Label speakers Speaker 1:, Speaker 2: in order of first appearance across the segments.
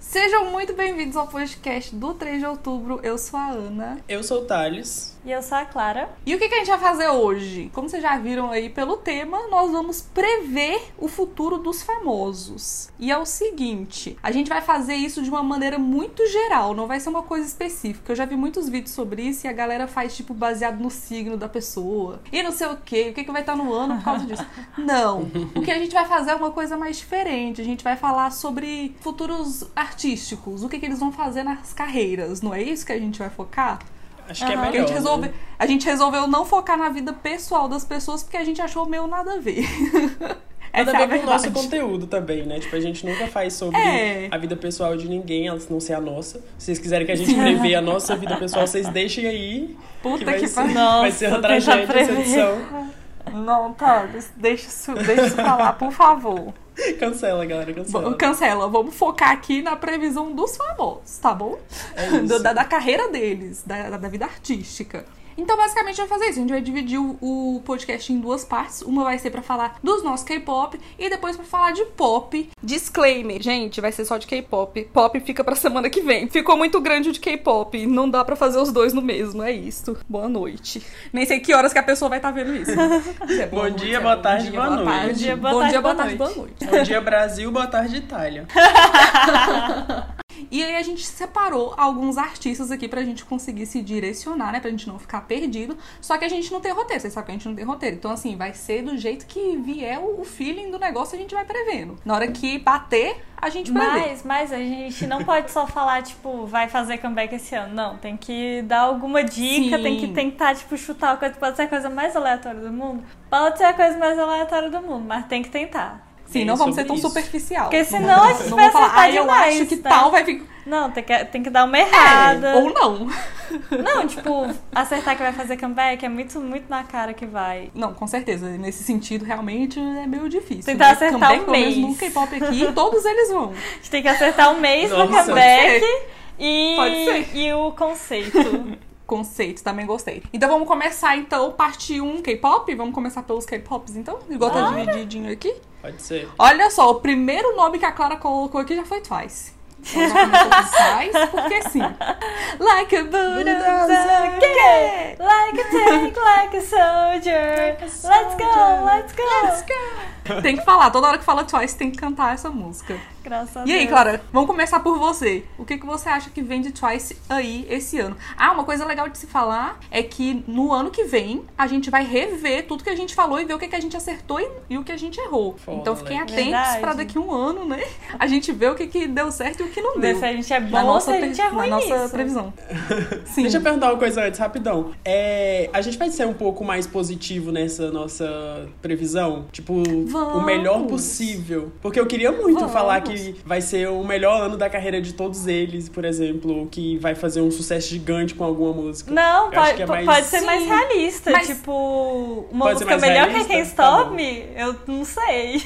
Speaker 1: Sejam muito bem-vindos ao podcast do 3 de outubro. Eu sou a Ana.
Speaker 2: Eu sou o Thales.
Speaker 3: E eu sou a Clara.
Speaker 1: E o que, que a gente vai fazer hoje? Como vocês já viram aí pelo tema, nós vamos prever o futuro dos famosos. E é o seguinte: a gente vai fazer isso de uma maneira muito geral, não vai ser uma coisa específica. Eu já vi muitos vídeos sobre isso e a galera faz tipo baseado no signo da pessoa e não sei o quê, o que, que vai estar no ano por causa disso. Não. O que a gente vai fazer é uma coisa mais diferente. A gente vai falar sobre futuros artísticos, o que, que eles vão fazer nas carreiras, não é isso que a gente vai focar?
Speaker 2: Acho que é
Speaker 3: Aham.
Speaker 2: melhor.
Speaker 1: A gente,
Speaker 2: né?
Speaker 1: resolve- a gente resolveu não focar na vida pessoal das pessoas porque a gente achou meio nada a ver. Essa
Speaker 2: Nada
Speaker 1: é
Speaker 2: a
Speaker 1: a
Speaker 2: ver com o nosso
Speaker 1: verdade.
Speaker 2: conteúdo também, né? Tipo, a gente nunca faz sobre
Speaker 1: É.
Speaker 2: a vida pessoal de ninguém, a não ser a nossa. Se vocês quiserem que a gente preveja a nossa vida pessoal, vocês deixem aí.
Speaker 1: Puta
Speaker 2: vai
Speaker 1: que
Speaker 2: ser,
Speaker 1: pariu.
Speaker 2: vai ser uma
Speaker 3: Nossa, tentar
Speaker 2: tragédia essa
Speaker 3: prever.
Speaker 2: edição.
Speaker 1: Não, tá, deixa isso, deixa isso falar, por favor.
Speaker 2: Cancela, galera, cancela.
Speaker 1: V- Cancela, vamos focar aqui na previsão dos famosos, tá bom?
Speaker 2: É
Speaker 1: Do-
Speaker 2: isso.
Speaker 1: da, da carreira deles, da, da vida artística. Então, basicamente, a gente vai fazer isso. A gente vai dividir o, o podcast em duas partes. Uma vai ser pra falar dos nossos K-pop e depois pra falar de pop. Disclaimer, gente, vai ser só de K-pop. Pop fica pra semana que vem. Ficou muito grande o de K-pop. Não dá pra fazer os dois no mesmo. É isso. Boa noite. Nem sei que horas que a pessoa vai estar vendo isso. Se é
Speaker 2: Bom
Speaker 1: noite,
Speaker 2: dia,
Speaker 1: se é
Speaker 2: boa tarde,
Speaker 1: dia,
Speaker 2: boa noite.
Speaker 3: Bom dia, boa
Speaker 1: Bom
Speaker 3: tarde,
Speaker 1: dia, boa
Speaker 3: boa
Speaker 1: tarde, boa
Speaker 3: noite.
Speaker 1: noite.
Speaker 2: Bom dia, Brasil. Boa tarde, Itália.
Speaker 1: E aí a gente separou alguns artistas aqui pra gente conseguir se direcionar, né? Pra gente não ficar perdido. Só que a gente não tem roteiro, vocês sabem que a gente não tem roteiro. Então, assim, vai ser do jeito que vier o o feeling do negócio, a gente vai prevendo. Na hora que bater, a gente prevê.
Speaker 3: Mas, mas a gente não pode só falar, tipo, vai fazer comeback esse ano. Não, tem que dar alguma dica,
Speaker 1: Sim.
Speaker 3: tem que tentar, tipo, chutar uma coisa. Pode ser a coisa mais aleatória do mundo? Pode ser a coisa mais aleatória do mundo, mas tem que tentar.
Speaker 1: Sim,
Speaker 2: é
Speaker 1: não vamos
Speaker 2: sobre
Speaker 1: ser tão
Speaker 2: isso.
Speaker 1: superficial.
Speaker 3: Porque senão a gente
Speaker 1: não
Speaker 3: vai
Speaker 1: vamos falar,
Speaker 3: acertar
Speaker 1: ah, eu
Speaker 3: demais,
Speaker 1: acho que
Speaker 3: né?
Speaker 1: tal vai vir.
Speaker 3: Não, tem que, tem que dar uma
Speaker 1: É,
Speaker 3: errada.
Speaker 1: ou não.
Speaker 3: Não, tipo, acertar que vai fazer comeback é muito, muito na cara que vai.
Speaker 1: Não, com certeza. Nesse sentido, realmente é meio difícil.
Speaker 3: Tentar
Speaker 1: né?
Speaker 3: acertar
Speaker 1: Comeback,
Speaker 3: um
Speaker 1: pelo menos,
Speaker 3: mês.
Speaker 1: no K-pop aqui, todos eles vão.
Speaker 3: A gente tem que acertar o mês do
Speaker 2: Nossa.
Speaker 3: comeback e,
Speaker 1: Pode ser.
Speaker 3: e o conceito.
Speaker 1: conceitos, também gostei. Então vamos começar então parte 1 K-pop, vamos começar pelos K-pops então, igual tá divididinho aqui.
Speaker 2: Pode ser.
Speaker 1: Olha só, o primeiro nome que a Clara colocou aqui já foi Twice. Então já começou com Twice, porque sim. Like a Buddha, okay.
Speaker 3: Like a tank, like a soldier. Let's go, let's go.
Speaker 1: Tem que falar, toda hora que fala Twice tem que cantar essa música.
Speaker 3: Graças a
Speaker 1: E aí,
Speaker 3: Deus.
Speaker 1: Clara, vamos começar por você. O que, que você acha que vem de Twice aí esse ano? Ah, uma coisa legal de se falar é que no ano que vem a gente vai rever tudo que a gente falou e ver o que, que a gente acertou e, e o que a gente errou.
Speaker 2: Foda,
Speaker 1: então fiquem
Speaker 2: né?
Speaker 1: atentos
Speaker 3: Verdade.
Speaker 1: pra daqui um ano, né? A gente vê o que, que deu certo e o que não
Speaker 3: Ver
Speaker 1: deu.
Speaker 3: se a gente é bom
Speaker 1: na
Speaker 3: ou se
Speaker 1: nossa,
Speaker 3: a
Speaker 1: pre-
Speaker 3: gente é
Speaker 1: na
Speaker 3: ruim
Speaker 1: nossa
Speaker 3: nisso.
Speaker 1: previsão. Sim.
Speaker 2: Deixa eu perguntar uma coisa antes, rapidão. É, a gente vai ser um pouco mais positivo nessa nossa previsão? Tipo, o
Speaker 1: Vamos.
Speaker 2: melhor possível. Porque eu queria muito
Speaker 1: Vamos.
Speaker 2: falar que vai ser o melhor ano da carreira de todos eles, por exemplo, ou que vai fazer um sucesso gigante com alguma música.
Speaker 3: Não,
Speaker 2: acho
Speaker 3: pode,
Speaker 2: que é
Speaker 3: po-
Speaker 2: mais-
Speaker 3: pode ser mais
Speaker 1: Sim.
Speaker 3: realista.
Speaker 1: Mas-
Speaker 3: Tipo, uma
Speaker 2: Pode ser mais
Speaker 3: música melhor que
Speaker 2: realista?
Speaker 3: a Can't
Speaker 2: Tá
Speaker 3: Stop Me? Eu não sei.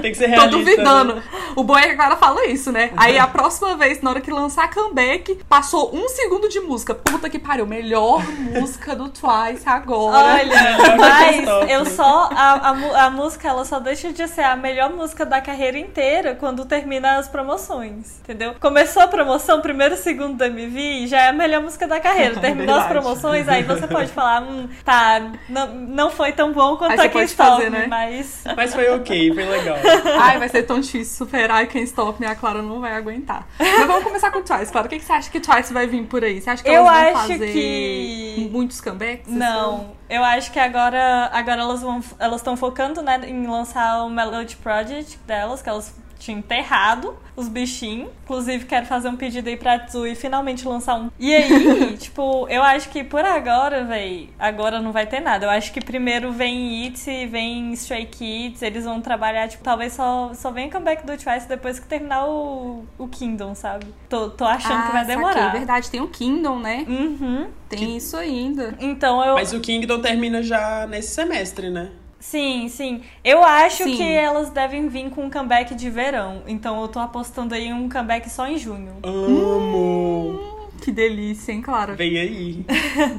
Speaker 2: Tem que ser
Speaker 3: É
Speaker 1: Tô
Speaker 2: realista. né?
Speaker 1: duvidando. O bom é que a Clara fala isso, né?
Speaker 3: Uhum.
Speaker 1: Aí a próxima vez, na hora que lançar comeback, passou um segundo de música. Puta que pariu, melhor música do Twice agora.
Speaker 3: Olha,
Speaker 2: Can't
Speaker 3: mas
Speaker 2: Stop
Speaker 3: eu
Speaker 2: Me.
Speaker 3: só. A, a, mu- a música ela só deixa de ser a melhor música da carreira inteira quando termina as promoções. Entendeu? Começou a promoção, primeiro e segundo do MV, já é a melhor música da carreira. Terminou as
Speaker 2: Verdade.
Speaker 3: promoções, aí você pode falar, hum, tá, não, não foi tão bom
Speaker 1: Aí
Speaker 3: quanto
Speaker 1: você
Speaker 3: a Can't
Speaker 1: pode fazer,
Speaker 3: Stop Me,
Speaker 1: né?
Speaker 3: mas.
Speaker 2: Mas foi ok, foi legal.
Speaker 1: Ai, vai ser tão difícil superar quem stop, minha Clara não vai aguentar. Mas vamos começar com o Twice, Clara. O que, que você acha que Twice vai vir por aí? Você acha que
Speaker 3: Eu
Speaker 1: elas vão
Speaker 3: acho
Speaker 1: fazer
Speaker 3: que-
Speaker 1: muitos comebacks?
Speaker 3: Não, eu acho que agora, agora elas vão, elas estão focando, né, em lançar o Melody Project delas, que elas tinham enterrado os bichinhos. Inclusive, quero fazer um pedido aí pra Tsui finalmente lançar um. E aí, tipo, eu acho que por agora, véi, agora não vai ter nada. Eu acho que primeiro vem ITZY, vem Stray Kids, eles vão trabalhar, tipo, talvez só, só venha comeback do Twice depois que terminar o, o Kingdom, sabe? Tô, tô achando
Speaker 1: Ah,
Speaker 3: que vai
Speaker 1: saquei.
Speaker 3: demorar.
Speaker 1: verdade, tem o Kingdom, né?
Speaker 3: Uhum.
Speaker 1: Tem isso ainda.
Speaker 3: Então eu.
Speaker 2: Mas o Kingdom termina já nesse semestre, né?
Speaker 3: Sim, sim. Eu acho
Speaker 1: Sim.
Speaker 3: que elas devem vir com um comeback
Speaker 1: Hum.
Speaker 3: de verão. Então eu tô apostando aí em um comeback só em junho.
Speaker 2: Amo!
Speaker 1: Que delícia, hein, Clara?
Speaker 2: Vem aí.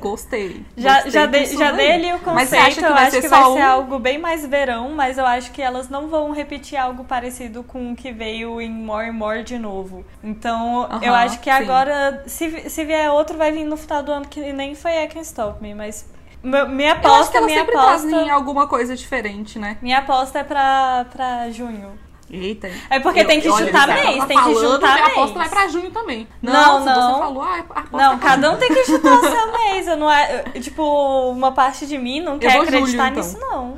Speaker 1: Gostei.
Speaker 3: Já,
Speaker 1: Gostei
Speaker 3: já, de,
Speaker 1: disso
Speaker 3: já
Speaker 1: daí.
Speaker 3: dei ali o conceito,
Speaker 1: Mas você acha que
Speaker 3: eu
Speaker 1: vai
Speaker 3: acho
Speaker 1: ser
Speaker 3: que vai
Speaker 1: só
Speaker 3: ser
Speaker 1: um?
Speaker 3: algo bem mais verão, mas eu acho que elas não vão repetir algo parecido com o que veio em More and More de novo. Então,
Speaker 1: Aham,
Speaker 3: eu acho que
Speaker 1: sim.
Speaker 3: agora, se, vi- se vier outro, vai vir no final do ano, que nem foi a Can Stop Me, mas meu- minha
Speaker 1: Eu acho que
Speaker 3: aposta,
Speaker 1: elas
Speaker 3: minha
Speaker 1: sempre né,
Speaker 3: aposta,
Speaker 1: trazem alguma coisa diferente, né?
Speaker 3: minha aposta é pra, pra junho.
Speaker 1: Eita.
Speaker 3: É porque tem que
Speaker 2: olha,
Speaker 3: juntar
Speaker 2: Isabela,
Speaker 3: mês,
Speaker 1: tá
Speaker 3: tem que
Speaker 1: falando,
Speaker 3: juntar
Speaker 1: minha
Speaker 3: mês.
Speaker 1: aposta vai pra junho também.
Speaker 3: Não,
Speaker 1: se
Speaker 3: não.
Speaker 1: Você falou, ah, aposta
Speaker 3: Não,
Speaker 1: pra
Speaker 3: cada um tem que juntar o seu mês. Eu não é, eu- tipo, uma parte de mim não quer
Speaker 1: vou julho,
Speaker 3: acreditar
Speaker 1: então.
Speaker 3: nisso, não.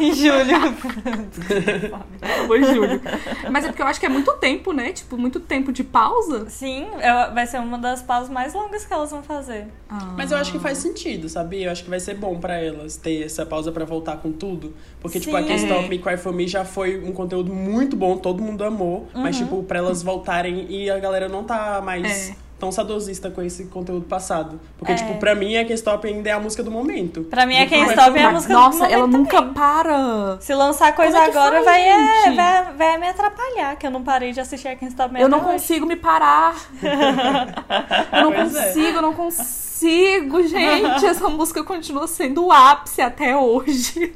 Speaker 3: em julho.
Speaker 1: Foi julho. Mas é porque eu acho que é muito tempo, né? Tipo, muito tempo de pausa.
Speaker 3: Sim, eu- vai ser uma das pausas mais longas que elas vão fazer.
Speaker 2: Mas eu acho que faz sentido, sabia? Eu acho que vai ser bom pra elas ter essa pausa pra voltar com tudo. Porque, tipo, a
Speaker 3: Sim.
Speaker 2: questão
Speaker 1: É.
Speaker 2: Me Cry For Me já foi um conteúdo muito bom, todo mundo amou.
Speaker 3: Uhum.
Speaker 2: Mas, tipo, pra elas voltarem e a galera não tá mais...
Speaker 1: É.
Speaker 2: Tão sadosista com esse conteúdo passado. Porque,
Speaker 3: É.
Speaker 2: tipo, pra mim a K-Stop ainda é a música do momento.
Speaker 3: Pra mim, a
Speaker 2: Não vai
Speaker 3: K-Stop é a
Speaker 2: mudar.
Speaker 3: música do
Speaker 1: Nossa,
Speaker 3: momento
Speaker 1: ela nunca
Speaker 3: também.
Speaker 1: para.
Speaker 3: Se lançar coisa
Speaker 1: Como é que
Speaker 3: agora,
Speaker 1: faz,
Speaker 3: vai, é-
Speaker 1: gente?
Speaker 3: vai, vai me atrapalhar, que eu não parei de assistir a K-Stop Me
Speaker 1: Eu não
Speaker 3: até hoje.
Speaker 1: consigo me parar. Eu não
Speaker 2: Pois é.
Speaker 1: consigo, eu não consigo, gente. Essa música continua sendo o ápice até hoje.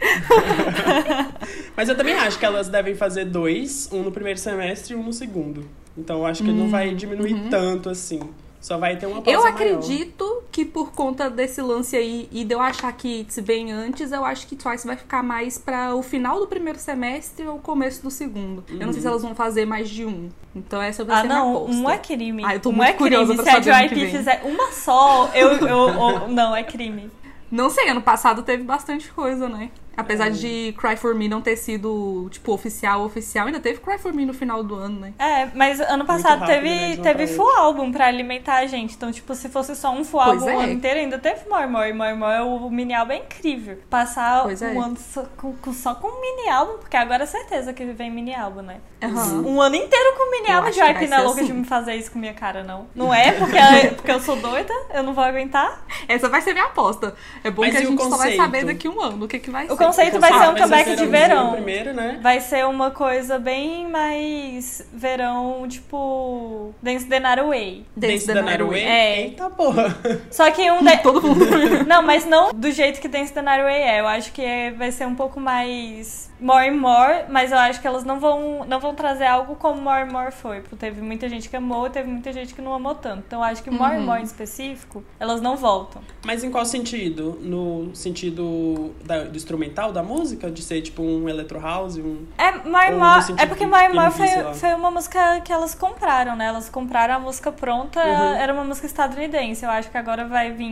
Speaker 2: Mas eu também acho que elas devem fazer dois, um no primeiro semestre e um no segundo. Então eu acho que não
Speaker 3: Hum,
Speaker 2: vai diminuir
Speaker 3: uhum.
Speaker 2: tanto assim. Só vai ter uma pausa
Speaker 1: Eu
Speaker 2: maior.
Speaker 1: acredito que por conta desse lance aí e de eu achar que se vem antes, eu acho que Twice vai ficar mais pra o final do primeiro semestre ou o começo do segundo. Eu não sei se
Speaker 2: Uhum.
Speaker 1: elas vão fazer mais de um. Então essa vai
Speaker 3: Ah,
Speaker 1: ser minha
Speaker 3: não,
Speaker 1: aposta.
Speaker 3: um é crime.
Speaker 1: Ah, eu tô
Speaker 3: um
Speaker 1: muito
Speaker 3: é crime.
Speaker 1: curiosa
Speaker 3: Se
Speaker 1: pra
Speaker 3: a
Speaker 1: saber ano que
Speaker 3: JYP
Speaker 1: vem.
Speaker 3: fizer uma só, eu, eu, eu- Não, é crime.
Speaker 1: Não sei, ano passado teve bastante coisa, né? Apesar
Speaker 2: É.
Speaker 1: de Cry For Me não ter sido, tipo, oficial, oficial, ainda teve Cry For Me no final do ano, né?
Speaker 3: É, mas ano passado
Speaker 2: rápido,
Speaker 3: teve,
Speaker 2: né, de uma
Speaker 3: teve
Speaker 2: pra
Speaker 3: full álbum pra alimentar a gente. Então, tipo, se fosse só um full
Speaker 1: Pois
Speaker 3: álbum o
Speaker 1: é.
Speaker 3: ano inteiro, ainda teve More More More More. O mini álbum é incrível. Passar
Speaker 1: Pois
Speaker 3: um
Speaker 1: é.
Speaker 3: ano só com, com- só com um mini álbum, porque agora é certeza que vem mini álbum, né?
Speaker 1: Aham.
Speaker 3: Um ano inteiro com mini
Speaker 1: Eu
Speaker 3: álbum
Speaker 1: acho
Speaker 3: de
Speaker 1: que
Speaker 3: hype
Speaker 1: vai
Speaker 3: não é
Speaker 1: ser
Speaker 3: louca de
Speaker 1: assim.
Speaker 3: me fazer isso com minha cara, não. Não é porque, porque eu sou doida, eu não vou aguentar.
Speaker 1: Essa vai ser minha aposta. É bom
Speaker 2: Mas
Speaker 1: que a
Speaker 2: e o
Speaker 1: gente só vai
Speaker 2: conceito?
Speaker 1: saber daqui um ano o que, que vai
Speaker 3: O
Speaker 1: ser.
Speaker 3: conceito
Speaker 2: Tipo,
Speaker 3: vai
Speaker 2: ah,
Speaker 3: ser um comeback de
Speaker 2: verãozinho
Speaker 3: verão.
Speaker 2: Primeiro, né?
Speaker 3: Vai ser uma coisa bem mais verão, tipo. Dance the Night Away.
Speaker 2: Dance da Norway.
Speaker 3: É.
Speaker 2: Eita porra.
Speaker 3: Só que um. De...
Speaker 1: Todo mundo.
Speaker 3: Não, mas não do jeito que Dance the Night Away é. Eu acho que vai ser um pouco mais more and more, mas eu acho que elas não vão, não vão trazer algo como more and more foi. Porque teve muita gente que amou e teve muita gente que não amou tanto. Então eu acho que more and more em específico, elas não voltam.
Speaker 2: Mas em qual sentido? No sentido da- do instrumental da música? De ser tipo um electro house? Um...
Speaker 3: É, More
Speaker 2: Ou
Speaker 3: More,
Speaker 2: no sentido
Speaker 3: é porque
Speaker 2: que
Speaker 3: More
Speaker 2: eu
Speaker 3: More
Speaker 2: não vi, sei
Speaker 3: foi,
Speaker 2: lá.
Speaker 3: foi uma música que elas compraram, né? Elas compraram a música pronta,
Speaker 2: Uhum.
Speaker 3: era uma música estadunidense. Eu acho que agora vai vir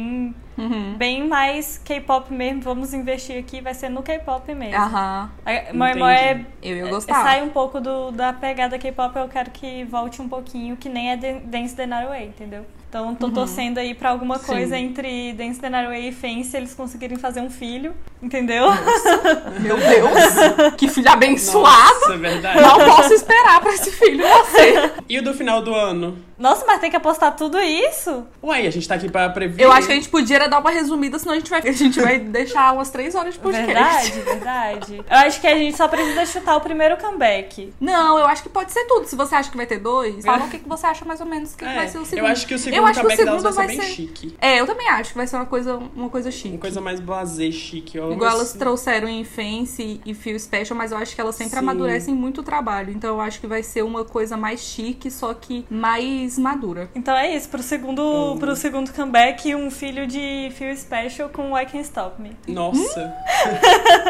Speaker 1: Uhum.
Speaker 3: bem mais K-pop mesmo. Vamos investir aqui, vai ser no K-pop mesmo.
Speaker 1: Aham.
Speaker 3: A- More More é
Speaker 2: um Entendi.
Speaker 1: Eu ia
Speaker 3: É,
Speaker 1: gostar.
Speaker 3: Sai um pouco do- da pegada K-pop, eu quero que volte um pouquinho, que nem é Dan- Dance the Night Away, entendeu? Então tô torcendo aí pra alguma coisa entre Dance the Night Away e Fence, eles conseguirem fazer um filho, entendeu?
Speaker 1: Meu Deus! que filho abençoado!
Speaker 2: Nossa, é verdade.
Speaker 1: Não posso esperar pra esse filho nascer.
Speaker 2: E o do final do ano?
Speaker 3: Nossa, mas tem que apostar tudo isso?
Speaker 2: Ué, a gente tá aqui pra prever.
Speaker 1: Eu acho que a gente podia era dar uma resumida, senão a gente vai, a gente vai deixar umas três horas de podcast.
Speaker 3: Verdade, verdade. Eu acho que a gente só precisa chutar o primeiro comeback.
Speaker 1: Não, eu acho que pode ser tudo. Se você acha que vai ter dois, fala o que, que você acha mais ou menos que
Speaker 2: É,
Speaker 1: vai ser o segundo.
Speaker 2: Eu acho que o segundo
Speaker 1: Eu acho que o
Speaker 2: comeback delas
Speaker 1: segundo
Speaker 2: vai, ser
Speaker 1: vai
Speaker 2: bem
Speaker 1: ser-
Speaker 2: chique.
Speaker 1: É, eu também acho que vai ser uma coisa, uma coisa chique.
Speaker 2: Uma coisa mais blasé chique. ó.
Speaker 1: Igual elas trouxeram em Fence e Feel Special, mas eu acho que elas sempre
Speaker 2: Sim.
Speaker 1: amadurecem muito o trabalho. Então eu acho que vai ser uma coisa mais chique, só que mais madura.
Speaker 3: Então é isso, pro segundo, pro segundo comeback, um filho de Feel Special com I Can Stop Me.
Speaker 2: Nossa.
Speaker 1: Hum?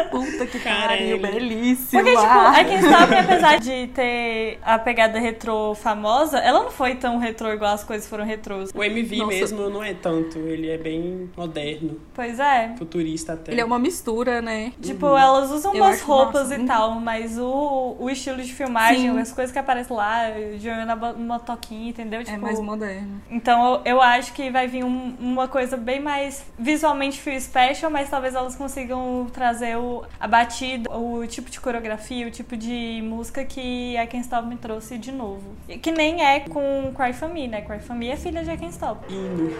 Speaker 1: Puta que pariu,
Speaker 2: Caralho.
Speaker 1: belíssima.
Speaker 3: Porque, tipo, a Can't Stop, apesar de ter a pegada retrô famosa, ela não foi tão retrô igual as coisas foram retrôs.
Speaker 2: O MV
Speaker 1: Nossa.
Speaker 2: mesmo não é tanto, ele é bem moderno,
Speaker 3: Pois é.
Speaker 2: futurista até.
Speaker 1: Ele é uma mistura, né?
Speaker 3: Tipo, elas usam
Speaker 1: Eu
Speaker 3: umas
Speaker 1: acho
Speaker 3: roupas
Speaker 1: massa. Uhum.
Speaker 3: e tal, mas o, o estilo de filmagem,
Speaker 1: Sim.
Speaker 3: as coisas que aparecem lá, jogando a bo- uma toquinha, entendeu? Tipo,
Speaker 1: É mais moderno.
Speaker 3: Então eu, eu acho que vai vir um- uma coisa bem mais visualmente feel special, mas talvez elas consigam trazer o, a batida, o tipo de coreografia, o tipo de música que a Ken Stop me trouxe de novo. E Que nem é com Cry For Me, né? Cry For Me é filha de DJ Can't Stop.
Speaker 2: Hino.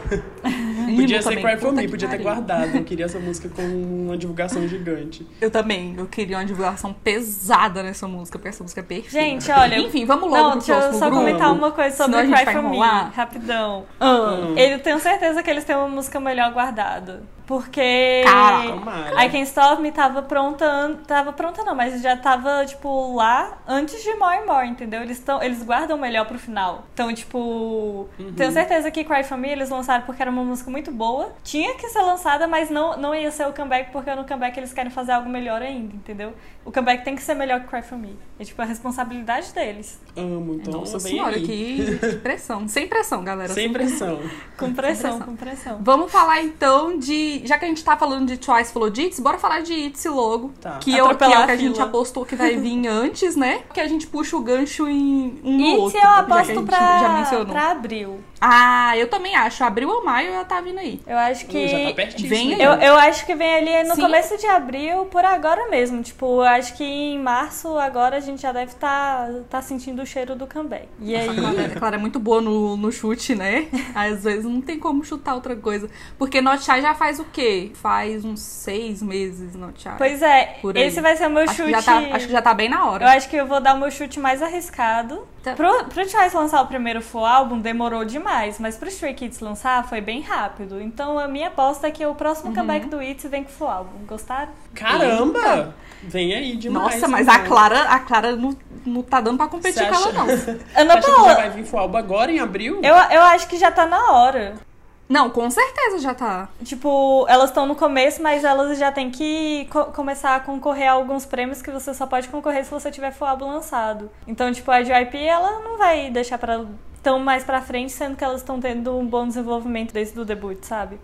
Speaker 1: Hino
Speaker 2: Podia ser
Speaker 1: também.
Speaker 2: Cry For
Speaker 1: Puta
Speaker 2: Me,
Speaker 1: que
Speaker 2: podia ter
Speaker 1: pariu.
Speaker 2: guardado. Eu queria essa música com uma divulgação gigante.
Speaker 1: Eu também. Eu queria uma divulgação pesada nessa música, porque essa música é perfeita.
Speaker 3: Gente, olha.
Speaker 1: Enfim, vamos logo
Speaker 3: Não,
Speaker 1: pro
Speaker 3: deixa eu
Speaker 1: próximo
Speaker 3: só
Speaker 1: grupo.
Speaker 3: comentar uma coisa sobre
Speaker 1: senão a gente
Speaker 3: Cry
Speaker 1: vai
Speaker 3: For Me,
Speaker 1: enrolar.
Speaker 3: rapidão.
Speaker 1: Ah.
Speaker 3: Ele tenho certeza que eles têm uma música melhor guardada. Porque
Speaker 1: Cara,
Speaker 2: Tomara.
Speaker 1: é.
Speaker 3: I Can't Stop Me tava pronta, an- tava pronta não, mas já tava, tipo, lá antes de More and More, entendeu? Eles, tão, eles guardam melhor pro final. Então, tipo,
Speaker 1: Uhum.
Speaker 3: tenho certeza que Cry For Me eles lançaram porque era uma música muito boa. Tinha que ser lançada, mas não, não ia ser o comeback, porque no comeback eles querem fazer algo melhor ainda, entendeu? O comeback tem que ser melhor que Cry For Me. É, tipo, a responsabilidade deles.
Speaker 2: Amo,
Speaker 3: um-
Speaker 2: então
Speaker 1: Nossa
Speaker 2: vem
Speaker 1: senhora,
Speaker 2: aí.
Speaker 1: que, que pressão. Sem pressão, galera.
Speaker 2: Sem pressão.
Speaker 3: Com pressão,
Speaker 1: pressão.
Speaker 3: com pressão.
Speaker 1: Vamos falar então de. Já que a gente tá falando de Twice falou de Itzy, bora falar de Itzy logo.
Speaker 2: Tá.
Speaker 1: Que, eu, que é
Speaker 3: Atropelar
Speaker 1: o
Speaker 3: a
Speaker 1: que a gente
Speaker 3: fila.
Speaker 1: apostou que vai vir antes, né? Que a gente puxa o gancho em um no
Speaker 3: E
Speaker 1: outro.
Speaker 3: se eu
Speaker 1: já que a
Speaker 3: aposto
Speaker 1: gente
Speaker 3: pra,
Speaker 1: Já mencionou.
Speaker 3: pra abril?
Speaker 1: Ah, eu também acho. Abril ou maio ela tá vindo aí.
Speaker 3: Eu acho que.
Speaker 2: Hum, Já tá pertinho.
Speaker 1: Vem
Speaker 2: né?
Speaker 1: aí.
Speaker 3: Eu, eu acho que vem ali no
Speaker 1: Sim.
Speaker 3: começo de abril, por agora mesmo. Tipo, eu acho que em março agora a gente já deve estar tá, tá sentindo o cheiro do comeback. E aí.
Speaker 1: A Clara, a Clara é muito boa no, no chute, né? Às vezes não tem como chutar outra coisa. Porque Notchai já faz o quê? Faz uns seis meses, Notchai.
Speaker 3: Pois é,
Speaker 1: Ah, Por aí.
Speaker 3: esse vai ser o meu
Speaker 1: acho, que
Speaker 3: chute.
Speaker 1: já tá, acho que já tá bem na hora.
Speaker 3: Eu acho que eu vou dar o meu chute mais arriscado.
Speaker 1: Tá.
Speaker 3: Pro, pro Twice lançar o primeiro full álbum demorou demais, mas pro Stray Kids lançar foi bem rápido. Então a minha aposta é que o
Speaker 1: Uhum.
Speaker 3: próximo comeback do ITZY vem com o full álbum. Gostaram?
Speaker 2: Caramba! Vem aí demais.
Speaker 1: Nossa, mas
Speaker 2: então.
Speaker 1: a Clara, a Clara não, não tá dando pra competir
Speaker 2: Você
Speaker 1: com ela,
Speaker 2: acha?
Speaker 1: não.
Speaker 3: Ana
Speaker 2: Acha que já
Speaker 3: Paula,
Speaker 2: vai vir pro álbum agora, em abril?
Speaker 3: eu, eu acho que já tá na hora.
Speaker 1: Não, com certeza já tá.
Speaker 3: Tipo, elas estão no começo, mas elas já têm que co- começar a concorrer a alguns prêmios que você só pode concorrer se você tiver full álbum lançado. Então, tipo, a JYP, ela não vai deixar pra tão mais pra frente, sendo que elas estão tendo um bom desenvolvimento desde o debut, sabe?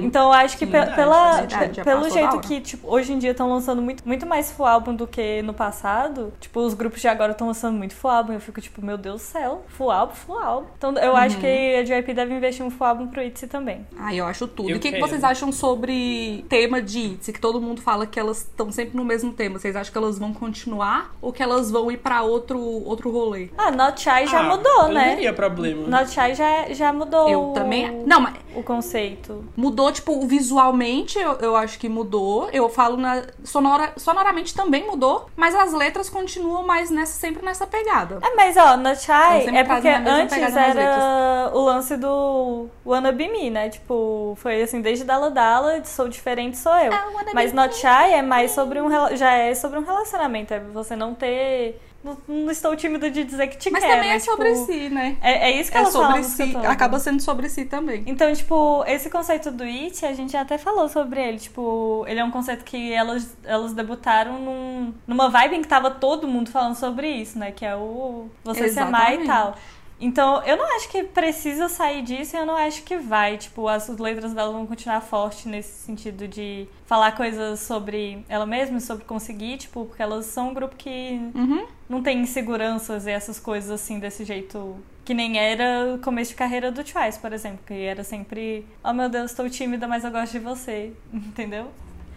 Speaker 3: Então, eu acho que pe-
Speaker 2: Verdade,
Speaker 3: pela,
Speaker 1: verdade,
Speaker 3: pe-
Speaker 1: já
Speaker 3: pelo
Speaker 1: passou da
Speaker 3: jeito
Speaker 1: hora.
Speaker 3: que, tipo, hoje em dia estão lançando muito, muito mais full álbum do que no passado, tipo, os grupos de agora estão lançando muito full álbum, eu fico tipo, meu Deus do céu, full álbum, full álbum. Então, eu acho que a JYP deve investir um full álbum pro ITZY também.
Speaker 1: Ai, eu acho tudo.
Speaker 2: Eu
Speaker 1: e o que, que
Speaker 2: quero.
Speaker 1: vocês acham sobre tema de ITZY? Que todo mundo fala que elas estão sempre no mesmo tema. Vocês acham que elas vão continuar ou que elas vão ir pra outro, outro rolê?
Speaker 3: Ah, Not Shy já
Speaker 2: Ah,
Speaker 3: mudou, né?
Speaker 2: Não teria problema.
Speaker 3: Not Shy já, já mudou
Speaker 1: Eu
Speaker 3: o-
Speaker 1: também. Não, mas
Speaker 3: o conceito.
Speaker 1: mudou, tipo, visualmente, eu, eu acho que mudou. Eu falo na. Sonora, sonoramente também mudou, mas as letras continuam mais nessa, sempre nessa pegada.
Speaker 3: É, mas ó, Not
Speaker 1: Eles
Speaker 3: Shy
Speaker 1: sempre
Speaker 3: é porque
Speaker 1: fazem a mesma
Speaker 3: antes
Speaker 1: pegada nas
Speaker 3: era o lance do Wanna Be Me, né? Tipo, foi assim, desde Dala Dala, de sou diferente, sou eu.
Speaker 1: I wanna
Speaker 3: Mas
Speaker 1: be
Speaker 3: Not Shy é mais sobre um rela- já é sobre um relacionamento, é você não ter. Não, não estou tímida de dizer que te
Speaker 1: Mas
Speaker 3: quero.
Speaker 1: também é
Speaker 3: tipo,
Speaker 1: sobre si, né?
Speaker 3: É, é isso que
Speaker 1: É
Speaker 3: ela fala.
Speaker 1: sobre
Speaker 3: na música
Speaker 1: si.
Speaker 3: toda.
Speaker 1: Acaba sendo sobre si também.
Speaker 3: Então, tipo, esse conceito do It, a gente já até falou sobre ele. Tipo, ele é um conceito que elas, elas debutaram num- numa vibe em que tava todo mundo falando sobre isso, né? Que é o você se amar e
Speaker 1: Exatamente.
Speaker 3: tal. Então, eu não acho que precisa sair disso e eu não acho que vai. Tipo, as letras dela vão continuar forte nesse sentido de falar coisas sobre ela mesma, e sobre conseguir, tipo, porque elas são um grupo que
Speaker 1: Uhum.
Speaker 3: não tem inseguranças e essas coisas assim desse jeito que nem era o começo de carreira do Twice, por exemplo, que era sempre, oh meu Deus, estou tímida, mas eu gosto de você, entendeu?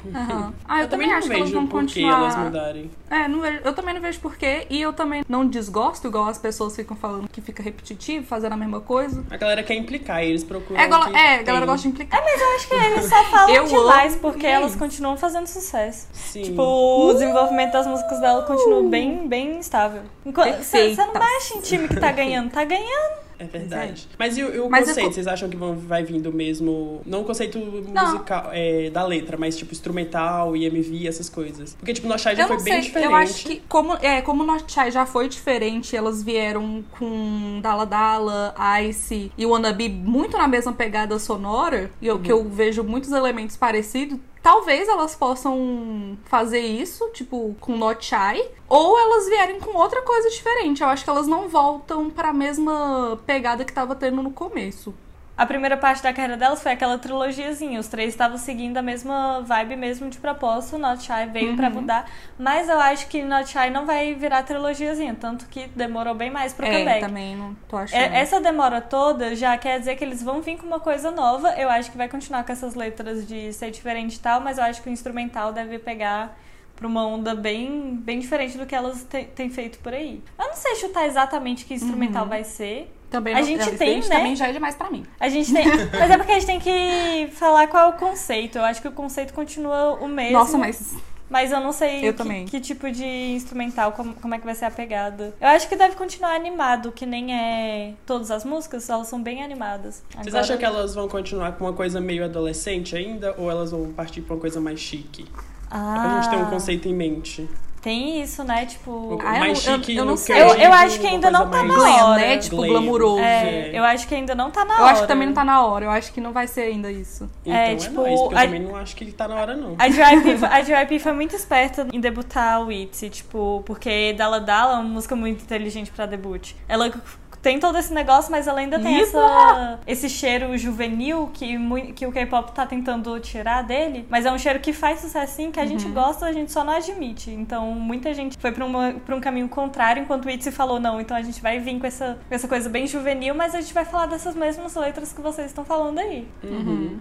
Speaker 3: Uhum.
Speaker 1: Aham. Ah, eu,
Speaker 2: também
Speaker 1: também
Speaker 2: não
Speaker 1: acho que elas
Speaker 2: vejo
Speaker 1: vão
Speaker 2: por que
Speaker 1: continuar.
Speaker 2: elas mudarem.
Speaker 1: É, não vejo- eu também não vejo porquê. E eu também não desgosto, igual as pessoas ficam falando que fica repetitivo, fazendo a mesma coisa.
Speaker 2: A galera quer implicar, e eles procuram.
Speaker 1: É, gola-
Speaker 2: que
Speaker 1: é, a
Speaker 2: tem-
Speaker 1: galera gosta de implicar.
Speaker 3: Acho que eles só falam
Speaker 1: Eu
Speaker 3: demais
Speaker 1: amo,
Speaker 3: porque
Speaker 1: e é
Speaker 3: elas
Speaker 1: isso.
Speaker 3: continuam fazendo sucesso.
Speaker 2: Sim.
Speaker 3: Tipo, o desenvolvimento das músicas dela continua bem, bem estável. Enquanto você não
Speaker 1: Perfeitas.
Speaker 3: baixa em time que tá ganhando, tá ganhando.
Speaker 2: É verdade. Mas e o, e o
Speaker 1: Mas eu
Speaker 2: conceito?
Speaker 1: co-
Speaker 2: Vocês acham que vão, vai vir do mesmo. Não o conceito musical é, da letra, mas tipo instrumental, IMV, essas coisas. Porque, tipo, Nochai já
Speaker 1: eu
Speaker 2: foi
Speaker 1: não
Speaker 2: bem
Speaker 1: sei,
Speaker 2: diferente.
Speaker 1: eu acho que como, é, como o North Chai já foi diferente, elas vieram com Dala Dala, Ice e Wannabe muito na mesma pegada sonora, e eu, que
Speaker 2: Uhum.
Speaker 1: eu vejo muitos elementos parecidos, talvez elas possam fazer isso, tipo, com North Chai, ou elas vierem com outra coisa diferente. Eu acho que elas não voltam pra mesma pegada que tava tendo no começo.
Speaker 3: A primeira parte da carreira delas foi aquela trilogiazinha. Os três estavam seguindo a mesma vibe mesmo de propósito. Not Shy veio pra mudar. Mas eu acho que Not Shy não vai virar trilogiazinha. Tanto que demorou bem mais pro
Speaker 1: É,
Speaker 3: comeback.
Speaker 1: também não tô achando.
Speaker 3: É, Essa demora toda já quer dizer que eles vão vir com uma coisa nova. Eu acho que vai continuar com essas letras de ser diferente e tal, mas eu acho que o instrumental deve pegar pra uma onda bem,
Speaker 1: Uhum.
Speaker 3: bem diferente do que elas te- têm feito por aí. Eu não sei chutar exatamente que instrumental vai ser,
Speaker 1: Também
Speaker 3: A
Speaker 1: não-
Speaker 3: gente
Speaker 1: Elvis
Speaker 3: tem,
Speaker 1: Davis
Speaker 3: né?
Speaker 1: também já é demais pra mim.
Speaker 3: A gente tem. Mas é porque a gente tem que falar qual é o conceito. Eu acho que o conceito continua o mesmo.
Speaker 1: Nossa, mas
Speaker 3: Mas eu não sei
Speaker 1: Eu
Speaker 3: que,
Speaker 1: também.
Speaker 3: que tipo de instrumental, como, como é que vai ser a pegada. Eu acho que deve continuar animado, que nem é todas as músicas, elas são bem animadas.
Speaker 2: Vocês acham que elas vão continuar com uma coisa meio adolescente ainda? Ou elas vão partir pra uma coisa mais chique?
Speaker 3: ah,
Speaker 2: Pra gente ter um conceito em mente.
Speaker 3: Tem isso, né? Tipo.
Speaker 1: Ah, eu-
Speaker 2: mais
Speaker 1: eu-
Speaker 2: chique
Speaker 1: eu não
Speaker 2: no
Speaker 1: sei.
Speaker 2: eu
Speaker 1: Eu-
Speaker 2: digo,
Speaker 3: eu acho que
Speaker 2: uma
Speaker 3: ainda
Speaker 2: coisa
Speaker 3: não tá
Speaker 2: mais-
Speaker 3: na hora.
Speaker 1: glam, né? Tipo,
Speaker 2: Glam.
Speaker 1: glamouroso.
Speaker 2: É.
Speaker 3: é, eu acho que ainda não tá na
Speaker 1: eu
Speaker 3: hora.
Speaker 1: acho que também não tá na hora. Eu acho que não vai ser ainda isso.
Speaker 2: Então
Speaker 3: É,
Speaker 2: é,
Speaker 3: tipo,
Speaker 2: nóis, porque eu
Speaker 3: a-
Speaker 2: também não acho que tá na hora, não.
Speaker 3: A JYP, foi- a JYP foi muito esperta em debutar o ITZY, tipo, porque Dala Dala é uma música muito inteligente pra debut. Ela tem todo esse negócio, mas ela ainda tem essa, esse cheiro juvenil que, mui- que o K-pop tá tentando tirar dele, mas é um cheiro que faz sucesso sim, que a gente gosta, a gente só não admite. Então, muita gente foi pra, uma- pra um caminho contrário, enquanto o ITZY falou, não, então a gente vai vir com essa, com essa coisa bem juvenil, mas a gente vai falar dessas mesmas letras que vocês estão falando aí.
Speaker 1: Uhum.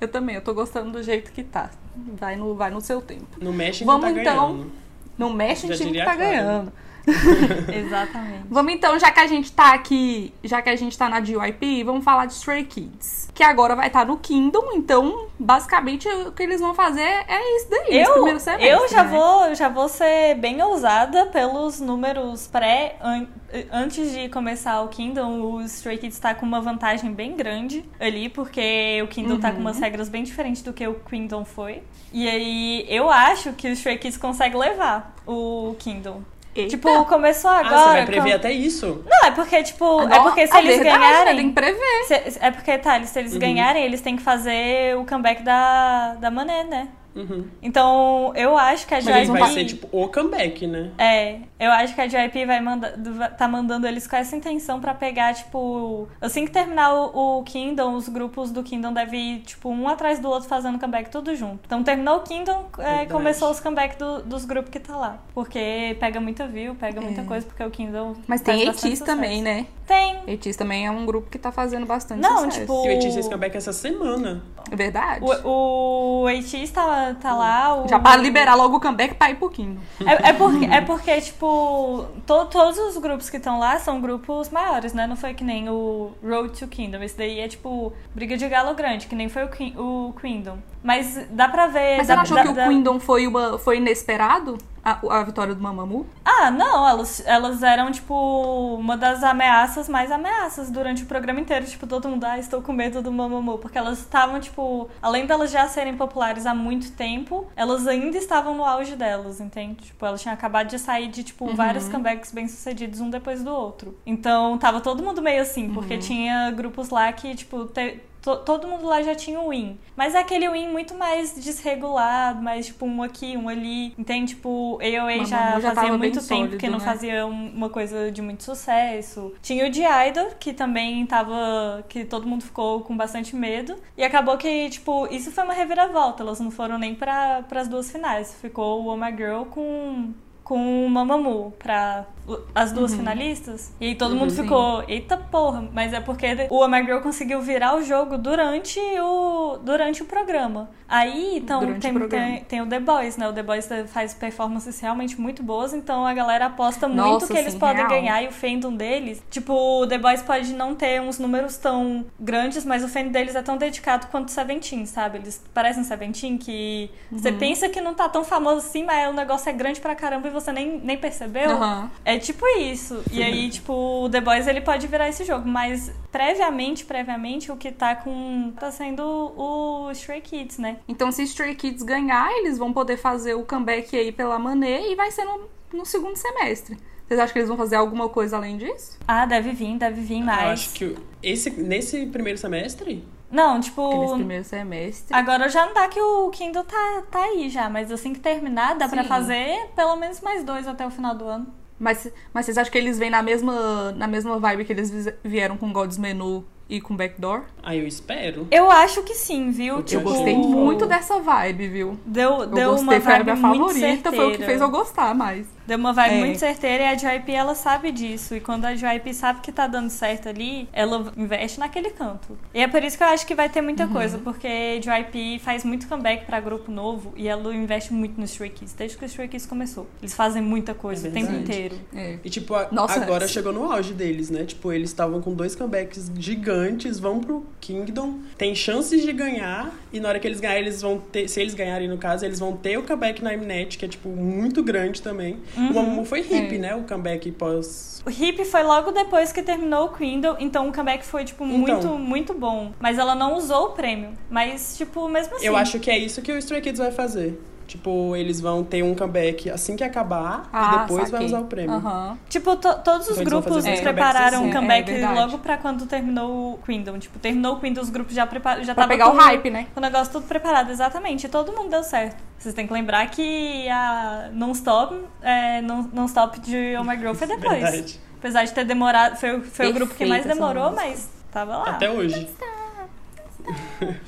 Speaker 1: Eu também, eu tô gostando do jeito que tá. Vai no, vai no seu tempo.
Speaker 2: Não mexe em quem
Speaker 1: Vamos,
Speaker 2: tá
Speaker 1: então.
Speaker 2: ganhando.
Speaker 1: Não mexe em
Speaker 2: Já
Speaker 1: time que
Speaker 2: diria
Speaker 1: tá
Speaker 2: a Clara.
Speaker 1: ganhando.
Speaker 3: Exatamente.
Speaker 1: Vamos então, já que a gente tá aqui, já que a gente tá na DYP, vamos falar de Stray Kids. Que agora vai estar no Kingdom, então basicamente o que eles vão fazer é isso daí, esse
Speaker 3: Eu,
Speaker 1: primeiro semestre.
Speaker 3: eu já
Speaker 1: né?
Speaker 3: vou, já vou ser bem ousada pelos números pré an- antes de começar o Kingdom, o Stray Kids tá com uma vantagem bem grande ali, porque o Kingdom tá com
Speaker 1: Uhum.
Speaker 3: umas regras bem diferentes do que o Kingdom foi. E aí eu acho que o Stray Kids consegue levar o Kingdom.
Speaker 1: Eita.
Speaker 3: Tipo, começou
Speaker 2: Ah,
Speaker 3: agora.
Speaker 2: você vai prever
Speaker 3: com-
Speaker 2: até isso?
Speaker 3: Não, é porque tipo, é
Speaker 1: Nossa,
Speaker 3: porque se
Speaker 1: é
Speaker 3: eles
Speaker 1: verdade,
Speaker 3: ganharem,
Speaker 1: né? Tem que prever.
Speaker 3: se- é porque tá, se eles
Speaker 2: Uhum.
Speaker 3: ganharem, eles têm que fazer o comeback da da Mané, né?
Speaker 2: Uhum.
Speaker 3: Então, eu acho que a
Speaker 2: Mas
Speaker 3: JYP...
Speaker 2: ele vai ser, tipo, o comeback, né?
Speaker 3: É, eu acho que a JYP vai manda, va- tá mandando eles com essa intenção pra pegar, tipo... Assim que terminar o, o Kingdom, os grupos do Kingdom devem ir, tipo, um atrás do outro fazendo comeback tudo junto. Então, terminou o Kingdom, é,
Speaker 2: Verdade.
Speaker 3: começou os comebacks do- dos grupos que tá lá. Porque pega muita view, pega muita
Speaker 1: É.
Speaker 3: coisa, porque o Kingdom
Speaker 1: Mas
Speaker 3: faz
Speaker 1: tem
Speaker 3: bastante
Speaker 1: ETs também,
Speaker 3: sucesso.
Speaker 1: né?
Speaker 3: Tem.
Speaker 1: ETs também é um grupo que tá fazendo bastante
Speaker 3: Não,
Speaker 1: sucesso.
Speaker 3: tipo-
Speaker 2: E o
Speaker 3: O-
Speaker 2: ET fez comeback essa semana.
Speaker 1: É verdade.
Speaker 3: O, o ATs tá, tá lá, o...
Speaker 1: Já pra liberar logo o comeback pra ir pro Kingdom.
Speaker 3: É, é porque, é porque, tipo, to- todos os grupos que estão lá são grupos maiores, né? Não foi que nem o Road to Kingdom. Esse daí é, tipo, briga de galo grande, que nem foi o, Queen- o Kingdom. Mas dá pra ver...
Speaker 1: Mas você
Speaker 3: dá,
Speaker 1: não achou
Speaker 3: dá-
Speaker 1: que o
Speaker 3: dá-
Speaker 1: Kingdom foi, uma, foi inesperado? A, a vitória do Mamamoo?
Speaker 3: Ah, não, elas, elas eram, tipo, uma das ameaças mais ameaças durante o programa inteiro. Tipo, todo mundo, ah, estou com medo do Mamamoo. Porque elas estavam, tipo, além delas já serem populares há muito tempo, elas ainda estavam no auge delas, entende? Tipo, elas tinham acabado de sair de, tipo, vários comebacks bem-sucedidos um depois do outro. Então, tava todo mundo meio assim, porque tinha grupos lá que, tipo, te- to- todo mundo lá já tinha um win. Mas é aquele win muito mais desregulado, mais, tipo, um aqui, um ali. Entende? Tipo, eu Grey
Speaker 1: Mas
Speaker 3: já,
Speaker 1: Mamoru já
Speaker 3: fazia
Speaker 1: tava
Speaker 3: muito
Speaker 1: bem
Speaker 3: tempo
Speaker 1: sólido,
Speaker 3: que não
Speaker 1: né?
Speaker 3: fazia um- uma coisa de muito sucesso. Tinha o The Idol, que também tava. que todo mundo ficou com bastante medo. E acabou que, tipo, isso foi uma reviravolta. Elas não foram nem para as duas finais. Ficou o Oh My Girl com. Com o Mamamoo pra as duas
Speaker 1: Uhum.
Speaker 3: finalistas. E aí todo mundo
Speaker 1: Sim.
Speaker 3: ficou, eita porra, mas é porque o Oh My Girl conseguiu virar o jogo durante o, durante o programa. Aí, então,
Speaker 1: Durante o
Speaker 3: tem,
Speaker 1: programa.
Speaker 3: tem- tem o The Boys, né? O The Boys faz performances realmente muito boas, então a galera aposta muito
Speaker 1: Nossa,
Speaker 3: que eles
Speaker 1: sim,
Speaker 3: podem
Speaker 1: real.
Speaker 3: ganhar e o fandom deles. Tipo, o The Boys pode não ter uns números tão grandes, mas o fandom deles é tão dedicado quanto o Seventeen, sabe? Eles parecem um Seventeen que você
Speaker 1: Uhum.
Speaker 3: pensa que não tá tão famoso assim, mas o negócio é grande pra caramba e você nem, nem percebeu.
Speaker 1: Aham.
Speaker 3: É tipo isso. E aí, tipo, o The Boys ele pode virar esse jogo, mas previamente, previamente, o que tá com. tá sendo o Stray Kids, né?
Speaker 1: Então, se Stray Kids ganhar, eles vão poder fazer o comeback aí pela Mané e vai ser no, no segundo semestre. Vocês acham que eles vão fazer alguma coisa além disso?
Speaker 3: Ah, deve vir, deve vir
Speaker 2: Eu
Speaker 3: mais.
Speaker 2: acho que esse, nesse primeiro semestre,
Speaker 3: Não,
Speaker 1: Porque Nesse
Speaker 3: tipo.
Speaker 1: primeiro semestre.
Speaker 3: Agora já não dá que o Kindle tá, tá aí já, mas assim que terminar, dá pra
Speaker 1: Sim.
Speaker 3: fazer pelo menos mais dois até o final do ano.
Speaker 1: Mas, mas vocês acham que eles vêm na mesma, na mesma vibe que eles vi- vieram com God's Menu e com Backdoor?
Speaker 2: aí eu espero.
Speaker 3: Eu acho que sim, viu?
Speaker 2: Eu
Speaker 1: Eu
Speaker 3: tipo,
Speaker 1: gostei
Speaker 2: Uhum.
Speaker 1: muito dessa vibe, viu?
Speaker 3: Deu,
Speaker 1: Eu
Speaker 3: deu
Speaker 1: gostei,
Speaker 3: uma
Speaker 1: foi a
Speaker 3: vibe
Speaker 1: minha
Speaker 3: muito
Speaker 1: favorita, foi o que
Speaker 3: certeira.
Speaker 1: fez eu gostar mais.
Speaker 3: Deu uma vibe
Speaker 1: É.
Speaker 3: muito certeira e a JYP, ela sabe disso. E quando a JYP sabe que tá dando certo ali, ela investe naquele canto. E é por isso que eu acho que vai ter muita
Speaker 2: Uhum.
Speaker 3: coisa, porque JYP faz muito comeback pra grupo novo e ela investe muito nos Stray Kids, desde que os Stray Kids começou. Eles fazem muita coisa
Speaker 2: É
Speaker 3: o tempo
Speaker 2: verdade.
Speaker 3: inteiro.
Speaker 1: É.
Speaker 2: E, tipo, a-
Speaker 1: Nossa,
Speaker 2: agora
Speaker 1: se-
Speaker 2: chegou no auge deles, né? Tipo, eles estavam com dois comebacks gigantes, vão pro Kingdom, tem chances de ganhar, e na hora que eles ganharem, eles vão ter. Se eles ganharem, no caso, eles vão ter o comeback na Mnet, que é, tipo, muito grande também. O Momo foi hip,
Speaker 1: É.
Speaker 2: né? O comeback pós.
Speaker 3: O Hip foi logo depois que terminou o Kindle, então o comeback foi, tipo,
Speaker 2: Então.
Speaker 3: muito, muito bom. Mas ela não usou o prêmio. Mas, tipo, mesmo assim.
Speaker 2: Eu acho que é isso que o Stray Kids vai fazer. Tipo, eles vão ter um comeback assim que acabar, e
Speaker 1: Ah,
Speaker 2: depois vai
Speaker 1: saquei.
Speaker 2: usar o prêmio.
Speaker 1: Aham.
Speaker 3: Tipo, to- todos os
Speaker 2: Então eles vão
Speaker 3: grupos
Speaker 2: fazer
Speaker 1: dois
Speaker 3: prepararam um
Speaker 1: comebacks assim.
Speaker 3: comeback
Speaker 1: É, é verdade.
Speaker 3: logo pra quando terminou o Kingdom. Tipo, terminou o Kingdom, os grupos já prepararam. Já
Speaker 1: Pra
Speaker 3: tava
Speaker 1: pegar o
Speaker 3: tudo-
Speaker 1: hype, né?
Speaker 3: O negócio tudo preparado, exatamente. E todo mundo deu certo. Vocês têm que lembrar que a Non-Stop, é, Non- Non-Stop de Oh My Girl foi depois.
Speaker 2: É Verdade.
Speaker 3: Apesar de ter demorado, foi, o- foi o grupo que mais
Speaker 1: Perfeita essa
Speaker 3: demorou,
Speaker 1: música.
Speaker 3: mas tava lá.
Speaker 2: Até hoje.
Speaker 1: Ah,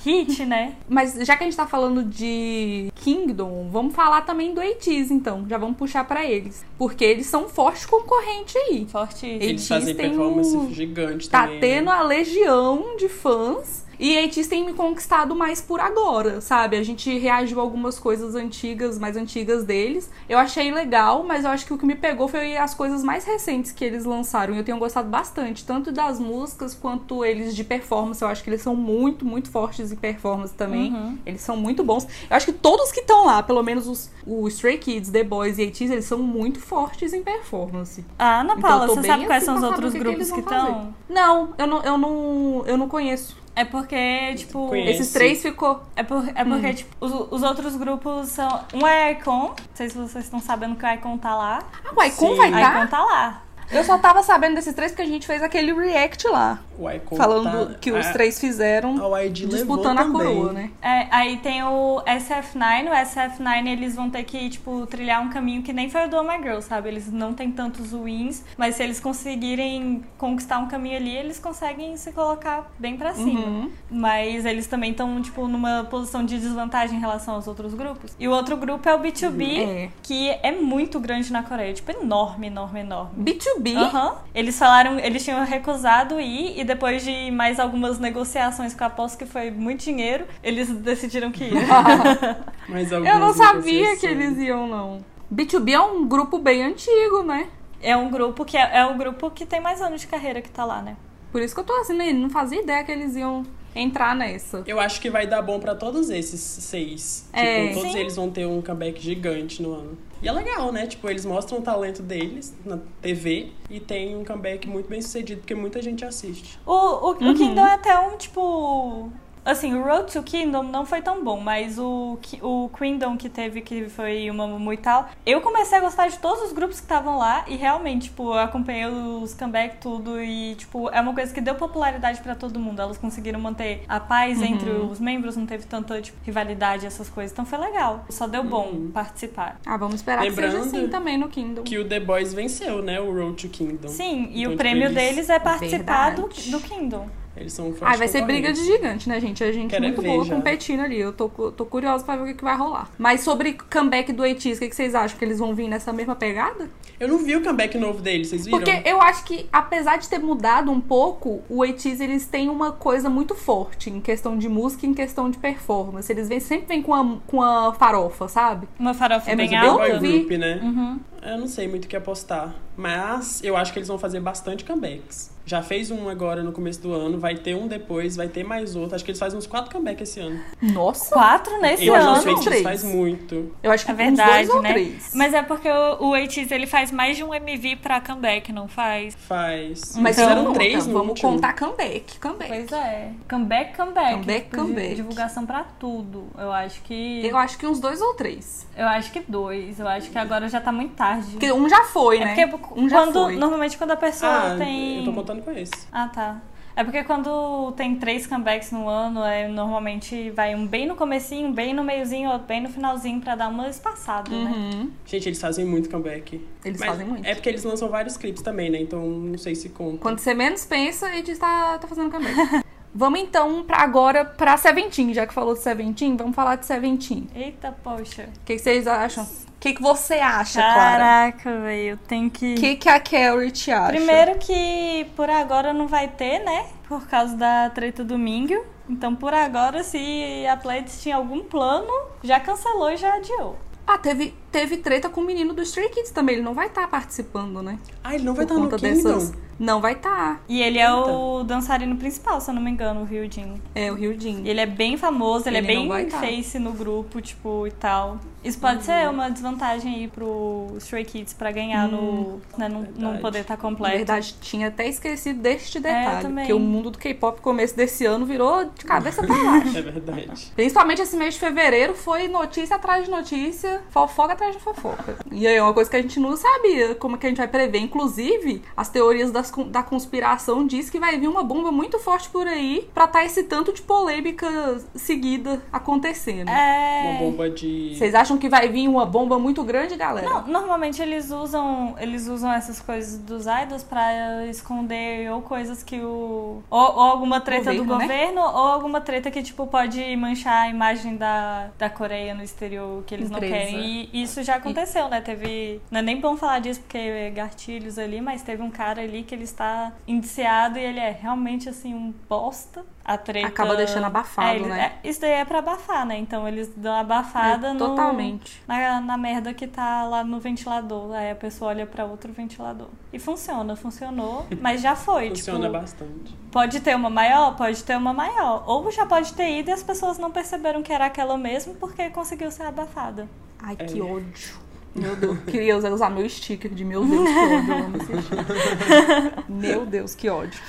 Speaker 3: Hit, né?
Speaker 1: Mas já que a gente tá falando de Kingdom, vamos falar também do ATEEZ, então. Já vamos puxar pra eles. Porque eles são um forte concorrente aí.
Speaker 3: Forte.
Speaker 1: E
Speaker 2: Eles fazem
Speaker 1: tem
Speaker 2: performance
Speaker 1: um-
Speaker 2: gigante
Speaker 1: Tá
Speaker 2: também.
Speaker 1: tendo
Speaker 2: né?
Speaker 1: a legião de fãs. E ATEEZ tem me conquistado mais por agora, sabe? A gente reagiu a algumas coisas antigas, mais antigas deles. Eu achei legal, mas eu acho que o que me pegou foi as coisas mais recentes que eles lançaram. E eu tenho gostado bastante, tanto das músicas quanto eles de performance. Eu acho que eles são muito, muito fortes em performance
Speaker 3: Uhum.
Speaker 1: também. Eles são muito bons. Eu acho que todos que estão lá, pelo menos os, o Stray Kids, The Boys e ATEEZ, eles são muito fortes em performance.
Speaker 3: Ah, Ana
Speaker 1: Então,
Speaker 3: Paula,
Speaker 1: tô
Speaker 3: você
Speaker 1: bem
Speaker 3: sabe quais
Speaker 1: assim
Speaker 3: são os
Speaker 1: pra saber
Speaker 3: outros
Speaker 1: o que que
Speaker 3: grupos
Speaker 1: eles
Speaker 3: que
Speaker 1: vão
Speaker 3: estão?
Speaker 1: Não, eu não, eu não, eu não conheço.
Speaker 3: É porque, tipo.
Speaker 2: Conheço.
Speaker 1: Esses
Speaker 2: Esse-
Speaker 1: três ficou.
Speaker 3: É, por- é porque,
Speaker 1: Hum.
Speaker 3: tipo, os, os outros grupos são. Um é Icon. Não sei se vocês estão sabendo que o Icon tá lá.
Speaker 1: Ah, o Icon
Speaker 2: Sim.
Speaker 1: vai
Speaker 3: Icon
Speaker 1: estar?
Speaker 3: tá lá.
Speaker 1: Eu só tava sabendo desses três porque a gente fez aquele react lá.
Speaker 2: O Icon
Speaker 1: falando
Speaker 2: tá-
Speaker 1: que os
Speaker 2: a-
Speaker 1: três fizeram
Speaker 2: a YG Ah, levou
Speaker 1: disputando a
Speaker 2: também.
Speaker 1: coroa, né?
Speaker 3: É, aí tem o SF9. O SF9 eles vão ter que, tipo, trilhar um caminho que nem foi o do Oh My Girl, sabe? Eles não têm tantos wins, mas se eles conseguirem conquistar um caminho ali, eles conseguem se colocar bem pra cima.
Speaker 1: Uhum.
Speaker 3: Mas eles também estão, tipo, numa posição de desvantagem em relação aos outros grupos. E o outro grupo é o B2B,
Speaker 1: É.
Speaker 3: que é muito grande na Coreia. Tipo, enorme, enorme, enorme.
Speaker 1: B2B.
Speaker 3: Aham. Eles falaram, eles tinham recusado ir e depois de mais algumas negociações com a Posse, que foi muito dinheiro, eles decidiram que ia.
Speaker 2: Mas
Speaker 1: Eu não
Speaker 2: algumas
Speaker 1: sabia
Speaker 2: negociações.
Speaker 1: que eles iam, não. B2B é um grupo bem antigo, né?
Speaker 3: é um grupo que é, é o grupo que tem mais anos de carreira que tá lá, né?
Speaker 1: Por isso que eu tô assim, né? Não fazia ideia que eles iam entrar nessa.
Speaker 2: Eu acho que vai dar bom pra todos esses seis.
Speaker 1: É.
Speaker 2: Tipo, todos
Speaker 3: Sim.
Speaker 2: eles vão ter um comeback gigante no ano. E é legal, né? Tipo, eles mostram o talento deles na TV e tem um comeback muito bem sucedido, porque muita gente assiste.
Speaker 3: O, o,
Speaker 2: Uhum.
Speaker 3: o Kingdom é até um, tipo. Assim, o Road to Kingdom não foi tão bom, mas o, Ki- o Kingdom que teve, que foi o Mamamoo e tal, eu comecei a gostar de todos os grupos que estavam lá e realmente, tipo, eu acompanhei os comeback tudo e, tipo, é uma coisa que deu popularidade pra todo mundo. Elas conseguiram manter a paz
Speaker 2: Uhum.
Speaker 3: entre os membros, não teve tanta, tipo, rivalidade, essas coisas. Então foi legal. Só deu bom
Speaker 2: Uhum.
Speaker 3: participar.
Speaker 1: Ah, vamos esperar que seja
Speaker 2: Lembrando
Speaker 1: assim também no Kingdom.
Speaker 2: Que o The Boys venceu, né? O Road to Kingdom.
Speaker 3: Sim, e
Speaker 2: Então,
Speaker 3: o
Speaker 2: tipo,
Speaker 3: prêmio
Speaker 2: eles-
Speaker 3: deles é participar do,
Speaker 1: Verdade.
Speaker 3: do Kingdom.
Speaker 2: Eles são um forte
Speaker 1: Ah, vai ser briga de
Speaker 2: concorrente.
Speaker 1: gigante, né, gente? A gente
Speaker 2: Quero
Speaker 1: muito
Speaker 2: ver
Speaker 1: boa
Speaker 2: já.
Speaker 1: competindo ali. Eu tô, cu- tô curiosa pra ver o que, que vai rolar. Mas sobre comeback do ATEEZ, o que, que vocês acham? Que eles vão vir nessa mesma pegada?
Speaker 2: Eu não vi o comeback novo deles, vocês viram?
Speaker 1: Porque eu acho que, apesar de ter mudado um pouco, o ATEEZ, eles têm uma coisa muito forte em questão de música e em questão de performance. Eles vêm, sempre vêm com a, com a farofa, sabe?
Speaker 3: Uma farofa
Speaker 1: É, mas
Speaker 3: bem
Speaker 1: o Big
Speaker 2: The
Speaker 3: alta.
Speaker 2: Boy
Speaker 1: eu vi.
Speaker 2: Group, né?
Speaker 3: Uhum.
Speaker 2: Eu não sei muito o que apostar, mas eu acho que eles vão fazer bastante comebacks. Já fez um agora no começo do ano, vai ter um depois, vai ter mais outro. Acho que eles fazem uns quatro comebacks esse ano.
Speaker 1: Nossa!
Speaker 3: Quatro nesse
Speaker 2: eu
Speaker 1: ano?
Speaker 2: acho assim,
Speaker 3: ano.
Speaker 2: que o
Speaker 1: Três.
Speaker 2: Feitiço faz muito.
Speaker 1: Eu acho que
Speaker 3: É
Speaker 1: uns
Speaker 3: verdade,
Speaker 1: dois ou
Speaker 3: né?
Speaker 1: três.
Speaker 3: Mas é porque o, o ATEEZ, ele faz mais de um MV pra comeback, não faz?
Speaker 2: Faz.
Speaker 1: Mas não
Speaker 2: Eles fizeram
Speaker 1: Então, conta.
Speaker 2: três no
Speaker 1: Vamos
Speaker 2: último.
Speaker 1: contar comeback, comeback.
Speaker 3: Pois é. Comeback, comeback. Tipo,
Speaker 1: Comeback,
Speaker 3: de-
Speaker 1: comeback.
Speaker 3: Divulgação pra tudo. Eu acho que...
Speaker 1: Eu
Speaker 3: Eu...
Speaker 1: acho que uns dois ou três.
Speaker 3: acho que dois. Eu acho que agora já tá muito tarde.
Speaker 1: Porque um já foi,
Speaker 3: É
Speaker 1: né?
Speaker 3: porque
Speaker 1: um já
Speaker 3: quando,
Speaker 1: foi.
Speaker 3: normalmente quando a pessoa
Speaker 2: Ah,
Speaker 3: tem...
Speaker 2: eu tô contando com esse.
Speaker 3: Ah, tá. É porque quando tem três comebacks no ano, é, normalmente vai um bem no comecinho, um bem no meiozinho, outro bem no finalzinho, pra dar uma espaçada, né?
Speaker 1: Uhum.
Speaker 2: Gente, eles fazem muito comeback.
Speaker 1: Eles
Speaker 2: Mas
Speaker 1: fazem muito.
Speaker 2: É porque eles lançam vários clipes também, né? Então não sei se conta.
Speaker 1: Quando você menos pensa, a gente tá, tá fazendo comeback. Vamos então pra agora pra Seventeen, já que falou de Seventeen, vamos falar de Seventeen.
Speaker 3: Eita, poxa.
Speaker 1: O que, que vocês acham? O que, que você acha, é Clara?
Speaker 3: Caraca, velho, tem que.
Speaker 1: O que, que a Carrie te acha?
Speaker 3: Primeiro que por agora não vai ter, né? Por causa da treta do Mingyu. Então por agora, se a Pleiades tinha algum plano, já cancelou e já adiou.
Speaker 1: Ah, teve, teve treta com o menino do Stray Kids também. Ele não vai estar participando, né?
Speaker 2: Ah, ele não vai estar no Kingdom?
Speaker 1: Não vai tá. estar.
Speaker 3: E ele é
Speaker 1: Então.
Speaker 3: o dançarino principal, se eu não me engano, o Ryujin.
Speaker 1: É, o Ryujin.
Speaker 3: E Ele é bem famoso, ele,
Speaker 1: Ele
Speaker 3: é
Speaker 1: não vai
Speaker 3: bem
Speaker 1: tá. Uhum.
Speaker 3: face no grupo, tipo, e tal. Isso pode ser uma desvantagem aí pro Stray Kids pra ganhar no. Né, não, não
Speaker 2: verdade.
Speaker 3: poder estar
Speaker 1: Na
Speaker 3: completo.
Speaker 1: Hum. verdade, tinha até esquecido deste
Speaker 3: É, eu
Speaker 1: detalhe.
Speaker 3: também.
Speaker 1: porque o mundo do K-pop, começo desse ano, virou de cabeça pra baixo.
Speaker 2: É verdade.
Speaker 1: Principalmente esse mês de fevereiro foi notícia atrás de notícia, fofoca atrás de fofoca. E aí é uma coisa que a gente não sabia como que a gente vai prever. Inclusive, as teorias das con- da conspiração diz que vai vir uma bomba muito forte por aí pra tá esse tanto de polêmica seguida acontecendo.
Speaker 2: Uma
Speaker 3: É.
Speaker 2: bomba de...
Speaker 1: Vocês acham que vai vir uma bomba muito grande, galera?
Speaker 3: Não, normalmente eles usam, eles usam essas coisas dos idols pra esconder ou coisas que o ou, ou alguma treta do
Speaker 1: Governo, né?
Speaker 3: governo ou alguma treta que tipo pode manchar a imagem da, da Coreia no exterior que eles
Speaker 1: Empresa.
Speaker 3: não querem. E isso já aconteceu, né? Teve, não é nem bom falar disso porque é gatilhos ali, mas teve um cara ali que ele está indiciado e ele é realmente assim um bosta. A treta
Speaker 1: Acaba deixando abafado,
Speaker 3: É, ele-
Speaker 1: né?
Speaker 3: é, isso daí é pra abafar, né? Então eles dão uma abafada
Speaker 1: É,
Speaker 3: no
Speaker 1: Totalmente.
Speaker 3: na, na merda que tá lá no ventilador. Aí a pessoa olha pra outro ventilador. E funciona, funcionou, mas já foi.
Speaker 2: Funciona
Speaker 3: tipo,
Speaker 2: bastante.
Speaker 3: pode ter uma maior, pode ter uma maior. Ou já pode ter ido e as pessoas não perceberam que era aquela mesmo porque conseguiu ser abafada.
Speaker 1: Ai,
Speaker 2: É.
Speaker 1: que ódio. Meu Deus, queria usar, usar meu sticker de meu Deus, que ódio. Eu amo esse sticker. meu Deus, que ódio.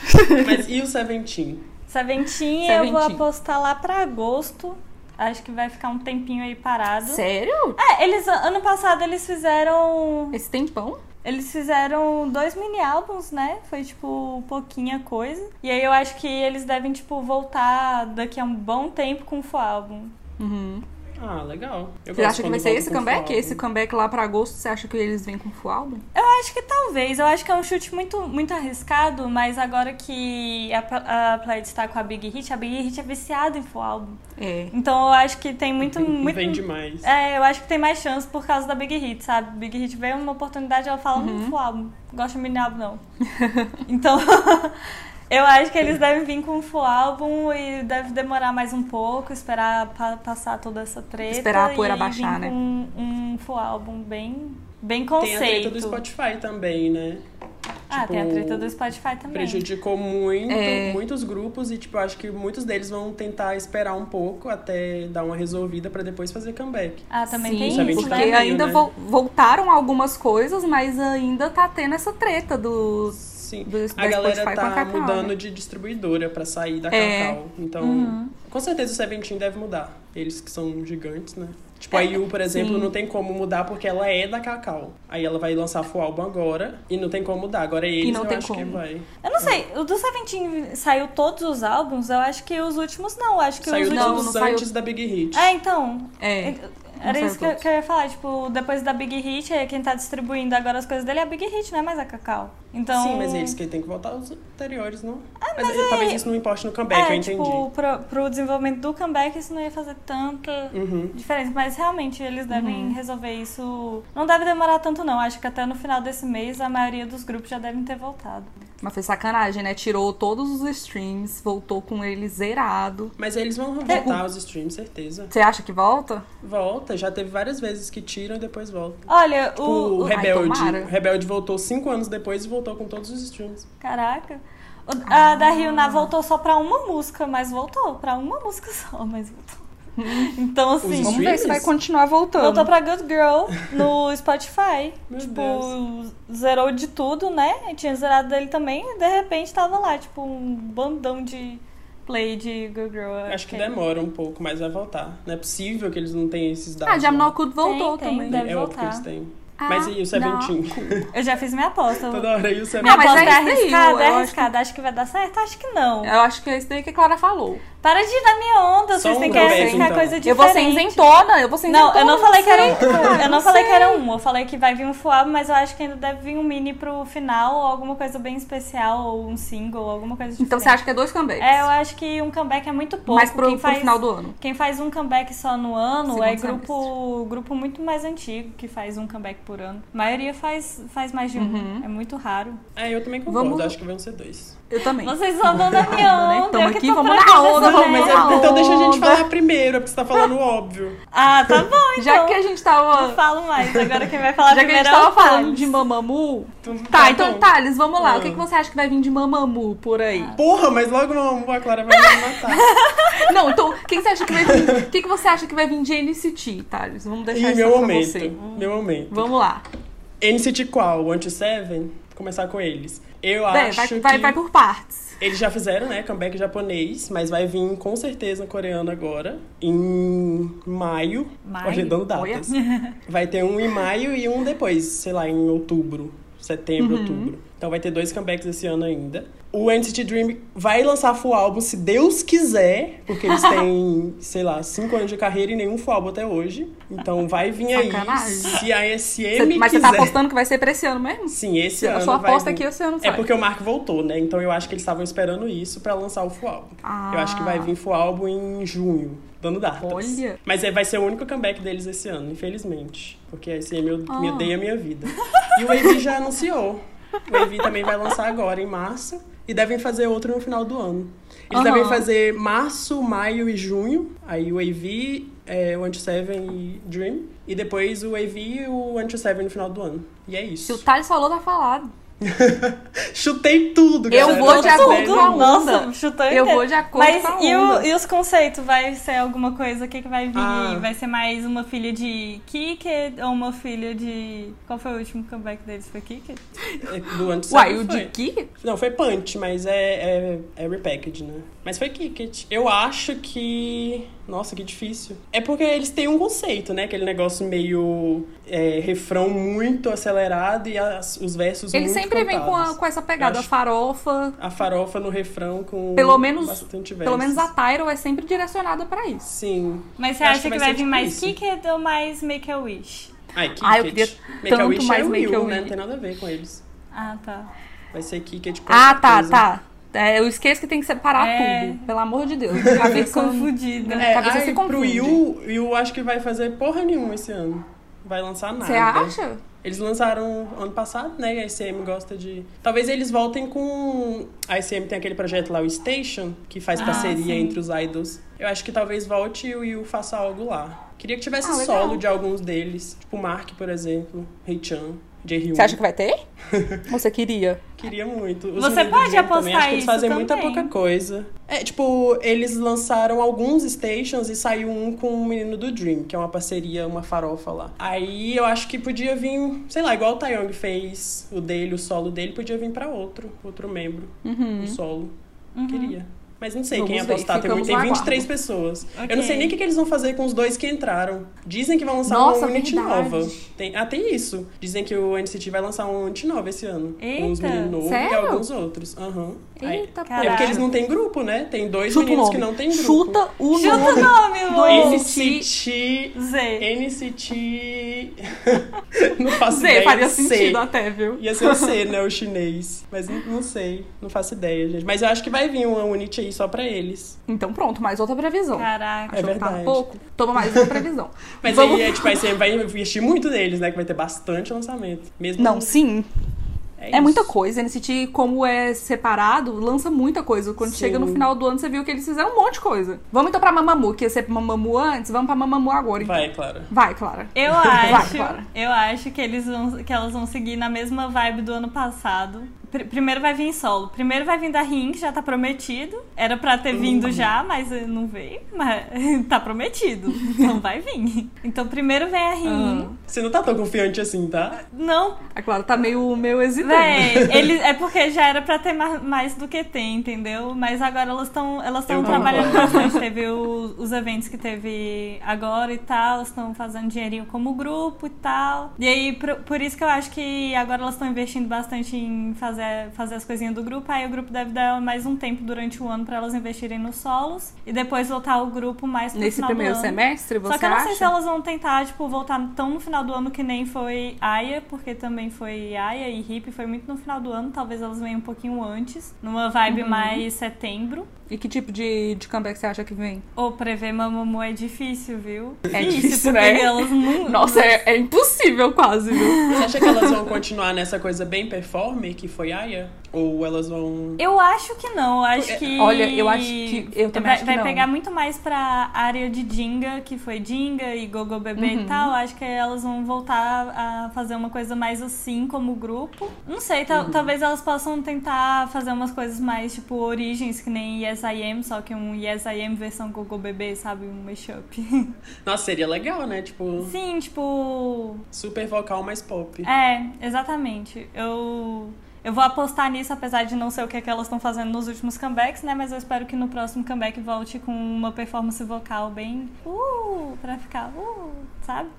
Speaker 2: Mas e o Seventeen?
Speaker 3: Seventinha, eu vou
Speaker 1: Seventeen.
Speaker 3: apostar lá pra agosto. Acho que vai ficar um tempinho aí parado.
Speaker 1: Sério?
Speaker 3: É, eles ano passado eles fizeram
Speaker 1: Esse tempão?
Speaker 3: Eles fizeram dois mini álbuns, né? Foi tipo pouquinha coisa. E aí eu acho que eles devem tipo voltar daqui a um bom tempo com o full álbum.
Speaker 1: Uhum.
Speaker 2: Ah, legal. Eu
Speaker 1: Você
Speaker 2: gosto
Speaker 1: acha que
Speaker 2: quando
Speaker 1: vai ser
Speaker 2: volta
Speaker 1: esse
Speaker 2: com
Speaker 1: comeback?
Speaker 2: fogo.
Speaker 1: Esse comeback lá pra agosto, você acha que eles vêm com full álbum?
Speaker 3: Eu acho que talvez, eu acho que é um chute muito, muito arriscado, mas agora que a, Pa- a Plaid está com a Big Hit, a Big Hit é viciada em full álbum.
Speaker 1: É.
Speaker 3: Então eu acho que tem muito. muito
Speaker 2: Vem demais.
Speaker 3: É, eu acho que tem mais chance por causa da Big Hit, sabe? Big Hit veio uma oportunidade, ela fala, não
Speaker 1: Uhum.
Speaker 3: full álbum, não gosto de mini álbum, não. então, eu acho que eles devem vir com um full álbum e deve demorar mais um pouco, esperar pa- passar toda essa treta.
Speaker 1: Esperar a poeira
Speaker 3: e
Speaker 1: baixar,
Speaker 3: vir
Speaker 1: né?
Speaker 3: com um, um full álbum bem, bem
Speaker 2: Tem a
Speaker 3: conceito.
Speaker 2: treta do Spotify também, né?
Speaker 3: Ah, tem a
Speaker 2: tipo,
Speaker 3: treta do Spotify também.
Speaker 2: Prejudicou muito,
Speaker 1: É.
Speaker 2: muitos grupos e, tipo, acho que muitos deles vão tentar esperar um pouco até dar uma resolvida pra depois fazer comeback.
Speaker 3: Ah, também
Speaker 1: Sim,
Speaker 3: tem
Speaker 2: Isso é bem
Speaker 3: isso,
Speaker 1: porque
Speaker 3: né?
Speaker 2: difícil,
Speaker 1: ainda
Speaker 2: né?
Speaker 1: vol- voltaram algumas coisas, mas ainda tá tendo essa treta do.
Speaker 2: Sim.
Speaker 1: Do-
Speaker 2: a
Speaker 1: da
Speaker 2: galera
Speaker 1: Spotify com a
Speaker 2: tá
Speaker 1: Cacau,
Speaker 2: mudando
Speaker 1: né?
Speaker 2: de distribuidora pra sair da
Speaker 1: É.
Speaker 2: Cacau. Então, com certeza o Seventeen deve mudar. Eles que são gigantes, né? Tipo,
Speaker 1: É,
Speaker 2: a Yu, por exemplo, não tem como mudar porque ela é da Cacau. Aí ela vai lançar full álbum agora e não tem como mudar. Agora é eles,
Speaker 1: não
Speaker 2: eu
Speaker 1: tem
Speaker 2: acho que
Speaker 1: como.
Speaker 2: vai.
Speaker 3: Eu não sei, o do Seventeen saiu todos os álbuns? Eu acho que os últimos não, acho que
Speaker 2: Saiu
Speaker 3: os
Speaker 1: não,
Speaker 2: todos
Speaker 1: não saiu.
Speaker 2: antes da Big Hit.
Speaker 3: É, então.
Speaker 1: É.
Speaker 3: Era
Speaker 1: saiu
Speaker 3: isso que eu,
Speaker 1: todos.
Speaker 3: que eu ia falar, tipo, depois da Big Hit, aí quem tá distribuindo agora as coisas dele é a Big Hit, não é mais a Cacau. Então,
Speaker 2: Sim, mas eles que tem que voltar os anteriores, não?
Speaker 1: Ah,
Speaker 2: mas é,
Speaker 1: é.
Speaker 2: talvez isso não importe no comeback, eu
Speaker 3: é,
Speaker 2: entendi.
Speaker 3: tipo, pro, pro desenvolvimento do comeback isso não ia fazer tanta
Speaker 2: Uhum.
Speaker 3: diferença, mas realmente eles devem resolver isso. Não deve demorar tanto não, acho que até no final desse mês a maioria dos grupos já devem ter voltado.
Speaker 1: Mas foi sacanagem, né? Tirou todos os streams, voltou com ele zerado.
Speaker 2: Mas eles vão
Speaker 1: é,
Speaker 2: voltar os streams, certeza.
Speaker 1: Você acha que volta?
Speaker 2: Volta, já teve várias vezes que tiram e depois volta.
Speaker 3: Olha,
Speaker 2: O,
Speaker 3: o, o-
Speaker 2: Rebelde.
Speaker 1: tomara.
Speaker 2: o Rebelde voltou cinco anos depois e voltou com todos os streams.
Speaker 3: Caraca. O-
Speaker 2: Ah.
Speaker 3: a da Ryuna voltou só pra uma música, mas voltou. Pra uma música só, mas voltou. Então, assim.
Speaker 1: Vamos ver se
Speaker 2: Streams?
Speaker 1: vai continuar voltando.
Speaker 3: Voltou pra Good Girl no Spotify.
Speaker 2: Meu
Speaker 3: tipo,
Speaker 2: Deus.
Speaker 3: zerou de tudo, né? Tinha zerado dele também e de repente tava lá, tipo, um bandão de play de Good Girl.
Speaker 2: Acho que demora um pouco, mas vai voltar. Não é possível que eles não tenham esses dados.
Speaker 1: Ah,
Speaker 2: né?
Speaker 1: Jamnokud voltou
Speaker 3: tem,
Speaker 1: também.
Speaker 3: deve
Speaker 2: É óbvio que
Speaker 3: voltar.
Speaker 2: eles têm.
Speaker 1: Ah,
Speaker 2: mas e o Seventeen?
Speaker 3: Eu já fiz minha aposta.
Speaker 2: Toda hora e
Speaker 1: Ah,
Speaker 2: o
Speaker 3: Minha
Speaker 2: Seventeen.
Speaker 1: mas
Speaker 3: aposta
Speaker 1: é isso
Speaker 3: é
Speaker 1: aí,
Speaker 3: arriscada,
Speaker 1: eu
Speaker 3: é
Speaker 1: acho
Speaker 3: arriscada. Acho que vai dar certo? Acho que não.
Speaker 1: Eu acho que é isso daí que a Clara falou.
Speaker 3: Para de ir na minha onda,
Speaker 2: Só
Speaker 3: vocês
Speaker 2: um
Speaker 3: têm que
Speaker 2: começo,
Speaker 3: arrancar
Speaker 2: então.
Speaker 3: coisa diferente.
Speaker 1: Eu vou ser isentona, eu vou ser isentona.
Speaker 3: Não, eu não falei que era
Speaker 1: sei,
Speaker 3: um.
Speaker 1: cara,
Speaker 3: Eu não falei que era
Speaker 1: sei.
Speaker 3: um. Eu falei que vai vir um full album, mas eu acho que ainda deve vir um mini pro final, ou alguma coisa bem especial, ou um single, ou alguma coisa diferente.
Speaker 1: Então você acha que é dois comebacks?
Speaker 3: É, eu acho que um comeback é muito pouco.
Speaker 1: Mas pro,
Speaker 3: quem faz,
Speaker 1: pro final do ano.
Speaker 3: Quem faz um comeback só no ano
Speaker 1: Segundo
Speaker 3: é grupo, grupo muito mais antigo que faz um comeback por ano. A maioria faz, faz mais de um.
Speaker 1: Uhum.
Speaker 3: É muito raro.
Speaker 2: É, eu também concordo,
Speaker 1: Vamos-
Speaker 2: acho que vão ser dois.
Speaker 1: Eu também.
Speaker 3: Vocês só vão na minha
Speaker 1: Né?
Speaker 3: onda.
Speaker 1: Tamo
Speaker 3: eu que
Speaker 1: aqui,
Speaker 3: tô
Speaker 1: vamos
Speaker 3: por
Speaker 1: na
Speaker 3: aqui
Speaker 1: onda,
Speaker 3: nessa
Speaker 1: vamos, mas
Speaker 3: merda.
Speaker 1: eu-
Speaker 2: Então deixa a gente
Speaker 1: Onda.
Speaker 2: falar primeiro, porque você tá falando óbvio.
Speaker 3: Ah, tá bom então.
Speaker 1: Já que a gente
Speaker 3: Não
Speaker 1: tava.
Speaker 3: falo mais. Agora quem vai
Speaker 1: Já
Speaker 3: falar
Speaker 1: que a
Speaker 3: primeiro
Speaker 1: gente
Speaker 3: é o
Speaker 1: tava falando
Speaker 3: Thales.
Speaker 1: de Mamamu.
Speaker 2: Então,
Speaker 1: Tá, então
Speaker 2: bom.
Speaker 1: Thales, vamos lá. O que,
Speaker 2: Ah.
Speaker 1: que você acha que vai vir de Mamamu por aí?
Speaker 3: Ah.
Speaker 2: Porra, mas logo uma- a Clara vai me matar.
Speaker 1: Não, então, o que, que você acha que vai vir? O que, que você acha que vai vir de NCT, Thales? Vamos deixar
Speaker 2: Ih,
Speaker 1: isso
Speaker 2: meu
Speaker 1: pra
Speaker 2: momento.
Speaker 1: você.
Speaker 2: Meu momento.
Speaker 1: Vamos lá.
Speaker 2: NCT qual? O Anti-Seven? Vou começar com eles. Eu
Speaker 1: Bem,
Speaker 2: acho
Speaker 1: vai,
Speaker 2: que
Speaker 1: vai, vai por partes.
Speaker 2: eles já fizeram, né, comeback japonês, mas vai vir com certeza coreano agora, em maio.
Speaker 3: Maio?
Speaker 2: Agendando datas. Vai ter um em maio e um depois, sei lá, em outubro, setembro,
Speaker 1: Uhum.
Speaker 2: outubro. Então vai ter dois comebacks esse ano ainda. O NCT Dream vai lançar full álbum se Deus quiser, porque eles têm, sei lá, cinco anos de carreira e nenhum full álbum até hoje. Então vai vir aí
Speaker 1: Sacanagem.
Speaker 2: se a SM
Speaker 1: Cê- mas
Speaker 2: quiser.
Speaker 1: você tá apostando que vai ser pra esse ano mesmo?
Speaker 2: Sim, esse
Speaker 1: a
Speaker 2: ano
Speaker 1: sua
Speaker 2: vai
Speaker 1: aposta
Speaker 2: vir.
Speaker 1: aqui esse ano
Speaker 2: É
Speaker 1: sai.
Speaker 2: porque o Marco voltou, né? Então eu acho que eles estavam esperando isso pra lançar o full álbum.
Speaker 1: Ah.
Speaker 2: Eu acho que vai vir full álbum em junho, dando datas.
Speaker 1: Olha.
Speaker 2: Mas é, vai ser o único comeback deles esse ano, infelizmente. Porque a SM eu, me
Speaker 1: Ah.
Speaker 2: odeia a minha vida. E o AV já anunciou. O AV também vai lançar agora, em março. E devem fazer outro no final do ano. Eles
Speaker 1: Aham.
Speaker 2: devem fazer março, maio e junho. Aí o AV, é, o Anti-Seven e Dream. E depois o AV e o Anti-Seven no final do ano. E é isso.
Speaker 1: Se o Thales falou, tá falado.
Speaker 2: Chutei tudo, é
Speaker 1: Eu
Speaker 2: galera.
Speaker 1: vou de
Speaker 2: Todas
Speaker 1: acordo
Speaker 2: elas.
Speaker 1: com a onda.
Speaker 3: Nossa, chutou
Speaker 1: Eu
Speaker 3: inteiro.
Speaker 1: vou de acordo
Speaker 3: Mas
Speaker 1: com a
Speaker 3: e, o-
Speaker 1: onda.
Speaker 3: e os conceitos? Vai ser alguma coisa? O que, que vai vir?
Speaker 2: Ah.
Speaker 3: Vai ser mais uma filha de Kiked ou uma filha de. Qual foi o último comeback deles? Foi Kiked?
Speaker 2: Do antes
Speaker 1: Uai,
Speaker 2: foi.
Speaker 1: o de que?
Speaker 2: Não, foi Punch, mas é, é, é repackage, né? Mas foi Kicket. Eu acho que. Nossa, que difícil. É porque eles têm um conceito, né? Aquele negócio meio. é, refrão muito acelerado e as- os versos
Speaker 1: Ele
Speaker 2: muito
Speaker 1: sempre vem com, a-
Speaker 2: cantados.
Speaker 1: com essa pegada,
Speaker 2: Eu
Speaker 1: a
Speaker 2: acho-
Speaker 1: farofa.
Speaker 2: A farofa no refrão com.
Speaker 1: Pelo menos-
Speaker 2: Bastante versos.
Speaker 1: Pelo menos a Tyro é sempre direcionada pra isso.
Speaker 2: Sim.
Speaker 3: Mas você
Speaker 2: Eu
Speaker 3: acha
Speaker 2: acho que
Speaker 3: que vai,
Speaker 2: vai ser
Speaker 3: vir
Speaker 2: tipo
Speaker 3: mais
Speaker 2: isso.
Speaker 3: Kiked ou mais Make a Wish?
Speaker 2: Ai, Kicket.
Speaker 1: Ah, eu queria
Speaker 2: Make a
Speaker 1: tanto
Speaker 2: Wish
Speaker 1: mais
Speaker 2: é o
Speaker 1: Make a
Speaker 2: Will, né?
Speaker 1: Wish.
Speaker 2: Não tem nada a ver com eles.
Speaker 3: Ah, tá.
Speaker 2: Vai ser Kicket.
Speaker 1: Ah, tá, tá. É, eu esqueço que tem que separar
Speaker 3: É.
Speaker 1: tudo. Pelo amor de Deus. Minha Cabeça
Speaker 3: Confundida.
Speaker 1: minha cabeça
Speaker 2: É, ai,
Speaker 1: se
Speaker 2: pro
Speaker 1: confunde.
Speaker 2: Yu, Yu acho que vai fazer porra nenhuma esse ano. Vai lançar nada.
Speaker 1: Você acha?
Speaker 2: Eles lançaram ano passado, né? E a ICM gosta de. Talvez eles voltem com. A ICM tem aquele projeto lá, o Station, que faz
Speaker 3: Ah,
Speaker 2: parceria
Speaker 3: sim.
Speaker 2: entre os idols. Eu acho que talvez volte e o Yu faça algo lá. Queria que tivesse
Speaker 1: Ah, legal.
Speaker 2: solo de alguns deles. Tipo o Mark, por exemplo, Hei-chan, Jae-hyun.
Speaker 1: Você acha que vai ter? Ou você queria?
Speaker 2: Queria muito. Os
Speaker 3: Você
Speaker 2: meninos
Speaker 3: pode
Speaker 2: do Jin também,
Speaker 3: apostar
Speaker 2: Acho que eles
Speaker 3: isso
Speaker 2: fazem muita
Speaker 3: também.
Speaker 2: pouca coisa. É, tipo, eles lançaram alguns stations e saiu um com o menino do Dream, que é uma parceria, uma farofa lá. Aí eu acho que podia vir, sei lá, igual o Taeyong fez o dele, o solo dele, podia vir pra outro, outro membro, o solo. Queria. Mas não sei quem
Speaker 1: Vamos ver,
Speaker 2: apostar, tem,
Speaker 1: ficamos
Speaker 2: muito- tem
Speaker 1: no
Speaker 2: 23 pessoas. Eu não
Speaker 3: Ok.
Speaker 2: sei nem o que, que eles vão fazer com os dois que entraram. Dizem que vão lançar
Speaker 1: Nossa,
Speaker 2: uma unit
Speaker 1: verdade.
Speaker 2: nova. Tem, ah, tem isso. Dizem que o NCT vai lançar um unit nova esse ano.
Speaker 3: Eita,
Speaker 2: uns meninos novos e
Speaker 1: sério?
Speaker 2: alguns outros. Aham. Aí-
Speaker 1: Eita,
Speaker 3: Caraca.
Speaker 2: É porque eles não têm grupo, né? Tem dois
Speaker 1: Chuta o
Speaker 2: meninos
Speaker 1: nome.
Speaker 2: que não têm grupo.
Speaker 1: Chuta o
Speaker 3: Chuta
Speaker 1: nome.
Speaker 3: o nome,
Speaker 1: Do
Speaker 3: Lu!
Speaker 2: NCT...
Speaker 3: Z.
Speaker 2: NCT... não faço
Speaker 1: Zé,
Speaker 2: ideia.
Speaker 1: faria
Speaker 2: C.
Speaker 1: sentido até, viu?
Speaker 2: Ia ser o C, né? O chinês. Mas não, não sei. Não faço ideia, gente. Mas eu acho que vai vir uma unit aí só pra eles.
Speaker 1: Então pronto, mais outra previsão. Achou que
Speaker 3: Caraca.
Speaker 1: tava
Speaker 2: É verdade.
Speaker 1: pouco? Toma mais uma previsão.
Speaker 2: Mas
Speaker 1: Vamos-
Speaker 2: aí, é, tipo, aí você vai investir muito neles, né? Que vai ter bastante lançamento. Mesmo
Speaker 1: Não, sim. É,
Speaker 2: isso.
Speaker 1: muita coisa. NCT, como é separado, lança muita coisa. Quando
Speaker 2: Sim.
Speaker 1: chega no final do ano, você viu que eles fizeram um monte de coisa. Vamos então pra Mamamu, que ia ser Mamamu antes, vamos pra Mamamu agora. Então.
Speaker 2: Vai, claro.
Speaker 1: Vai, Clara.
Speaker 3: Eu
Speaker 1: Vai,
Speaker 3: acho,
Speaker 1: Clara.
Speaker 3: eu acho que eles vão, que elas vão seguir na mesma vibe do ano passado. Pr- primeiro vai vir em solo. Primeiro vai vir da Ring, já tá prometido. Era pra ter
Speaker 1: Uhum.
Speaker 3: vindo já, mas eh, não veio. Mas tá prometido. Então vai vir. Então primeiro vem a Ring.
Speaker 1: Ah.
Speaker 2: Você não tá tão confiante assim, tá?
Speaker 3: Não,
Speaker 1: A Clara tá meio, meio hesitante.
Speaker 3: véi, ele é porque já era pra ter mais, mais do que tem, entendeu? Mas agora elas estão elas estão
Speaker 2: Eu
Speaker 3: trabalhando
Speaker 2: concordo.
Speaker 3: bastante. Teve o- os eventos que teve agora e tal, estão fazendo dinheirinho como grupo e tal. E aí, por, por isso que eu acho que agora elas estão investindo bastante em fazer fazer, fazer as coisinhas do grupo. Aí o grupo deve dar mais um tempo durante o ano pra elas investirem nos solos. E depois voltar ao grupo mais pro
Speaker 1: Nesse
Speaker 3: final
Speaker 1: primeiro
Speaker 3: do ano.
Speaker 1: semestre, você
Speaker 3: Só que eu não
Speaker 1: acha?
Speaker 3: sei se elas vão tentar, tipo, voltar tão no final do ano que nem foi Aya, porque também foi Aya e Hip, foi muito no final do ano, talvez elas venham um pouquinho antes, numa
Speaker 1: Uhum.
Speaker 3: vibe mais setembro.
Speaker 1: E que tipo de, de comeback você acha que vem?
Speaker 3: Ou prever Mamamoo é difícil, viu?
Speaker 1: É difícil,
Speaker 3: porque
Speaker 1: né?
Speaker 3: elas não...
Speaker 1: Nossa, é, é impossível quase, viu?
Speaker 2: Você acha que elas vão continuar nessa coisa bem performer que foi Aya? Ou elas vão.
Speaker 3: Eu acho que não, eu acho que...
Speaker 1: É, Olha, eu acho que- eu também
Speaker 3: vai,
Speaker 1: acho que
Speaker 3: vai
Speaker 1: não.
Speaker 3: pegar muito mais pra área de Dinga, que foi Dinga e Gogo Bebê
Speaker 1: Uhum.
Speaker 3: e tal. Acho que elas vão voltar a fazer uma coisa mais assim, como grupo. Não sei, tal-
Speaker 1: Uhum.
Speaker 3: talvez elas possam tentar fazer umas coisas mais, tipo, origens, que nem Yes I Am, só que um Yes I Am versão Gogo Bebê, sabe? Um mashup.
Speaker 1: Uhum.
Speaker 2: Nossa, seria legal, né? Tipo,
Speaker 3: Sim, tipo...
Speaker 2: super vocal mais pop.
Speaker 3: É, exatamente. Eu, eu vou apostar nisso, apesar de não sei o que, é que elas estão fazendo nos últimos comebacks, né? Mas eu espero que no próximo comeback volte com uma performance vocal bem. Uh! Pra ficar. Uh! Sabe?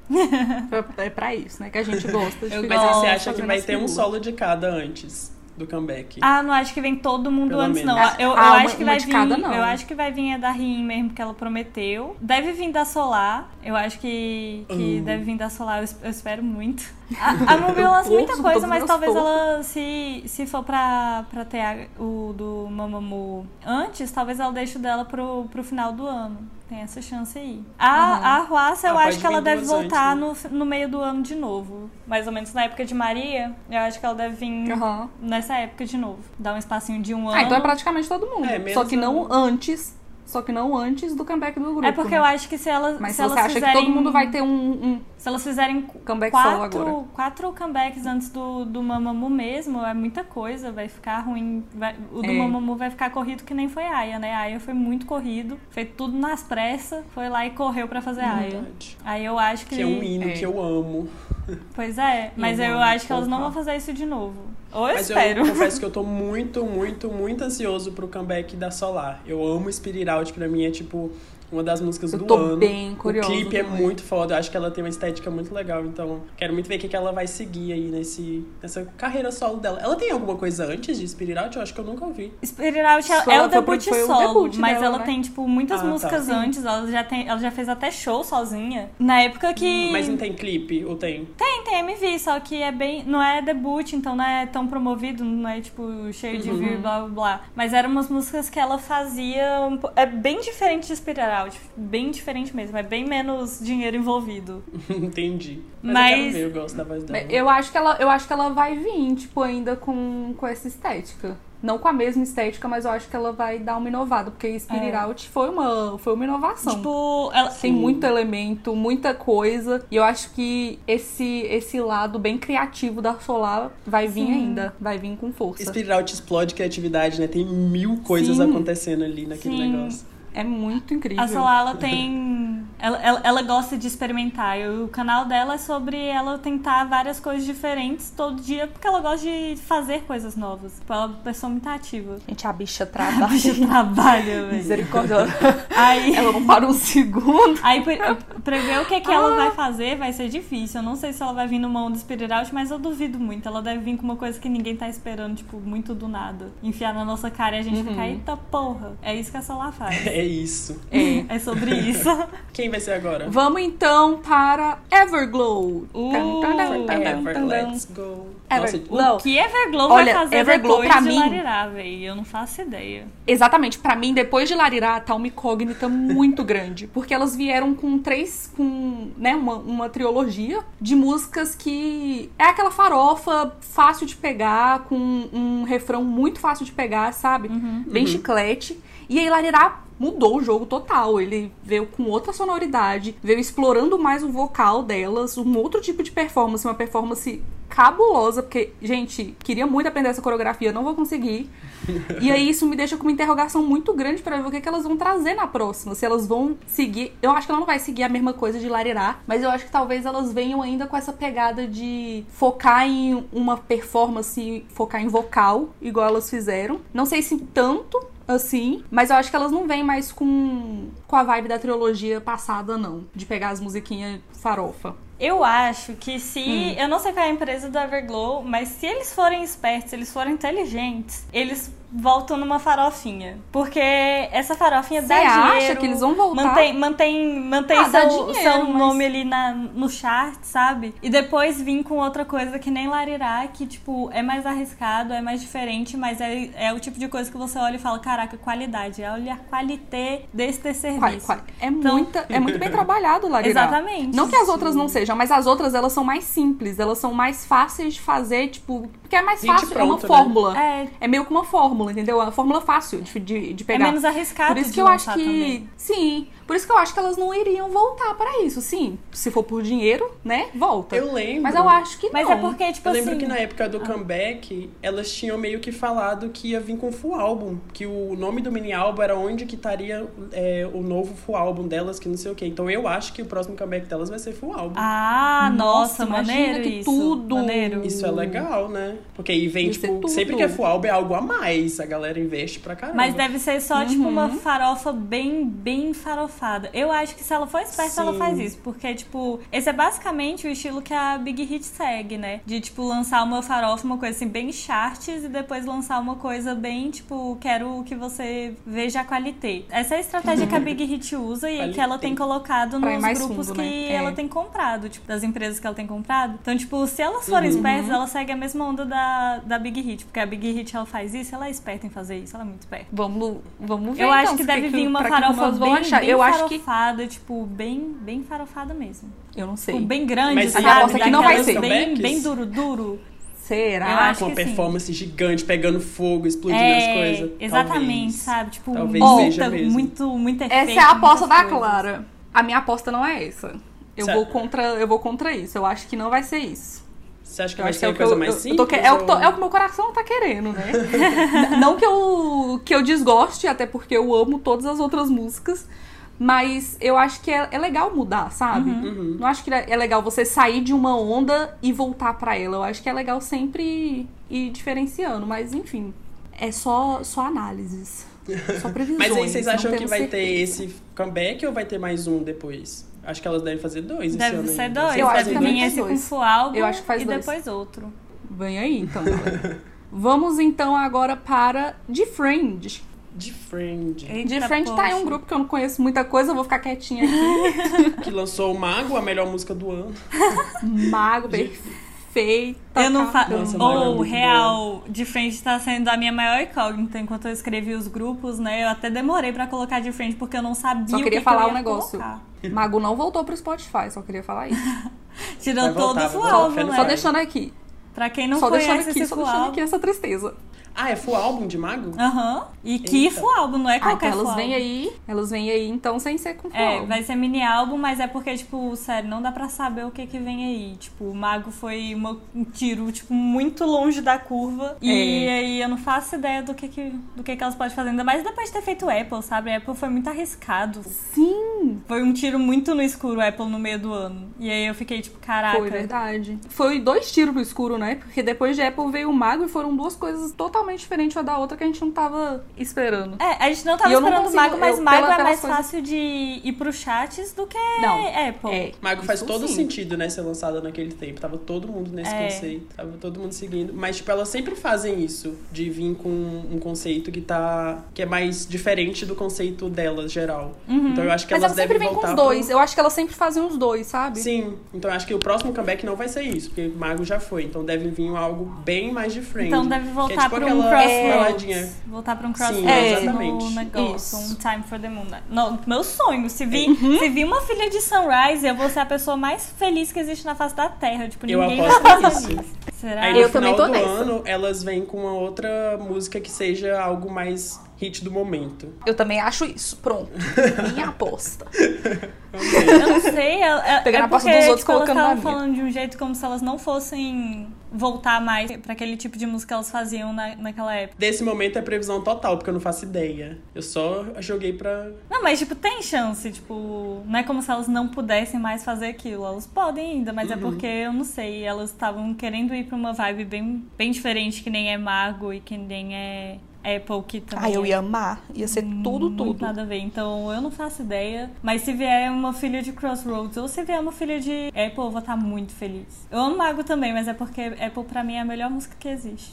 Speaker 1: É pra isso, né? Que a gente gosta de
Speaker 2: Eu-
Speaker 1: ficar
Speaker 2: Mas aí você
Speaker 1: fazendo
Speaker 2: acha que vai
Speaker 1: as
Speaker 2: ter um
Speaker 1: firulas.
Speaker 2: solo de cada antes do comeback?
Speaker 3: Ah, não acho que vem todo mundo
Speaker 2: Pelo
Speaker 3: antes, não.
Speaker 2: menos.
Speaker 3: Eu, eu
Speaker 1: Ah, uma-
Speaker 3: acho que vai
Speaker 1: uma de
Speaker 3: vir.
Speaker 1: cada, não.
Speaker 3: Eu acho que vai vir a da Rin mesmo, que ela prometeu. Deve vir da Solar. Eu acho que, que
Speaker 2: Hum.
Speaker 3: deve vir da Solar, eu, es- eu espero muito. A, a Mobile lança muita
Speaker 1: torço,
Speaker 3: coisa,
Speaker 1: todos
Speaker 3: mas
Speaker 1: nós
Speaker 3: talvez
Speaker 1: torço.
Speaker 3: ela, se, se for pra, pra ter a- o do Mamamoo antes, talvez ela deixe o dela pro, pro final do ano. Tem essa chance aí. A, a Ruassa, eu
Speaker 2: Ah,
Speaker 3: acho
Speaker 2: pode
Speaker 3: que ela
Speaker 2: vir
Speaker 3: deve
Speaker 2: duas
Speaker 3: voltar
Speaker 2: antes, né?
Speaker 3: no, f- no meio do ano de novo. Mais ou menos na época de Maria, eu acho que ela deve vir
Speaker 1: Aham.
Speaker 2: Um
Speaker 3: nessa época de novo. Dá um espacinho de um ano.
Speaker 1: Ah, então é praticamente todo mundo.
Speaker 2: É, menos
Speaker 1: só que não
Speaker 2: a-
Speaker 1: antes. Só que não antes do comeback do grupo.
Speaker 3: É porque
Speaker 1: né?
Speaker 3: eu acho que se elas,
Speaker 1: Mas
Speaker 3: se
Speaker 1: se você
Speaker 3: elas
Speaker 1: acha
Speaker 3: fizerem,
Speaker 1: que todo mundo vai ter um, um
Speaker 3: Se elas fizerem
Speaker 1: comeback solo agora.
Speaker 3: quatro, quatro comebacks antes do, do Mamamoo mesmo, é muita coisa, vai ficar ruim. vai- o do
Speaker 1: É.
Speaker 3: Mamamoo vai ficar corrido que nem foi a Aya, né? A Aya foi muito corrido, fez tudo nas pressas, foi lá e correu pra fazer
Speaker 1: Uhum.
Speaker 3: a Aya.
Speaker 2: Verdade.
Speaker 3: Aí eu acho que...
Speaker 2: Que é um hino
Speaker 1: É.
Speaker 2: que eu amo.
Speaker 3: Pois é, mas eu,
Speaker 1: Eu amo,
Speaker 3: acho que elas não
Speaker 1: porra.
Speaker 3: vão fazer isso de novo. Ou eu
Speaker 2: Mas
Speaker 3: espero.
Speaker 2: eu confesso que eu tô muito, muito, muito ansioso pro comeback da Solar. Eu amo Spirit Out, pra mim é tipo uma das músicas
Speaker 1: Eu
Speaker 2: do
Speaker 1: tô
Speaker 2: ano.
Speaker 1: bem curiosa
Speaker 2: O clipe é
Speaker 1: também.
Speaker 2: muito foda, eu acho que ela tem uma estética muito legal, então quero muito ver o que que ela vai seguir aí nesse, nessa carreira solo dela. Ela tem alguma coisa antes de Spirit Out? Eu acho que eu nunca ouvi.
Speaker 3: Spirit Out é-
Speaker 1: Foi-
Speaker 3: é o
Speaker 1: foi-
Speaker 3: debut
Speaker 1: foi o
Speaker 3: solo,
Speaker 1: debut
Speaker 3: mas
Speaker 1: dela,
Speaker 3: ela
Speaker 1: né?
Speaker 3: tem, tipo, muitas
Speaker 2: Ah, tá.
Speaker 3: músicas
Speaker 2: Sim.
Speaker 3: antes. Ela já, tem, ela já fez até show sozinha. Na época que.
Speaker 1: Hum,
Speaker 2: Mas não tem clipe, ou tem?
Speaker 3: tem, tem MV, só que é bem. Não é debut, então não é tão promovido, não é, tipo, cheio
Speaker 1: Uhum.
Speaker 3: de view e blá blá blá. Mas eram umas músicas que ela fazia. um po- É bem diferente de Spirit Out. Bem diferente mesmo. É bem menos dinheiro envolvido.
Speaker 2: Entendi. Mas, eu quero
Speaker 3: Mas-
Speaker 2: ver, eu gosto da voz dela.
Speaker 1: Eu acho que ela, eu acho que ela vai vir, tipo, ainda com, com essa estética. Não com a mesma estética, mas eu acho que ela vai dar uma inovada, porque Spirit
Speaker 3: É.
Speaker 1: Out foi uma, foi uma inovação.
Speaker 3: Tipo, ela.
Speaker 1: tem muito elemento, muita coisa. E eu acho que esse esse lado bem criativo da Solar vai vir ainda. Vai vir com força.
Speaker 2: Spirit Out explode criatividade, né? Tem mil coisas
Speaker 1: Sim.
Speaker 2: acontecendo ali naquele
Speaker 3: Sim.
Speaker 2: negócio.
Speaker 1: É muito incrível.
Speaker 3: A Solar, ela tem. Ela, ela, ela gosta de experimentar. E o canal dela é sobre ela tentar várias coisas diferentes todo dia, porque ela gosta de fazer coisas novas. Tipo, ela é uma pessoa muito ativa.
Speaker 1: Gente, a bicha
Speaker 3: A bicha
Speaker 1: trabalha.
Speaker 3: trabalha, velho.
Speaker 1: Misericórdia.
Speaker 3: Aí.
Speaker 1: Ela não para um segundo.
Speaker 3: Aí pre- prever o que, que ela vai fazer vai ser difícil. Eu não sei se ela vai vir no mão do Spirit Out, mas eu duvido muito. Ela deve vir com uma coisa que ninguém tá esperando, tipo, muito do nada. Enfiar na nossa cara e a gente
Speaker 1: Uhum.
Speaker 3: ficar, eita porra. É isso que a Solar faz.
Speaker 2: É isso.
Speaker 1: É.
Speaker 3: É sobre isso.
Speaker 2: Quem vai ser agora?
Speaker 1: Vamos então para Everglow.
Speaker 3: Uh,
Speaker 1: Tan, tan, tan, tan,
Speaker 2: Ever,
Speaker 1: tan, tan.
Speaker 2: let's go.
Speaker 1: Ever.
Speaker 2: Nossa,
Speaker 1: Não.
Speaker 3: O que Everglow
Speaker 1: Olha,
Speaker 3: vai fazer
Speaker 1: Everglow,
Speaker 3: depois
Speaker 1: pra
Speaker 3: de
Speaker 1: mim-
Speaker 3: Larirá, velho? Eu não faço ideia.
Speaker 1: Exatamente, pra mim, depois de Larirá, tá uma incógnita muito grande. Porque elas vieram com três, com, né, uma, uma trilogia de músicas que é aquela farofa fácil de pegar, com um refrão muito fácil de pegar, sabe? Bem chiclete. E aí Larirá mudou o jogo total. Ele veio com outra sonoridade, veio explorando mais o vocal delas, um outro tipo de performance, uma performance cabulosa, porque, gente, queria muito aprender essa coreografia, não vou conseguir. E aí isso me deixa com uma interrogação muito grande pra ver o que, que elas vão trazer na próxima. Se elas vão seguir. Eu acho que ela não vai seguir a mesma coisa de Larirá, mas eu acho que talvez elas venham ainda com essa pegada de focar em uma performance, focar em vocal, igual elas fizeram. Não sei se tanto. Assim, mas eu acho que elas não vêm mais com, com a vibe da trilogia passada, não. De pegar as musiquinhas farofa.
Speaker 3: Eu acho que se. Eu não sei qual é a empresa do Everglow, mas se eles forem espertos, se eles forem inteligentes, eles voltam numa farofinha. Porque essa farofinha
Speaker 1: Você
Speaker 3: dá
Speaker 1: acha
Speaker 3: dinheiro.
Speaker 1: que eles vão voltar?
Speaker 3: Mantém, mantém, mantém
Speaker 1: Ah, dá
Speaker 3: seu,
Speaker 1: dinheiro,
Speaker 3: seu
Speaker 1: mas-
Speaker 3: nome ali na, no chart, sabe? E depois vir com outra coisa que nem Larirá, que, tipo, é mais arriscado, é mais diferente, mas é, é o tipo de coisa que você olha e fala, caraca, qualidade. É olhar a qualité deste serviço.
Speaker 1: Quali- quali- É,
Speaker 3: Então-
Speaker 1: muita, é muito bem trabalhado lá,
Speaker 3: Exatamente.
Speaker 1: Não que as outras não sejam, mas as outras elas são mais simples, elas são mais fáceis de fazer, tipo, porque é mais
Speaker 2: Gente
Speaker 1: fácil, é uma
Speaker 2: pronta, né?
Speaker 1: fórmula.
Speaker 3: É,
Speaker 1: É meio que uma fórmula, entendeu? É uma fórmula fácil de, de, de
Speaker 3: é
Speaker 1: pegar.
Speaker 3: menos arriscado
Speaker 1: Por isso
Speaker 3: de
Speaker 1: que eu acho
Speaker 3: lançar
Speaker 1: que.
Speaker 3: também.
Speaker 1: Sim. Por isso que eu acho que elas não iriam voltar pra isso. Sim, se for por dinheiro, né? Volta.
Speaker 2: Eu lembro.
Speaker 1: Mas eu acho que
Speaker 3: Mas
Speaker 1: não.
Speaker 3: é porque, tipo
Speaker 2: Eu
Speaker 3: assim...
Speaker 2: lembro que na época do comeback, elas tinham meio que falado que ia vir com full álbum. Que o nome do mini álbum era onde que estaria é, o novo full álbum delas, que não sei o quê. Então eu acho que o próximo comeback delas vai ser full álbum.
Speaker 3: Ah, nossa,
Speaker 1: imagina
Speaker 3: maneiro
Speaker 1: que
Speaker 3: isso.
Speaker 1: tudo.
Speaker 3: Maneiro.
Speaker 2: Isso é legal, né? Porque aí vem,
Speaker 1: Isso é
Speaker 2: tipo,
Speaker 1: tudo.
Speaker 2: sempre que é full álbum é algo a mais. A galera investe pra caramba.
Speaker 3: Mas deve ser só, tipo, uma farofa bem, bem farofada. Eu acho que se ela for esperta,
Speaker 2: Sim.
Speaker 3: ela faz isso. Porque, tipo, esse é basicamente o estilo que a Big Hit segue, né? De, tipo, lançar uma farofa, uma coisa assim, bem charts, e depois lançar uma coisa bem, tipo, quero que você veja a qualité. Essa é a estratégia que a Big Hit usa e que ela tem
Speaker 2: Qualité.
Speaker 3: colocado
Speaker 1: Pra ir
Speaker 3: nos
Speaker 1: mais
Speaker 3: grupos
Speaker 1: fundo,
Speaker 3: que
Speaker 1: né? É.
Speaker 3: ela tem comprado, tipo, das empresas que ela tem comprado. Então, tipo, se elas forem
Speaker 1: Uhum.
Speaker 3: espertas, ela segue a mesma onda da, da Big Hit. Porque a Big Hit, ela faz isso, ela é esperta em fazer isso, ela é muito esperta.
Speaker 1: Vamos, vamos ver.
Speaker 3: Eu
Speaker 1: então,
Speaker 3: acho que
Speaker 1: se
Speaker 3: deve vir uma
Speaker 1: pra que que
Speaker 3: farofa
Speaker 1: nós vamos
Speaker 3: bem,
Speaker 1: achar.
Speaker 3: bem
Speaker 1: eu acho que.
Speaker 3: farofada, tipo, bem, bem farofada mesmo.
Speaker 1: Eu não
Speaker 3: Tipo,
Speaker 1: sei.
Speaker 3: bem grande,
Speaker 2: Mas a
Speaker 3: sabe?
Speaker 2: minha aposta é que não vai
Speaker 3: Daquelas
Speaker 2: ser.
Speaker 3: Bem,
Speaker 2: Comebacks?
Speaker 3: bem duro, duro. Eu
Speaker 1: Será?
Speaker 3: acho
Speaker 2: com uma
Speaker 3: que sim.
Speaker 2: performance gigante, pegando fogo, explodindo as
Speaker 3: é,
Speaker 2: coisas.
Speaker 3: exatamente,
Speaker 2: Talvez.
Speaker 3: sabe? Tipo,
Speaker 2: Talvez
Speaker 3: muita,
Speaker 2: seja mesmo.
Speaker 3: muito, muito efeito.
Speaker 1: Essa é a aposta da
Speaker 3: muitas coisas.
Speaker 1: Clara. A minha aposta não é essa. Eu
Speaker 2: Certo.
Speaker 1: vou, contra, eu vou contra isso. Eu acho que não vai ser isso.
Speaker 2: Você acha que
Speaker 1: Eu
Speaker 2: vai
Speaker 1: acho que
Speaker 2: ser
Speaker 1: é o
Speaker 2: uma
Speaker 1: que eu,
Speaker 2: coisa mais
Speaker 1: eu- eu tô que-
Speaker 2: simples?
Speaker 1: é, o que tô-
Speaker 2: ou-
Speaker 1: é o que meu coração tá querendo, né? N- não que eu, que eu desgoste, até porque eu amo todas as outras músicas. Mas eu acho que é, é legal mudar, sabe?
Speaker 2: Uhum.
Speaker 1: Não acho que é legal você sair de uma onda e voltar pra ela. Eu acho que é legal sempre ir diferenciando. Mas, enfim, é só, só análises. Só previsões.
Speaker 2: Mas aí vocês
Speaker 1: não
Speaker 2: acham que
Speaker 1: temos
Speaker 2: vai ter
Speaker 1: certeza.
Speaker 2: esse comeback ou vai ter mais um depois? Acho que elas devem fazer dois esse ano
Speaker 3: Deve ser
Speaker 2: ainda.
Speaker 3: dois.
Speaker 1: Eu acho
Speaker 3: deve
Speaker 1: que
Speaker 3: vir
Speaker 1: também
Speaker 3: esse
Speaker 1: faz
Speaker 3: com
Speaker 1: dois.
Speaker 3: full álbum
Speaker 1: Eu acho que faz
Speaker 3: e
Speaker 1: dois.
Speaker 3: depois outro.
Speaker 1: Vem aí, então, galera. Vamos então agora para The Friend.
Speaker 2: De Friend.
Speaker 1: The
Speaker 3: Eita,
Speaker 1: Friend tá em um
Speaker 3: poxa.
Speaker 1: grupo que eu não conheço muita coisa, eu vou ficar quietinha aqui.
Speaker 2: Que lançou o Mago, a melhor música do ano.
Speaker 1: Mago, tá? perfeito.
Speaker 3: Eu não faço.
Speaker 2: Nossa, Maria,
Speaker 3: Ou,
Speaker 2: muito
Speaker 3: real, de frente tá sendo a minha maior incógnita. Enquanto eu escrevi os grupos, né? Eu até demorei pra colocar de frente porque eu não sabia
Speaker 1: Só
Speaker 3: o que
Speaker 1: queria
Speaker 3: que
Speaker 1: falar um
Speaker 3: eu ia
Speaker 1: negócio.
Speaker 3: colocar.
Speaker 1: Mago não voltou pro Spotify, só queria falar isso.
Speaker 3: Tirou
Speaker 2: Vai voltar,
Speaker 3: todo o
Speaker 2: vai voltar,
Speaker 3: álbum,
Speaker 2: fé no
Speaker 3: né?
Speaker 1: Só
Speaker 2: É.
Speaker 1: deixando aqui.
Speaker 3: Pra quem não
Speaker 1: só
Speaker 3: conhece
Speaker 1: deixando aqui,
Speaker 3: esse
Speaker 1: só
Speaker 3: full
Speaker 1: deixando
Speaker 3: álbum.
Speaker 1: aqui essa tristeza.
Speaker 2: Ah, é full álbum de Mago?
Speaker 3: Aham. E que
Speaker 2: Eita.
Speaker 3: full álbum, não é
Speaker 1: Ah,
Speaker 3: qualquer
Speaker 1: então elas
Speaker 3: full
Speaker 1: vêm
Speaker 3: álbum.
Speaker 1: aí. Elas vêm aí, então, sem ser com
Speaker 3: É,
Speaker 1: full
Speaker 3: vai ser mini álbum, mas é porque, tipo, sério, não dá pra saber o que que vem aí. Tipo, o Mago foi uma- um tiro, tipo, muito longe da curva. E
Speaker 1: É.
Speaker 3: aí eu não faço ideia do que que, do que que elas podem fazer. Ainda mais depois de ter feito Apple, sabe? Apple foi muito arriscado.
Speaker 1: Sim,
Speaker 3: Foi um tiro muito no escuro, Apple, no meio do ano. E aí eu fiquei, tipo, caraca.
Speaker 1: foi verdade. Foi dois tiros pro escuro, né? Porque depois de Apple veio o Mago e foram duas coisas totalmente diferentes uma da outra que a gente não tava esperando.
Speaker 3: É, a gente não tava
Speaker 1: E eu não
Speaker 3: esperando o
Speaker 1: consigo-
Speaker 3: Mago, mas
Speaker 1: eu-
Speaker 3: Mago
Speaker 1: pela-
Speaker 3: é
Speaker 1: pelas
Speaker 3: mais
Speaker 1: coisas-
Speaker 3: fácil de ir pro chats do que
Speaker 1: Não,
Speaker 3: Apple.
Speaker 1: É,
Speaker 2: Mago faz
Speaker 1: isso
Speaker 2: todo
Speaker 1: sim.
Speaker 2: sentido, né, ser lançada naquele tempo. Tava todo mundo nesse
Speaker 3: É.
Speaker 2: conceito, tava todo mundo seguindo. Mas, tipo, elas sempre fazem isso, de vir com um conceito que tá... que é mais diferente do conceito delas, geral.
Speaker 3: Uhum.
Speaker 2: Então eu acho que
Speaker 1: Mas
Speaker 2: elas
Speaker 1: elas sempre vêm
Speaker 2: devem
Speaker 1: com
Speaker 2: voltar
Speaker 1: os
Speaker 2: pro-
Speaker 1: dois. Eu acho que elas sempre fazem os dois, sabe?
Speaker 2: Sim, então eu acho que o próximo comeback não vai ser isso, porque o Mago já foi. Então deve vir algo bem mais de frente.
Speaker 3: Então deve voltar
Speaker 2: tipo
Speaker 3: pra um
Speaker 2: aquela
Speaker 3: crossroads.
Speaker 2: baladinha.
Speaker 3: Voltar pra um
Speaker 1: É.
Speaker 3: crossroads no
Speaker 2: exatamente.
Speaker 3: negócio.
Speaker 1: Isso.
Speaker 3: Um time for the moon. Não, meu sonho. Se vir
Speaker 2: Uhum.
Speaker 3: se vi uma filha de Sunrise, eu vou ser a pessoa mais feliz que existe na face da Terra. Tipo,
Speaker 2: Eu
Speaker 3: ninguém
Speaker 2: aposto
Speaker 3: vai fazer
Speaker 2: nisso.
Speaker 3: isso. Será?
Speaker 2: Aí no
Speaker 1: Eu também
Speaker 2: final
Speaker 1: tô
Speaker 2: do
Speaker 1: nessa.
Speaker 2: ano, elas vêm com uma outra música que seja algo mais hit do momento.
Speaker 1: Eu também acho isso. Pronto. Minha aposta.
Speaker 2: Então,
Speaker 3: Eu não sei. É, é,
Speaker 1: Pegando
Speaker 3: é
Speaker 1: a aposta
Speaker 3: porque,
Speaker 1: dos outros,
Speaker 3: tipo, elas
Speaker 1: colocando na
Speaker 3: estavam
Speaker 1: minha.
Speaker 3: falando de um jeito como se elas não fossem voltar mais pra aquele tipo de música que elas faziam na, naquela época.
Speaker 2: Desse momento é previsão total, porque eu não faço ideia. Eu só joguei pra.
Speaker 3: Não, mas, tipo, tem chance, tipo, não é como se elas não pudessem mais fazer aquilo. Elas podem ainda, mas é
Speaker 1: Uhum.
Speaker 3: porque, eu não sei, elas estavam querendo ir pra uma vibe bem, bem diferente, que nem é Mago e que nem é Apple, que também.
Speaker 1: Ah, eu
Speaker 3: é
Speaker 1: ia amar. Ia ser tudo,
Speaker 3: muito
Speaker 1: tudo.
Speaker 3: Nada a ver, então eu não faço ideia. Mas se vier uma filha de Crossroads ou se vier uma filha de Apple, eu vou estar muito feliz. Eu amo Mago também, mas é porque Apple pra mim é a melhor música que existe.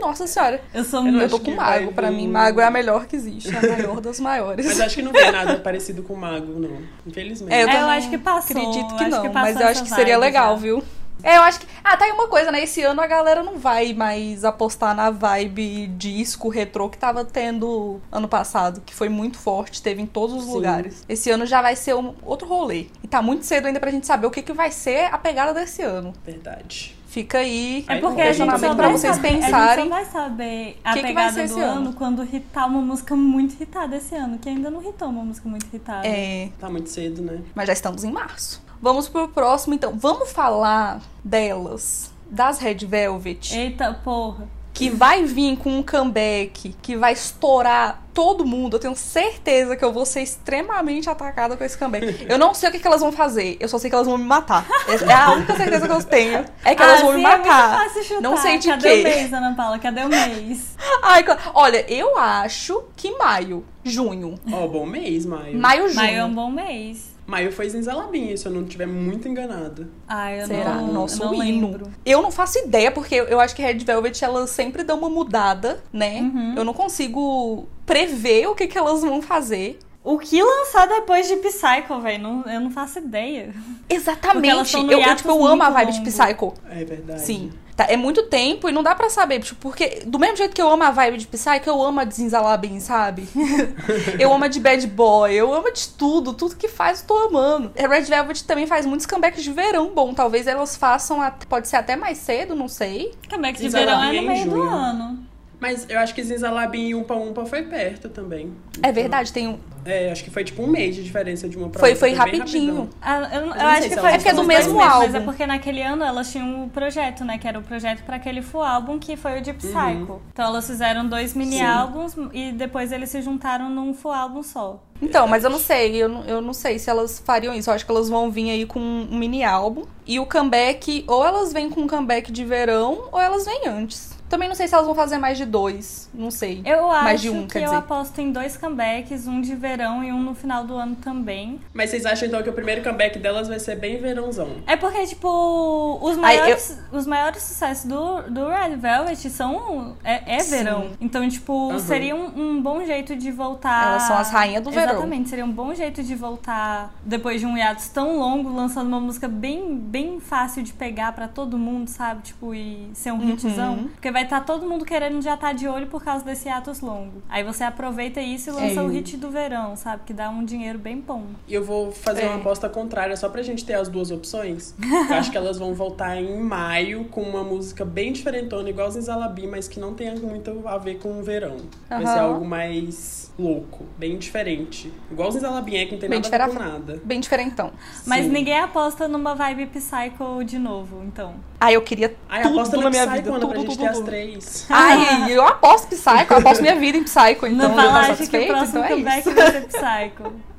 Speaker 1: Nossa senhora.
Speaker 3: Eu sou
Speaker 2: Eu não
Speaker 3: muito.
Speaker 1: Eu tô
Speaker 2: acho
Speaker 1: com
Speaker 2: que vai
Speaker 1: Mago. Pra
Speaker 2: vir-
Speaker 1: mim, Mago é a melhor que existe. É a maior das maiores.
Speaker 2: Mas acho que não vem nada parecido com Mago, não. Infelizmente.
Speaker 1: É, eu
Speaker 3: É, eu
Speaker 1: também
Speaker 3: acho que passou.
Speaker 1: Acredito que
Speaker 3: acho
Speaker 1: não,
Speaker 3: passou
Speaker 1: mas eu acho
Speaker 3: essa
Speaker 1: que seria
Speaker 3: vibe
Speaker 1: legal,
Speaker 3: já.
Speaker 1: viu? É, eu acho que. Ah, tá aí uma coisa, né? Esse ano a galera não vai mais apostar na vibe disco retrô que tava tendo ano passado, que foi muito forte, teve em todos os
Speaker 2: Sim.
Speaker 1: lugares. Esse ano já vai ser um outro rolê. E tá muito cedo ainda pra gente saber o que, que vai ser a pegada desse ano.
Speaker 2: Verdade.
Speaker 1: Fica aí.
Speaker 3: É
Speaker 2: Aí
Speaker 3: porque
Speaker 1: um
Speaker 3: a gente só
Speaker 1: questionamento
Speaker 3: vai
Speaker 1: pra vocês
Speaker 3: saber, a gente
Speaker 1: pensarem.
Speaker 3: só vai saber a
Speaker 1: que que vai
Speaker 3: pegada
Speaker 1: ser
Speaker 3: do
Speaker 1: esse
Speaker 3: ano,
Speaker 1: ano.
Speaker 3: quando hitar uma música muito hitada esse ano, que ainda não hitou uma música muito hitada.
Speaker 1: É,
Speaker 2: Tá muito cedo, né?
Speaker 1: mas já estamos em março. Vamos pro próximo, então. Vamos falar delas, das Red Velvet.
Speaker 3: Eita porra.
Speaker 1: que vai vir com um comeback, que vai estourar todo mundo. Eu tenho certeza que eu vou ser extremamente atacada com esse comeback. Eu não sei o que, que elas vão fazer, eu só sei que elas vão me matar. Essa É a única certeza que eu tenho. É que elas
Speaker 3: Ah,
Speaker 1: vão
Speaker 3: sim,
Speaker 1: me
Speaker 3: É
Speaker 1: matar.
Speaker 3: muito fácil chutar.
Speaker 1: Não sei de
Speaker 3: Cadê
Speaker 1: quê.
Speaker 3: o mês, Ana Paula? Cadê o mês?
Speaker 1: Ai, co- olha, eu acho que maio, junho.
Speaker 2: Ó, bom mês, Maio.
Speaker 1: Maio, junho.
Speaker 3: Maio é um bom mês.
Speaker 2: Maio foi Zinzalabinha, se eu não estiver muito enganada.
Speaker 3: Ai, eu
Speaker 1: Será?
Speaker 3: não,
Speaker 1: Nosso
Speaker 3: não
Speaker 1: hino.
Speaker 3: lembro.
Speaker 1: Eu não faço ideia, porque eu- eu acho que Red Velvet elas sempre dão uma mudada, né?
Speaker 3: Uhum.
Speaker 1: Eu não consigo prever o que, que elas vão fazer.
Speaker 3: O que lançar depois de Psycho, velho? Não- eu não faço ideia. Porque elas
Speaker 1: Exatamente.
Speaker 3: tão no
Speaker 1: Eu, eu,
Speaker 3: hiatus
Speaker 1: tipo, eu amo a
Speaker 3: muito
Speaker 1: vibe de
Speaker 3: longo.
Speaker 1: Psycho.
Speaker 2: É verdade.
Speaker 1: Sim. Tá, é muito tempo e não dá pra saber, tipo, porque do mesmo jeito que eu amo a vibe de Psy, que eu amo a de Zinzalabim, sabe? eu amo a de Bad Boy, eu amo a de tudo, tudo que faz eu tô amando. A Red Velvet também faz muitos comebacks de verão bom, talvez elas façam, at- pode ser até mais cedo, não sei.
Speaker 3: Comeback de
Speaker 2: Diz ela
Speaker 3: verão é
Speaker 2: bem
Speaker 3: no
Speaker 2: em
Speaker 3: meio do
Speaker 2: junho.
Speaker 3: ano.
Speaker 2: Mas eu acho que Zinzalabinha e Umpa Umpa foi perto também.
Speaker 1: É verdade, tem um...
Speaker 2: É, acho que foi tipo um mês de diferença de uma pra
Speaker 1: foi,
Speaker 2: outra.
Speaker 1: foi
Speaker 2: bem
Speaker 1: rapidinho.
Speaker 3: Ah, eu, eu
Speaker 2: não sei
Speaker 3: acho
Speaker 2: se
Speaker 3: que
Speaker 2: elas
Speaker 3: foi
Speaker 2: É porque é do
Speaker 3: os dois
Speaker 1: mesmo
Speaker 3: meses, Mas é
Speaker 1: álbum.
Speaker 3: porque naquele ano elas tinham um projeto, né? Que era o projeto pra aquele full álbum que foi o de Psycho.
Speaker 2: Uhum.
Speaker 3: Então elas fizeram dois mini
Speaker 2: Sim.
Speaker 3: álbuns e depois eles se juntaram num full álbum só.
Speaker 1: Então, mas eu não sei, eu não, eu não sei se elas fariam isso. Eu acho que elas vão vir aí com um mini álbum. E o comeback, ou elas vêm com um comeback de verão, ou elas vêm antes. Também não sei se elas vão fazer mais de dois, não sei.
Speaker 3: Eu acho
Speaker 1: Mais de um,
Speaker 3: que
Speaker 1: quer
Speaker 3: eu
Speaker 1: dizer.
Speaker 3: aposto em dois comebacks, um de verão e um no final do ano também.
Speaker 2: Mas vocês acham então que o primeiro comeback delas vai ser bem verãozão?
Speaker 3: É porque, tipo, os
Speaker 1: Ai,
Speaker 3: maiores, os maiores sucessos do, do Red Velvet são. É, é
Speaker 1: Sim.
Speaker 3: verão. Então, tipo,
Speaker 2: Aham.
Speaker 3: seria um, um bom jeito de voltar.
Speaker 1: Elas são as rainhas do verão.
Speaker 3: Exatamente, seria um bom jeito de voltar depois de um hiatus tão longo, lançando uma música bem, bem fácil de pegar pra todo mundo, sabe? Tipo, e ser
Speaker 1: Uhum.
Speaker 3: um hitzão. Porque vai estar todo mundo querendo já estar de olho por causa desse hiatus longo. Aí você aproveita isso e lança
Speaker 2: É.
Speaker 3: o hit do verão, sabe? Que dá um dinheiro bem bom.
Speaker 2: E eu vou fazer
Speaker 1: É.
Speaker 2: uma aposta contrária, só pra gente ter as duas opções. Eu acho que elas vão voltar em maio com uma música bem diferentona, igual Zizalabi, mas que não tenha muito a ver com o verão. Vai ser
Speaker 1: Aham.
Speaker 2: algo mais louco, bem diferente. Igual Zizalabi é que não tem
Speaker 1: Bem
Speaker 2: nada a ver com
Speaker 1: difera-
Speaker 2: nada.
Speaker 1: Bem diferentão.
Speaker 3: Mas
Speaker 2: Sim.
Speaker 3: ninguém aposta numa vibe Psycho de novo, então.
Speaker 1: Ai, eu queria
Speaker 2: Ai,
Speaker 1: tudo
Speaker 2: aposta é
Speaker 1: na minha
Speaker 2: Psycho,
Speaker 1: vida.
Speaker 2: Ana,
Speaker 1: Tudo,
Speaker 2: pra gente
Speaker 1: tudo,
Speaker 2: ter as
Speaker 1: tudo.
Speaker 2: três.
Speaker 1: Ai, eu aposto Psycho, eu aposto minha vida em Psycho, então
Speaker 3: Ah.
Speaker 1: eu
Speaker 3: Não
Speaker 1: tô
Speaker 3: fala, acho que o
Speaker 1: satisfeita,
Speaker 3: próximo
Speaker 1: então é
Speaker 3: comeback
Speaker 1: isso.
Speaker 3: vai ser Psycho. Psycho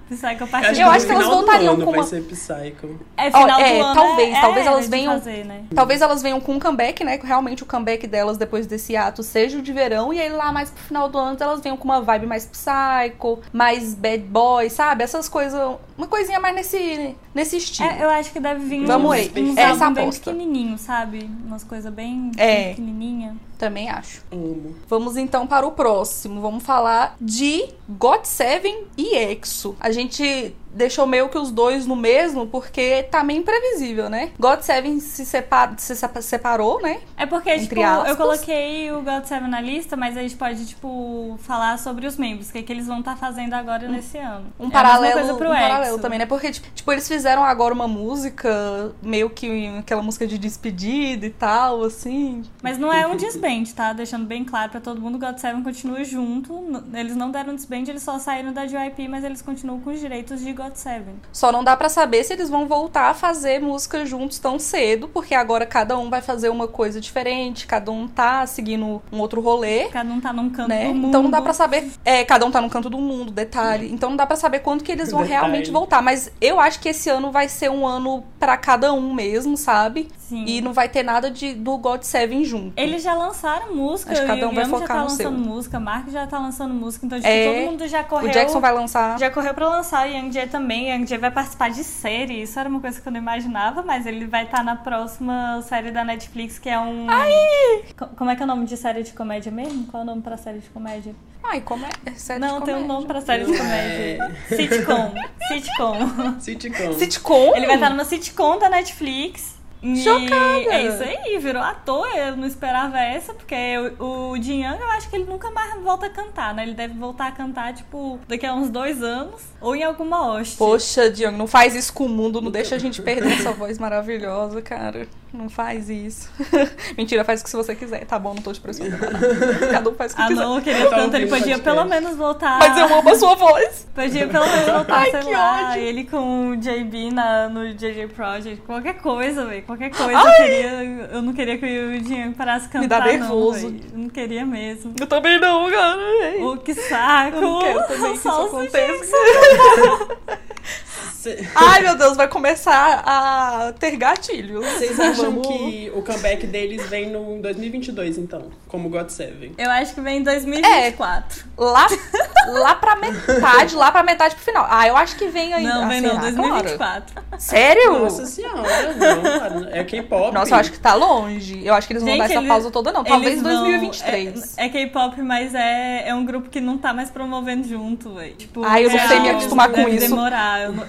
Speaker 2: Eu acho
Speaker 3: parte
Speaker 2: que,
Speaker 1: Assim, Eu
Speaker 2: no
Speaker 1: acho que elas
Speaker 2: final do
Speaker 1: voltariam
Speaker 2: ano
Speaker 1: com
Speaker 2: vai
Speaker 1: uma-
Speaker 2: ser Psycho.
Speaker 3: É
Speaker 1: Ó,
Speaker 3: final
Speaker 1: é,
Speaker 3: do ano.
Speaker 1: talvez,
Speaker 3: é-
Speaker 1: talvez
Speaker 3: é
Speaker 1: elas
Speaker 3: de
Speaker 1: venham-
Speaker 3: fazer, né?
Speaker 1: Talvez elas venham com um comeback, né? Que realmente o comeback delas depois desse ato seja o de verão. E aí lá mais pro final do ano elas venham com uma vibe mais psycho, mais bad boy, sabe? Essas coisas. Uma coisinha mais nesse, nesse estilo.
Speaker 3: É, eu acho que deve vir
Speaker 1: Vamos
Speaker 3: uns,
Speaker 1: aí,
Speaker 3: uns
Speaker 2: essa
Speaker 3: álbum bem
Speaker 1: aposta.
Speaker 3: pequenininho, sabe? Umas coisas bem,
Speaker 1: É.
Speaker 3: bem pequenininha.
Speaker 1: Também acho.
Speaker 2: Amo.
Speaker 1: Vamos então para o próximo. Vamos falar de God Seven e EXO. A gente deixou meio que os dois no mesmo porque tá meio imprevisível, né? God Seven se, separa, se sepa- separou, né?
Speaker 3: É porque,
Speaker 1: Entre
Speaker 3: tipo, eu
Speaker 1: aspas.
Speaker 3: coloquei o God Seven na lista, mas a gente pode, tipo, falar sobre os membros, o que, é que eles vão estar fazendo agora nesse ano. É
Speaker 1: Um
Speaker 3: a
Speaker 1: paralelo,
Speaker 3: mesma coisa pro
Speaker 1: um paralelo
Speaker 3: EXO.
Speaker 1: também, né? Porque, tipo, eles fizeram agora uma música, meio que aquela música de despedida e tal, assim.
Speaker 3: Mas não é um desband, tá? Deixando bem claro pra todo mundo, God Seven continua junto. N- Eles não deram desband, eles só saíram da JYP, mas eles continuam com os direitos de God Seven.
Speaker 1: Só não dá pra saber se eles vão voltar a fazer música juntos tão cedo, porque agora cada um vai fazer uma coisa diferente, cada um tá seguindo um outro rolê.
Speaker 3: Cada um tá num canto
Speaker 1: Né?
Speaker 3: do mundo.
Speaker 1: Então não dá pra saber. É, cada um tá num canto do mundo, detalhe. Então não dá pra saber quando que eles vão
Speaker 2: Detalhe.
Speaker 1: realmente voltar. Mas eu acho que esse ano vai ser um ano pra cada um mesmo, sabe?
Speaker 3: Sim.
Speaker 1: E não vai ter nada de, do God Seven junto.
Speaker 3: Eles já lançaram música,
Speaker 1: Acho que
Speaker 3: o
Speaker 1: cada um vai
Speaker 3: Guilherme já
Speaker 1: focar
Speaker 3: tá
Speaker 1: no seu.
Speaker 3: lançando música, o Mark já tá lançando música, então tipo,
Speaker 1: É,
Speaker 3: todo mundo já correu.
Speaker 1: O Jackson vai lançar.
Speaker 3: Já correu pra lançar o Young Jay também. Young Jay vai participar de série. Isso era uma coisa que eu não imaginava, mas ele vai estar na próxima série da Netflix, que é um. Ai! como é que é o nome de série de comédia mesmo? Qual é o nome pra série de comédia?
Speaker 1: Ai, como é? Série de
Speaker 3: não, tem um
Speaker 1: comédia.
Speaker 3: nome pra série de
Speaker 2: Não
Speaker 3: comédia.
Speaker 2: É.
Speaker 3: Sitcom. Sitcom.
Speaker 2: Sitcom.
Speaker 1: Sitcom?
Speaker 3: Ele vai estar numa sitcom da Netflix. E
Speaker 1: Chocada!
Speaker 3: É isso aí, virou ator. Eu não esperava essa, porque o, o Jin Young, eu acho que ele nunca mais volta a cantar, né? Ele deve voltar a cantar, tipo, daqui a uns dois anos, ou em alguma hoste.
Speaker 1: Poxa, Diego, não faz isso com o mundo, não deixa a gente perder essa voz maravilhosa, cara. Não faz isso. Mentira, faz o que se você quiser. Tá bom, não tô te pressionando. Cada um faz o que
Speaker 3: Ah,
Speaker 1: quiser.
Speaker 3: não, eu queria
Speaker 2: Tá
Speaker 3: tanto. Ele
Speaker 2: ouvindo
Speaker 3: podia
Speaker 2: podcast.
Speaker 3: pelo menos voltar.
Speaker 1: Mas eu amo a sua voz.
Speaker 3: Podia pelo menos voltar,
Speaker 1: Ai,
Speaker 3: sei
Speaker 1: que
Speaker 3: lá,
Speaker 1: ódio.
Speaker 3: ele com o JB na, no JJ Project. Qualquer coisa, velho. Qualquer coisa. Eu, queria, eu não queria que o Dinho parasse cantar.
Speaker 1: Me dá nervoso.
Speaker 3: Não, véi. eu não queria mesmo.
Speaker 1: Eu também não, cara.
Speaker 3: Oh, que saco!
Speaker 1: Eu não quero também que isso
Speaker 3: Só os
Speaker 1: aconteça.
Speaker 2: C-
Speaker 1: Ai, meu Deus, vai começar a ter gatilhos.
Speaker 2: Vocês acham
Speaker 1: Vamos-
Speaker 2: que o comeback deles vem no 2022, então? Como God Seven.
Speaker 1: É,
Speaker 3: Eu acho que vem
Speaker 1: assim,
Speaker 3: em 2024.
Speaker 1: Lá, lá pra metade, lá pra metade pro final. Ah, eu acho que vem ainda.
Speaker 3: Não,
Speaker 1: Ah,
Speaker 3: vem não,
Speaker 1: será?
Speaker 3: 2024.
Speaker 1: Claro. Sério?
Speaker 2: Nossa senhora, não, é K-pop.
Speaker 1: Nossa, eu acho que tá longe. Eu acho que eles não vão
Speaker 3: Gente,
Speaker 1: dar essa
Speaker 3: eles-
Speaker 1: pausa toda, não. Talvez
Speaker 3: Eles vão-
Speaker 1: 2023.
Speaker 3: É, é K-pop, mas é, é um grupo que não tá mais promovendo junto, velho. Tipo,
Speaker 1: Ai, eu não
Speaker 3: real,
Speaker 1: sei me acostumar com
Speaker 3: deve
Speaker 1: isso.
Speaker 3: demorar. Eu não,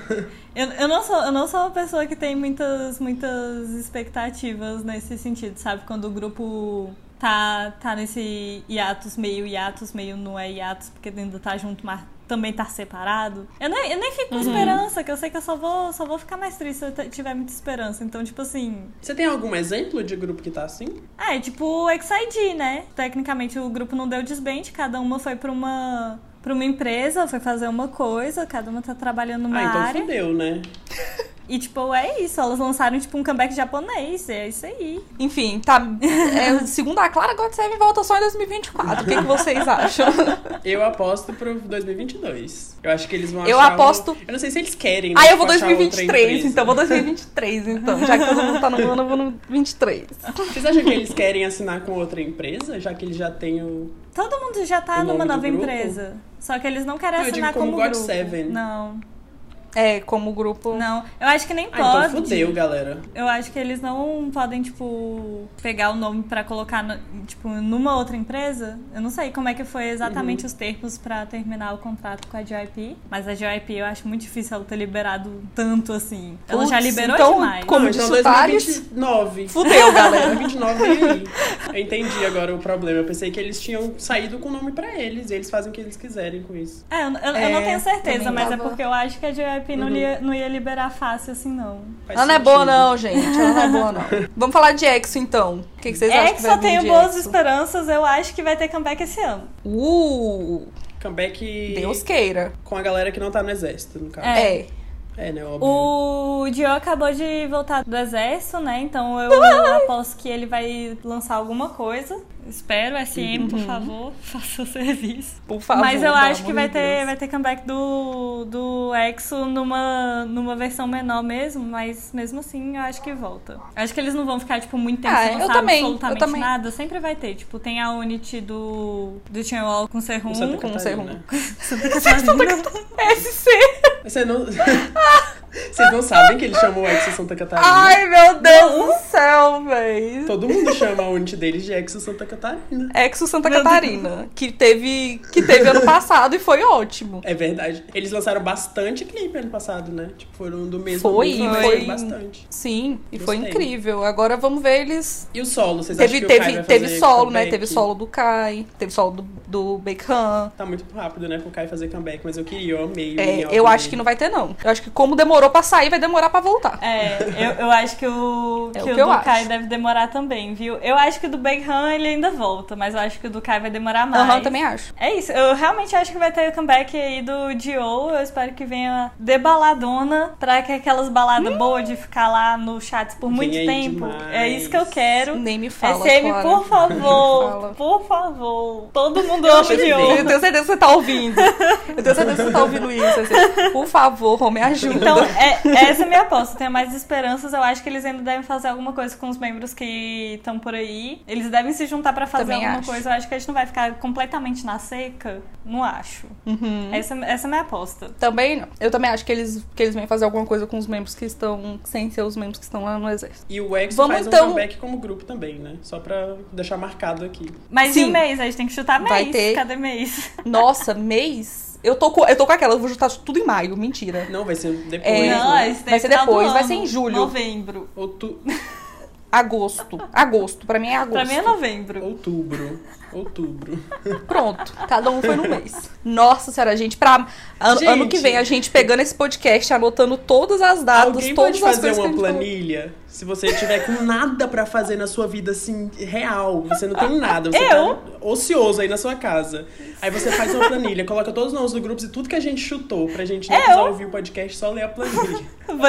Speaker 3: eu, eu não sou, eu não sou uma pessoa que tem muitas, muitas expectativas nesse sentido, sabe? Quando o grupo tá, tá nesse hiatus, meio hiatus, meio não é hiatus, porque ainda tá junto, mas também tá separado. Eu nem, eu nem fico
Speaker 1: Uhum.
Speaker 3: com esperança, que eu sei que eu só vou, só vou ficar mais triste se eu t- tiver muita esperança. Então, tipo assim,
Speaker 2: Você tem algum exemplo de grupo que tá assim?
Speaker 3: ah, é tipo o XID, né? Tecnicamente o grupo não deu desband, cada uma foi pra uma para uma empresa, foi fazer uma coisa, cada uma tá trabalhando numa
Speaker 2: ah, então
Speaker 3: área.
Speaker 2: fudeu, né?
Speaker 3: E tipo, é isso, elas lançaram tipo um comeback japonês, é isso aí.
Speaker 1: Enfim, tá. É, segundo a Clara, God Seven volta só em 2024. O que, que vocês acham?
Speaker 2: Eu aposto pro 2022. Eu acho que eles vão
Speaker 1: Eu
Speaker 2: achar
Speaker 1: aposto-
Speaker 2: um- Eu não sei se eles querem, né?
Speaker 1: Ah, eu vou
Speaker 2: tipo, achar outra
Speaker 1: 2023,
Speaker 2: empresa.
Speaker 1: então. Vou 2023, então. Já que todo mundo tá no ano, eu vou no 23.
Speaker 2: Vocês acham que eles querem assinar com outra empresa, já que eles já têm o...
Speaker 3: Todo mundo já
Speaker 2: O
Speaker 3: tá
Speaker 2: nome
Speaker 3: numa
Speaker 2: do
Speaker 3: nova
Speaker 2: grupo? Ah,
Speaker 3: empresa. Só que eles não querem
Speaker 2: Eu digo
Speaker 3: assinar
Speaker 2: como
Speaker 3: como
Speaker 2: God
Speaker 3: grupo.
Speaker 2: Seven.
Speaker 3: Não.
Speaker 1: É, como grupo.
Speaker 3: Não. Eu acho que nem
Speaker 2: Ah,
Speaker 3: pode.
Speaker 2: então fudeu, galera.
Speaker 3: Eu acho que eles não podem, tipo, pegar o nome pra colocar, no- tipo, numa outra empresa. Eu não sei como é que foi
Speaker 1: Uhum.
Speaker 3: exatamente os termos pra terminar o contrato com a JYP. Mas a JYP eu acho muito difícil ela ter liberado tanto assim. Ela já
Speaker 1: Putz,
Speaker 3: liberou
Speaker 1: então,
Speaker 3: demais.
Speaker 1: Como
Speaker 2: Ah,
Speaker 1: de
Speaker 2: então
Speaker 1: sotares?
Speaker 2: 2029.
Speaker 1: Fudeu, galera.
Speaker 2: 2029 vem aí. Eu entendi agora o problema. Eu pensei que eles tinham saído com o nome pra eles. E eles fazem o que eles quiserem com isso.
Speaker 3: É, eu, eu- eu
Speaker 1: É,
Speaker 3: não tenho certeza,
Speaker 1: também
Speaker 3: mas é
Speaker 1: tava-
Speaker 3: porque eu acho que a JYP não,
Speaker 2: Uhum.
Speaker 3: ia, não ia liberar fácil assim, não.
Speaker 2: Faz
Speaker 1: Ela não é
Speaker 2: sentido.
Speaker 1: boa, não, gente. Ela não é boa, não. Vamos falar de EXO, então. O que, que vocês acham
Speaker 3: É
Speaker 1: que
Speaker 3: que
Speaker 1: vai
Speaker 3: só
Speaker 1: vir
Speaker 3: tenho
Speaker 1: de
Speaker 3: boas
Speaker 1: EXO?
Speaker 3: esperanças, eu acho que vai ter comeback esse ano.
Speaker 1: Uh,
Speaker 2: Comeback
Speaker 1: Deus queira.
Speaker 2: com a galera que não tá no exército, no caso.
Speaker 3: É.
Speaker 1: é.
Speaker 2: É, né? Óbvio.
Speaker 3: O Dio acabou de voltar do exército, né? Então eu aposto que ele vai lançar alguma coisa. Espero, SM, por favor, faça o serviço.
Speaker 1: Por favor.
Speaker 3: Mas eu
Speaker 1: pelo
Speaker 3: acho
Speaker 1: amor
Speaker 3: que
Speaker 1: de
Speaker 3: vai ter,
Speaker 1: Deus.
Speaker 3: vai ter comeback do, do EXO numa, numa versão menor mesmo, mas mesmo assim eu acho que volta. Acho que eles não vão ficar, tipo, muito tempo
Speaker 1: Ah,
Speaker 3: sem
Speaker 1: eu
Speaker 3: lançar
Speaker 1: também, eu
Speaker 3: absolutamente
Speaker 1: também.
Speaker 3: nada. Sempre vai ter. Tipo, tem a Unity do, do Chainwall com Serum.
Speaker 2: Com Santa
Speaker 1: com
Speaker 2: Catarina.
Speaker 1: Serum.
Speaker 3: Santa Catarina.
Speaker 1: SC.
Speaker 2: Você não... Vocês não sabem que ele chamou o Exo Santa Catarina?
Speaker 1: Ai, meu Deus do céu, véi.
Speaker 2: Todo mundo chama a unidade deles de Exo Santa Catarina.
Speaker 1: Exo Santa Catarina, que teve, que teve ano passado e foi ótimo.
Speaker 2: É verdade. Eles lançaram bastante clipe ano passado, né? Tipo, foram do mesmo
Speaker 1: Foi,
Speaker 2: grupo, mas
Speaker 1: foi.
Speaker 2: bastante.
Speaker 1: Sim, e foi
Speaker 2: Gostei.
Speaker 1: incrível. Agora vamos ver eles.
Speaker 2: E o solo, vocês acham
Speaker 1: Teve,
Speaker 2: que o Kai
Speaker 1: teve,
Speaker 2: vai
Speaker 1: teve
Speaker 2: fazer
Speaker 1: solo, né?
Speaker 2: comeback?
Speaker 1: Teve solo do Kai, teve solo do, do Beckham.
Speaker 2: Tá muito rápido, né, pro Kai fazer comeback, mas eu queria, eu amei.
Speaker 1: É, eu acho que não vai ter, não. Eu acho que como demorou pra sair, vai demorar pra voltar.
Speaker 3: É, eu, eu acho que o,
Speaker 1: É
Speaker 3: que
Speaker 1: o
Speaker 3: o
Speaker 1: que eu
Speaker 3: do Kai
Speaker 1: acho.
Speaker 3: deve demorar também, viu? Eu acho que o do Beckham ele ainda volta, mas eu acho que o do Kai vai demorar mais.
Speaker 1: Aham, também acho.
Speaker 3: É isso, eu realmente acho que vai ter o comeback aí do Dio. Eu espero que venha de baladona pra que aquelas baladas
Speaker 1: Hum.
Speaker 3: boas de ficar lá no chat por muito
Speaker 2: aí
Speaker 3: tempo.
Speaker 2: demais.
Speaker 3: É isso que eu quero.
Speaker 1: Nem me fala,
Speaker 3: SM,
Speaker 1: Clara.
Speaker 3: por
Speaker 1: Fala.
Speaker 3: favor, por favor. Todo mundo
Speaker 1: Eu
Speaker 3: ama
Speaker 1: acho
Speaker 3: o
Speaker 1: que
Speaker 3: Dio.
Speaker 1: sim. Eu tenho certeza que você tá ouvindo. Eu tenho certeza que você tá ouvindo isso. assim. Por favor, Rô, me ajuda.
Speaker 3: Então, é- essa é a minha aposta. Tenho mais esperanças. Eu acho que eles ainda devem fazer alguma coisa com os membros que estão por aí. Eles devem se juntar pra fazer
Speaker 1: Também
Speaker 3: alguma
Speaker 1: acho.
Speaker 3: coisa. Eu acho que a gente não vai ficar completamente na seca. Não acho.
Speaker 1: Uhum.
Speaker 3: Essa, essa é a minha aposta.
Speaker 1: Também não. Eu também acho que eles, que eles vêm fazer alguma coisa com os membros que estão. sem ser os membros que estão lá no exército.
Speaker 2: E o X
Speaker 1: Vamos
Speaker 2: faz
Speaker 1: então-
Speaker 2: um comeback como grupo também, né? Só pra deixar marcado aqui.
Speaker 3: Mas
Speaker 1: Sim.
Speaker 3: em mês, a gente tem que chutar mês.
Speaker 1: Vai ter.
Speaker 3: Cadê mês?
Speaker 1: Nossa, mês? Eu tô, com, eu tô com aquela, eu vou juntar tudo em maio, mentira.
Speaker 2: Não, vai ser depois.
Speaker 1: É,
Speaker 3: não,
Speaker 2: né?
Speaker 3: esse tem
Speaker 1: Vai ser
Speaker 3: final do
Speaker 1: depois, vai
Speaker 3: ano,
Speaker 1: ser em julho.
Speaker 3: Novembro.
Speaker 2: Outu-
Speaker 1: Agosto. Agosto, pra mim é agosto.
Speaker 3: Pra mim é novembro.
Speaker 2: Outubro. Outubro.
Speaker 1: Pronto, cada um foi num mês. Nossa senhora, gente, pra an-
Speaker 2: Gente.
Speaker 1: ano que vem a gente pegando esse podcast, anotando todas as datas,
Speaker 2: Alguém
Speaker 1: todas
Speaker 2: pode
Speaker 1: as
Speaker 2: fazer
Speaker 1: coisas que a
Speaker 2: uma
Speaker 1: gente falou.
Speaker 2: planilha? Se você tiver com nada pra fazer na sua vida, assim, real, você não tem nada, você
Speaker 3: Eu?
Speaker 2: tá ocioso aí na sua casa. Aí você faz uma planilha, coloca todos os nomes do grupo e tudo que a gente chutou, pra gente
Speaker 1: É,
Speaker 2: não precisar ouvir o podcast, só ler a planilha.
Speaker 3: Vou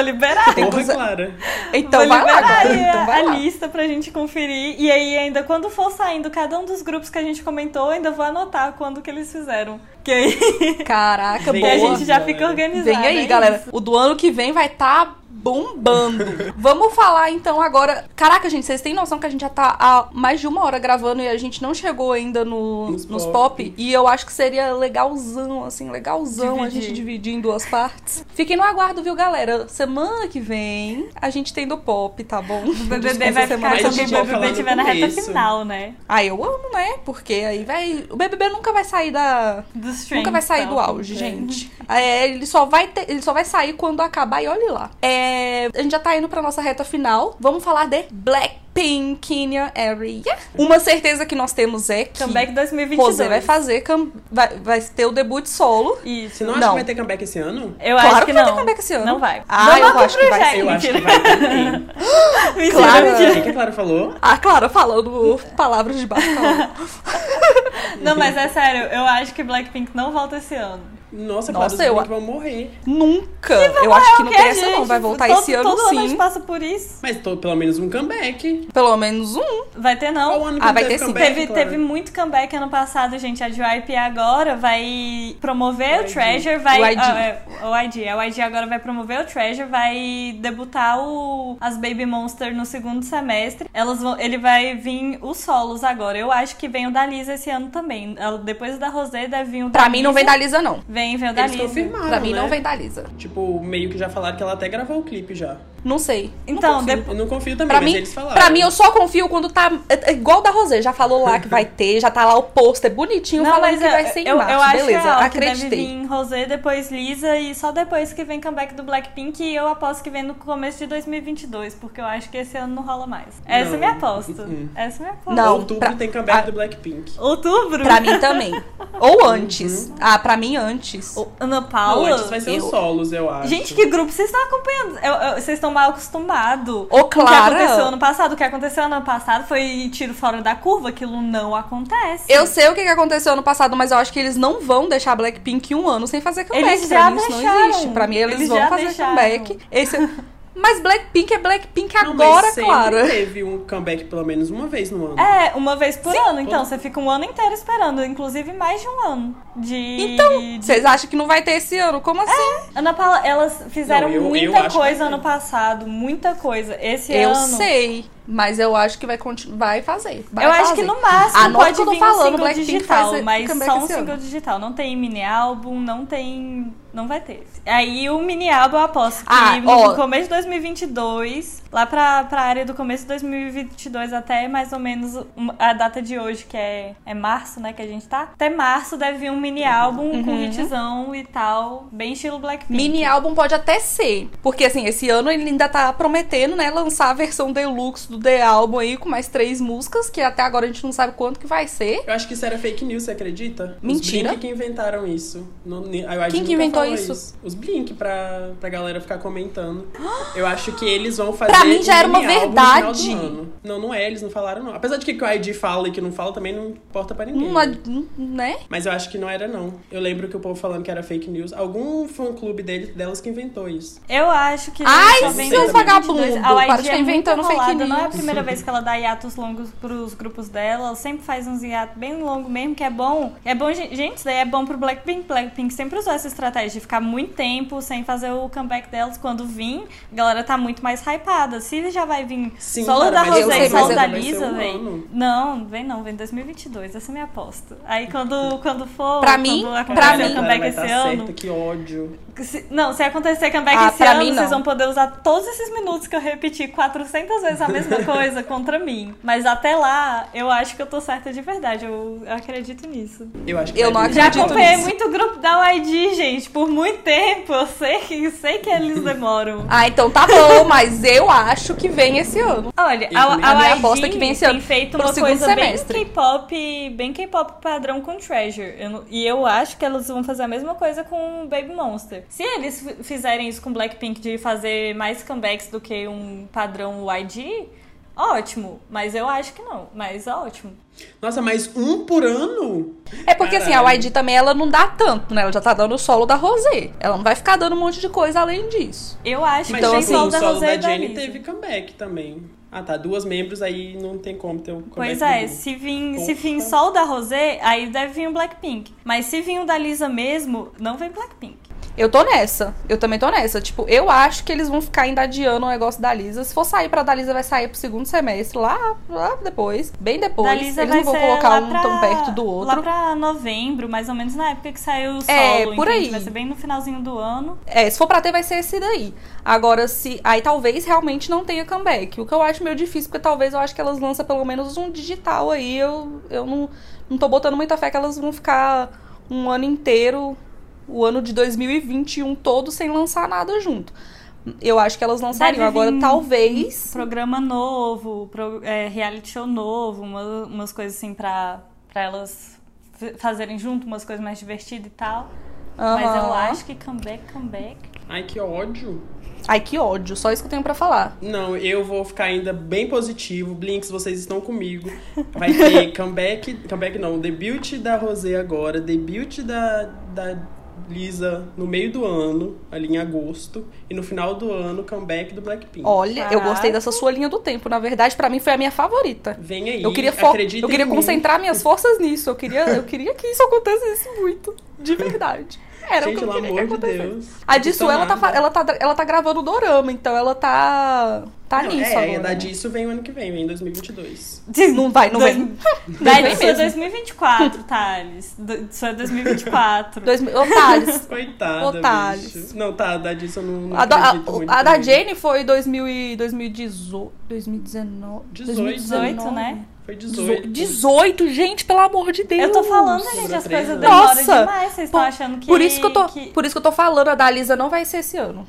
Speaker 3: liberar.
Speaker 1: Tem que
Speaker 2: Porra,
Speaker 1: usar-
Speaker 2: Clara.
Speaker 1: Então
Speaker 3: Vou
Speaker 1: vai lá,
Speaker 3: liberar
Speaker 1: galera,
Speaker 3: aí a-
Speaker 1: então vai
Speaker 3: a
Speaker 1: lá.
Speaker 3: lista pra gente conferir. E aí, ainda quando for saindo cada um dos grupos que a gente comentou, eu ainda vou anotar quando que eles fizeram. Que aí
Speaker 1: Caraca,
Speaker 2: Vem
Speaker 3: que a
Speaker 2: aí,
Speaker 1: boa.
Speaker 3: gente já
Speaker 2: galera.
Speaker 3: fica organizada.
Speaker 1: Vem
Speaker 3: é
Speaker 1: aí,
Speaker 3: isso.
Speaker 1: galera. O do ano que vem vai tá bombando. Vamos falar então agora. Caraca, gente, vocês têm noção que a gente já tá há mais de uma hora gravando e a gente não chegou ainda no, nos,
Speaker 2: Nos
Speaker 1: pop.
Speaker 2: pop.
Speaker 1: E eu acho que seria legalzão, assim, legalzão a
Speaker 3: Dividir.
Speaker 1: gente dividir em duas partes. Fiquem no aguardo, viu, galera? Semana que vem a gente tem do pop, tá bom?
Speaker 3: O BBB vai ficar
Speaker 2: Mas
Speaker 3: quando
Speaker 2: a
Speaker 3: o
Speaker 2: gente vai falar
Speaker 3: BBB
Speaker 2: no
Speaker 3: tiver na reta
Speaker 2: começo.
Speaker 3: final, né?
Speaker 1: Ah, eu amo, né? Porque aí vai. O BBB nunca vai sair da.
Speaker 3: Dos
Speaker 1: Nunca vai sair
Speaker 3: então.
Speaker 1: do
Speaker 3: é.
Speaker 1: auge, gente. É, ele, só vai ter- ele só vai sair quando acabar e olhe lá. É, a gente já tá indo pra nossa reta final. Vamos falar de Blackpink in your area. Uma certeza que nós temos é que
Speaker 3: Comeback 2022.
Speaker 1: Rosé vai fazer, cam- vai, vai ter o debut solo.
Speaker 3: Isso.
Speaker 2: Você não acha
Speaker 1: Não.
Speaker 2: que vai ter comeback esse ano?
Speaker 3: Eu
Speaker 1: Claro
Speaker 3: acho
Speaker 1: que
Speaker 3: que
Speaker 1: vai ter
Speaker 3: não.
Speaker 1: comeback esse ano.
Speaker 3: Não vai.
Speaker 1: Ah,
Speaker 3: Não
Speaker 1: eu
Speaker 3: vai
Speaker 1: acho que vai
Speaker 3: projeto,
Speaker 1: sim.
Speaker 2: Eu acho que
Speaker 3: mentira.
Speaker 2: vai ter. sim.
Speaker 3: Mentira,
Speaker 1: Claro.
Speaker 2: O
Speaker 3: mentira.
Speaker 2: que que a Clara falou?
Speaker 1: A Clara Ah, falando palavras de bacana.
Speaker 3: Não, mas é sério, eu acho que Blackpink não volta esse ano.
Speaker 2: Nossa, Clara,
Speaker 1: Nossa,
Speaker 2: os eu...
Speaker 1: eu-
Speaker 2: vão morrer.
Speaker 1: Nunca. Eu acho que não
Speaker 3: Que
Speaker 1: tem
Speaker 3: a
Speaker 1: essa,
Speaker 3: gente-
Speaker 1: não. Vai voltar
Speaker 3: todo,
Speaker 1: esse ano,
Speaker 3: todo Ano a
Speaker 1: sim.
Speaker 3: gente passa por isso.
Speaker 2: Mas tô, pelo menos um comeback.
Speaker 1: Pelo menos um.
Speaker 3: Vai ter não.
Speaker 2: Qual ano que
Speaker 1: Ah,
Speaker 2: não
Speaker 1: vai
Speaker 2: teve
Speaker 1: ter sim.
Speaker 2: comeback,
Speaker 3: Teve,
Speaker 2: Clara?
Speaker 3: teve muito comeback ano passado, gente. A JYP agora vai
Speaker 2: YG.
Speaker 3: promover o Treasure, vai.
Speaker 1: O YG.
Speaker 3: ah, é, o YG. A YG agora vai promover o Treasure, vai debutar o, as Baby Monster no segundo semestre. Elas vão, ele vai vir os solos agora. Eu acho que vem o da Lisa esse ano também. Ela- Depois da Rosé deve vir o da
Speaker 1: Pra mim não vem
Speaker 3: Lisa.
Speaker 1: da Lisa, não.
Speaker 3: Vem, vem o da
Speaker 2: Eles
Speaker 3: Lisa.
Speaker 2: confirmaram,
Speaker 1: Pra mim
Speaker 2: né?
Speaker 1: não vem da Lisa.
Speaker 2: Tipo, meio que já falaram que ela até gravou o clipe já.
Speaker 1: Não sei. Não
Speaker 3: Então,
Speaker 1: confio.
Speaker 3: depois.
Speaker 2: Eu não confio também,
Speaker 1: Pra
Speaker 2: mas
Speaker 1: mim,
Speaker 2: eles falaram.
Speaker 1: pra mim, eu só confio quando tá. é- é igual da Rosé, já falou lá que vai ter, já tá lá o pôster bonitinho falando que vai ser em
Speaker 3: é, eu,
Speaker 1: março.
Speaker 3: eu acho
Speaker 1: Beleza,
Speaker 3: que, é
Speaker 1: acreditei.
Speaker 3: Que deve vir Rosé, depois Lisa e só depois que vem comeback do Blackpink e eu aposto que vem no começo de 2022, porque eu acho que esse ano não rola mais. Essa é
Speaker 2: Não.
Speaker 3: minha aposta.
Speaker 2: Uhum.
Speaker 3: Essa é minha aposta.
Speaker 1: Não,
Speaker 2: Outubro
Speaker 1: pra-
Speaker 2: tem comeback
Speaker 1: ah.
Speaker 2: do Blackpink.
Speaker 3: Outubro?
Speaker 1: Pra mim também. Ou antes. Ah, pra mim antes.
Speaker 3: Uhum. O- Ana
Speaker 2: Não,
Speaker 3: Paula?
Speaker 2: antes vai ser
Speaker 1: eu-
Speaker 2: os solos, eu acho.
Speaker 3: Gente, que grupo vocês estão acompanhando? Eu- eu- Vocês estão mal acostumados.
Speaker 1: Ô, Clara.
Speaker 3: O que aconteceu ano passado? O que aconteceu ano passado foi tiro fora da curva, aquilo não acontece.
Speaker 1: Eu sei o que que aconteceu ano passado, mas eu acho que eles não vão deixar a Blackpink um ano sem fazer comeback.
Speaker 3: Eles
Speaker 1: pra
Speaker 3: já
Speaker 1: mim, isso não
Speaker 3: deixaram.
Speaker 1: existe. Pra mim, eles,
Speaker 3: Eles
Speaker 1: vão
Speaker 3: já
Speaker 1: fazer
Speaker 3: deixaram.
Speaker 1: comeback. Esse... é- Mas Blackpink é Blackpink
Speaker 2: Não, mas
Speaker 1: agora,
Speaker 2: sempre
Speaker 1: Clara.
Speaker 2: teve um comeback pelo menos uma vez no ano.
Speaker 3: É, uma vez por ano. Então,
Speaker 2: Todo-
Speaker 3: você fica um ano inteiro esperando. Inclusive, mais de um ano. De...
Speaker 1: Então,
Speaker 3: de-
Speaker 1: vocês acham que não vai ter esse ano? Como
Speaker 3: É,
Speaker 1: assim?
Speaker 3: Ana Paula, elas fizeram
Speaker 2: Não, eu- eu
Speaker 3: muita
Speaker 2: acho que
Speaker 3: coisa
Speaker 2: vai ter.
Speaker 3: ano passado, muita coisa. Esse
Speaker 1: eu
Speaker 3: ano.
Speaker 1: sei. Mas eu acho que vai, continu- vai fazer. Vai
Speaker 3: Eu acho
Speaker 1: fazer.
Speaker 3: que no máximo
Speaker 1: Anota o que
Speaker 3: pode
Speaker 1: eu tô
Speaker 3: vir
Speaker 1: falando,
Speaker 3: um single
Speaker 1: Blackpink
Speaker 3: digital,
Speaker 1: faz
Speaker 3: mas
Speaker 1: comeback
Speaker 3: só um
Speaker 1: esse
Speaker 3: single
Speaker 1: ano.
Speaker 3: digital. Não tem mini álbum, não tem. Não vai ter. Aí o mini álbum eu aposto que
Speaker 1: Ah,
Speaker 3: no
Speaker 1: ó.
Speaker 3: começo de 2022, lá pra, pra área do começo de 2022 até mais ou menos um- a data de hoje, que é, é março, né, que a gente tá. Até março deve vir um mini
Speaker 1: Uhum.
Speaker 3: álbum com hitzão e tal, bem estilo Blackpink.
Speaker 1: Mini álbum pode até ser. Porque, assim, esse ano ele ainda tá prometendo, né, lançar a versão deluxe do The Album aí, com mais três músicas, que até agora a gente não sabe quanto que vai ser.
Speaker 2: Eu acho que isso era fake news, você acredita?
Speaker 1: Mentira.
Speaker 2: Os Blink que inventaram isso. No- ni- a
Speaker 1: Quem
Speaker 2: YG
Speaker 1: que
Speaker 2: nunca
Speaker 1: inventou
Speaker 2: falou
Speaker 1: isso?
Speaker 2: Os Blink, pra, pra galera ficar comentando. Eu acho que eles vão fazer.
Speaker 1: Pra mim já
Speaker 2: um
Speaker 1: era uma
Speaker 2: mini álbum no final do
Speaker 1: verdade.
Speaker 2: ano. Não, não é, eles não falaram, não. Apesar de que o ID fala e que não fala, também não importa pra ninguém.
Speaker 1: Uma,
Speaker 2: né?
Speaker 3: Hum.
Speaker 1: né?
Speaker 2: Mas eu acho que não era, não. Eu lembro que o povo falando que era fake news. Algum fã-clube dele, delas que inventou isso.
Speaker 3: Eu acho que.
Speaker 1: Ai,
Speaker 3: só vem
Speaker 2: seu
Speaker 3: 2022.
Speaker 1: vagabundo,
Speaker 3: A YG
Speaker 1: para de ficar
Speaker 3: é muito
Speaker 1: inventando fake
Speaker 3: enrolada, Não é é a primeira vez que ela dá hiatos longos pros grupos dela. Ela sempre faz uns hiatos bem longos mesmo, que é bom. É bom, gen- gente, isso daí é bom pro Blackpink. Blackpink sempre usou essa estratégia de ficar muito tempo sem fazer o comeback delas. Quando vir, a galera tá muito mais hypada. Se já vai vir
Speaker 2: Sim,
Speaker 3: solo da
Speaker 2: cara, mas eu
Speaker 3: Rosé e
Speaker 2: sei, mas
Speaker 3: solo
Speaker 2: eu-
Speaker 3: da
Speaker 2: vai ser
Speaker 3: Lisa,
Speaker 2: um
Speaker 3: véi.
Speaker 2: ano.
Speaker 3: Não, vem não, vem 2022, essa é a minha aposta. Aí quando, quando for,
Speaker 1: Pra
Speaker 3: quando
Speaker 1: mim,
Speaker 3: acontecer
Speaker 1: pra
Speaker 3: o
Speaker 1: mim-
Speaker 3: comeback
Speaker 2: vai
Speaker 3: esse
Speaker 2: tá
Speaker 3: ano,
Speaker 2: certa, que ódio.
Speaker 3: se- não, se acontecer comeback
Speaker 1: Ah,
Speaker 3: esse
Speaker 1: pra
Speaker 3: ano,
Speaker 1: mim, não.
Speaker 3: vocês vão poder usar todos esses minutos que eu repeti 400 vezes a mesma coisa contra mim. Mas até lá, eu acho que eu tô certa de verdade. Eu, eu acredito nisso.
Speaker 2: Eu acho que
Speaker 1: Eu
Speaker 2: vai
Speaker 1: não
Speaker 2: vir.
Speaker 3: Já
Speaker 1: acredito
Speaker 3: acompanhei
Speaker 1: nisso.
Speaker 3: muito o grupo da YG, gente, por muito tempo. Eu sei que, sei que eles demoram.
Speaker 1: Ah, então tá bom, mas eu acho que vem esse ano.
Speaker 3: Olha,
Speaker 2: E
Speaker 3: a,
Speaker 2: também-
Speaker 3: a,
Speaker 1: A minha
Speaker 3: YG
Speaker 1: aposta é que vem esse
Speaker 3: tem
Speaker 1: ano,
Speaker 3: feito
Speaker 1: pro
Speaker 3: uma
Speaker 1: segundo
Speaker 3: coisa
Speaker 1: semestre.
Speaker 3: bem K-pop, bem K-pop padrão com Treasure. Eu não- e eu acho que elas vão fazer a mesma coisa com Baby Monster. Se eles fi- fizerem isso com Blackpink de fazer mais comebacks do que um padrão YG, ótimo. Mas eu acho que não. Mas ótimo.
Speaker 2: Nossa, mas um por ano?
Speaker 1: É porque assim, a
Speaker 2: Caralho.
Speaker 1: YG também ela não dá tanto, né? Ela já tá dando o solo da Rosé. Ela não vai ficar dando um monte de coisa além disso.
Speaker 3: Eu acho
Speaker 2: Mas
Speaker 3: que tem
Speaker 1: assim,
Speaker 2: tipo,
Speaker 3: solo
Speaker 2: o
Speaker 3: da
Speaker 2: solo
Speaker 3: Rosé
Speaker 2: da
Speaker 3: e da
Speaker 2: Jenny
Speaker 3: Lisa.
Speaker 2: teve comeback também. Ah tá, duas membros aí não tem como ter um comeback.
Speaker 3: Pois é,
Speaker 2: do-
Speaker 3: se vir,
Speaker 2: Poxa.
Speaker 3: se vir só o da Rosé, aí deve vir o Blackpink. Mas se vir o da Lisa mesmo, não vem Blackpink.
Speaker 1: Eu tô nessa. Eu também tô nessa. Tipo, eu acho que eles vão ficar ainda adiando o negócio da Lisa. Se for sair pra da Lisa, vai sair pro segundo semestre, lá, lá depois. Bem depois.
Speaker 3: Da Lisa
Speaker 1: eles não vão
Speaker 3: vai ser
Speaker 1: colocar
Speaker 3: lá
Speaker 1: um
Speaker 3: pra-
Speaker 1: tão perto do
Speaker 3: Lá
Speaker 1: outro.
Speaker 3: pra novembro, mais ou menos na época que saiu o solo.
Speaker 1: É, por
Speaker 3: entende?
Speaker 1: aí.
Speaker 3: Vai ser bem no finalzinho do ano.
Speaker 1: É, se for pra ter, vai ser esse daí. Agora, se. Aí talvez realmente não tenha comeback. O que eu acho meio difícil, porque talvez eu acho que elas lançam pelo menos um digital aí. Eu, eu não, não tô botando muita fé que elas vão ficar um ano inteiro, o ano de 2021 todo, sem lançar nada junto. Eu acho que elas lançariam.
Speaker 3: Deve
Speaker 1: Agora,
Speaker 3: vir
Speaker 1: talvez.
Speaker 3: Programa novo, pro- é, reality show novo, uma- umas coisas assim pra, pra elas f- fazerem junto, umas coisas mais divertidas e tal. Mas eu
Speaker 1: Aham.
Speaker 3: acho que comeback, comeback.
Speaker 2: Ai, que ódio.
Speaker 1: Ai, que ódio. Só isso que eu tenho pra falar.
Speaker 2: Não, eu vou ficar ainda bem positivo. Blinks, vocês estão comigo. Vai ter comeback. Comeback não, debut da Rosé agora, debut da, da Lisa no meio do ano, ali em agosto. E no final do ano, comeback do Blackpink.
Speaker 1: Olha, eu
Speaker 3: Caraca.
Speaker 1: gostei dessa sua linha do tempo. Na verdade, pra mim foi a minha favorita.
Speaker 2: Vem aí.
Speaker 1: Eu queria, fo-
Speaker 2: acreditem
Speaker 1: eu queria
Speaker 2: em mim.
Speaker 1: concentrar minhas forças nisso. Eu queria, eu queria que isso acontecesse muito. De verdade. Era
Speaker 2: Gente,
Speaker 1: o que eu
Speaker 2: pelo
Speaker 1: queria
Speaker 2: amor
Speaker 1: que
Speaker 2: de
Speaker 1: acontecesse.
Speaker 2: Deus.
Speaker 1: A Disso, ela tá, fa-
Speaker 2: falando.
Speaker 1: ela, tá, ela tá gravando o dorama, então ela tá. tá
Speaker 2: Não,
Speaker 1: nisso
Speaker 2: é,
Speaker 1: agora.
Speaker 2: da
Speaker 1: né?
Speaker 2: disso vem o ano que vem, vem em 2022.
Speaker 1: Não vai, não
Speaker 3: Dois-
Speaker 1: vem.
Speaker 3: Daí
Speaker 1: vem
Speaker 3: isso é
Speaker 1: mesmo.
Speaker 3: 2024, Thales. Do- Isso é 2024.
Speaker 1: Dois mil- Ô, Thales.
Speaker 2: Coitada,
Speaker 1: Ô, Thales.
Speaker 2: bicho. Não, tá, da disso eu não, não
Speaker 1: A, do- a-
Speaker 2: acredito muito
Speaker 1: a da
Speaker 2: também.
Speaker 1: Jane foi 2000 e 2018. 2019.
Speaker 3: 18, né?
Speaker 2: Foi
Speaker 1: 18.
Speaker 2: 18.
Speaker 1: 18, gente, pelo amor de Deus.
Speaker 3: Eu tô falando, gente,
Speaker 2: Sobrou
Speaker 3: as
Speaker 2: três
Speaker 3: coisas
Speaker 2: anos.
Speaker 3: demoram
Speaker 1: Nossa!
Speaker 3: demais. Vocês estão
Speaker 1: Por-
Speaker 3: achando que.
Speaker 1: por, isso que eu tô,
Speaker 3: que-
Speaker 1: por isso que eu tô falando, a da Lisa não vai ser esse ano.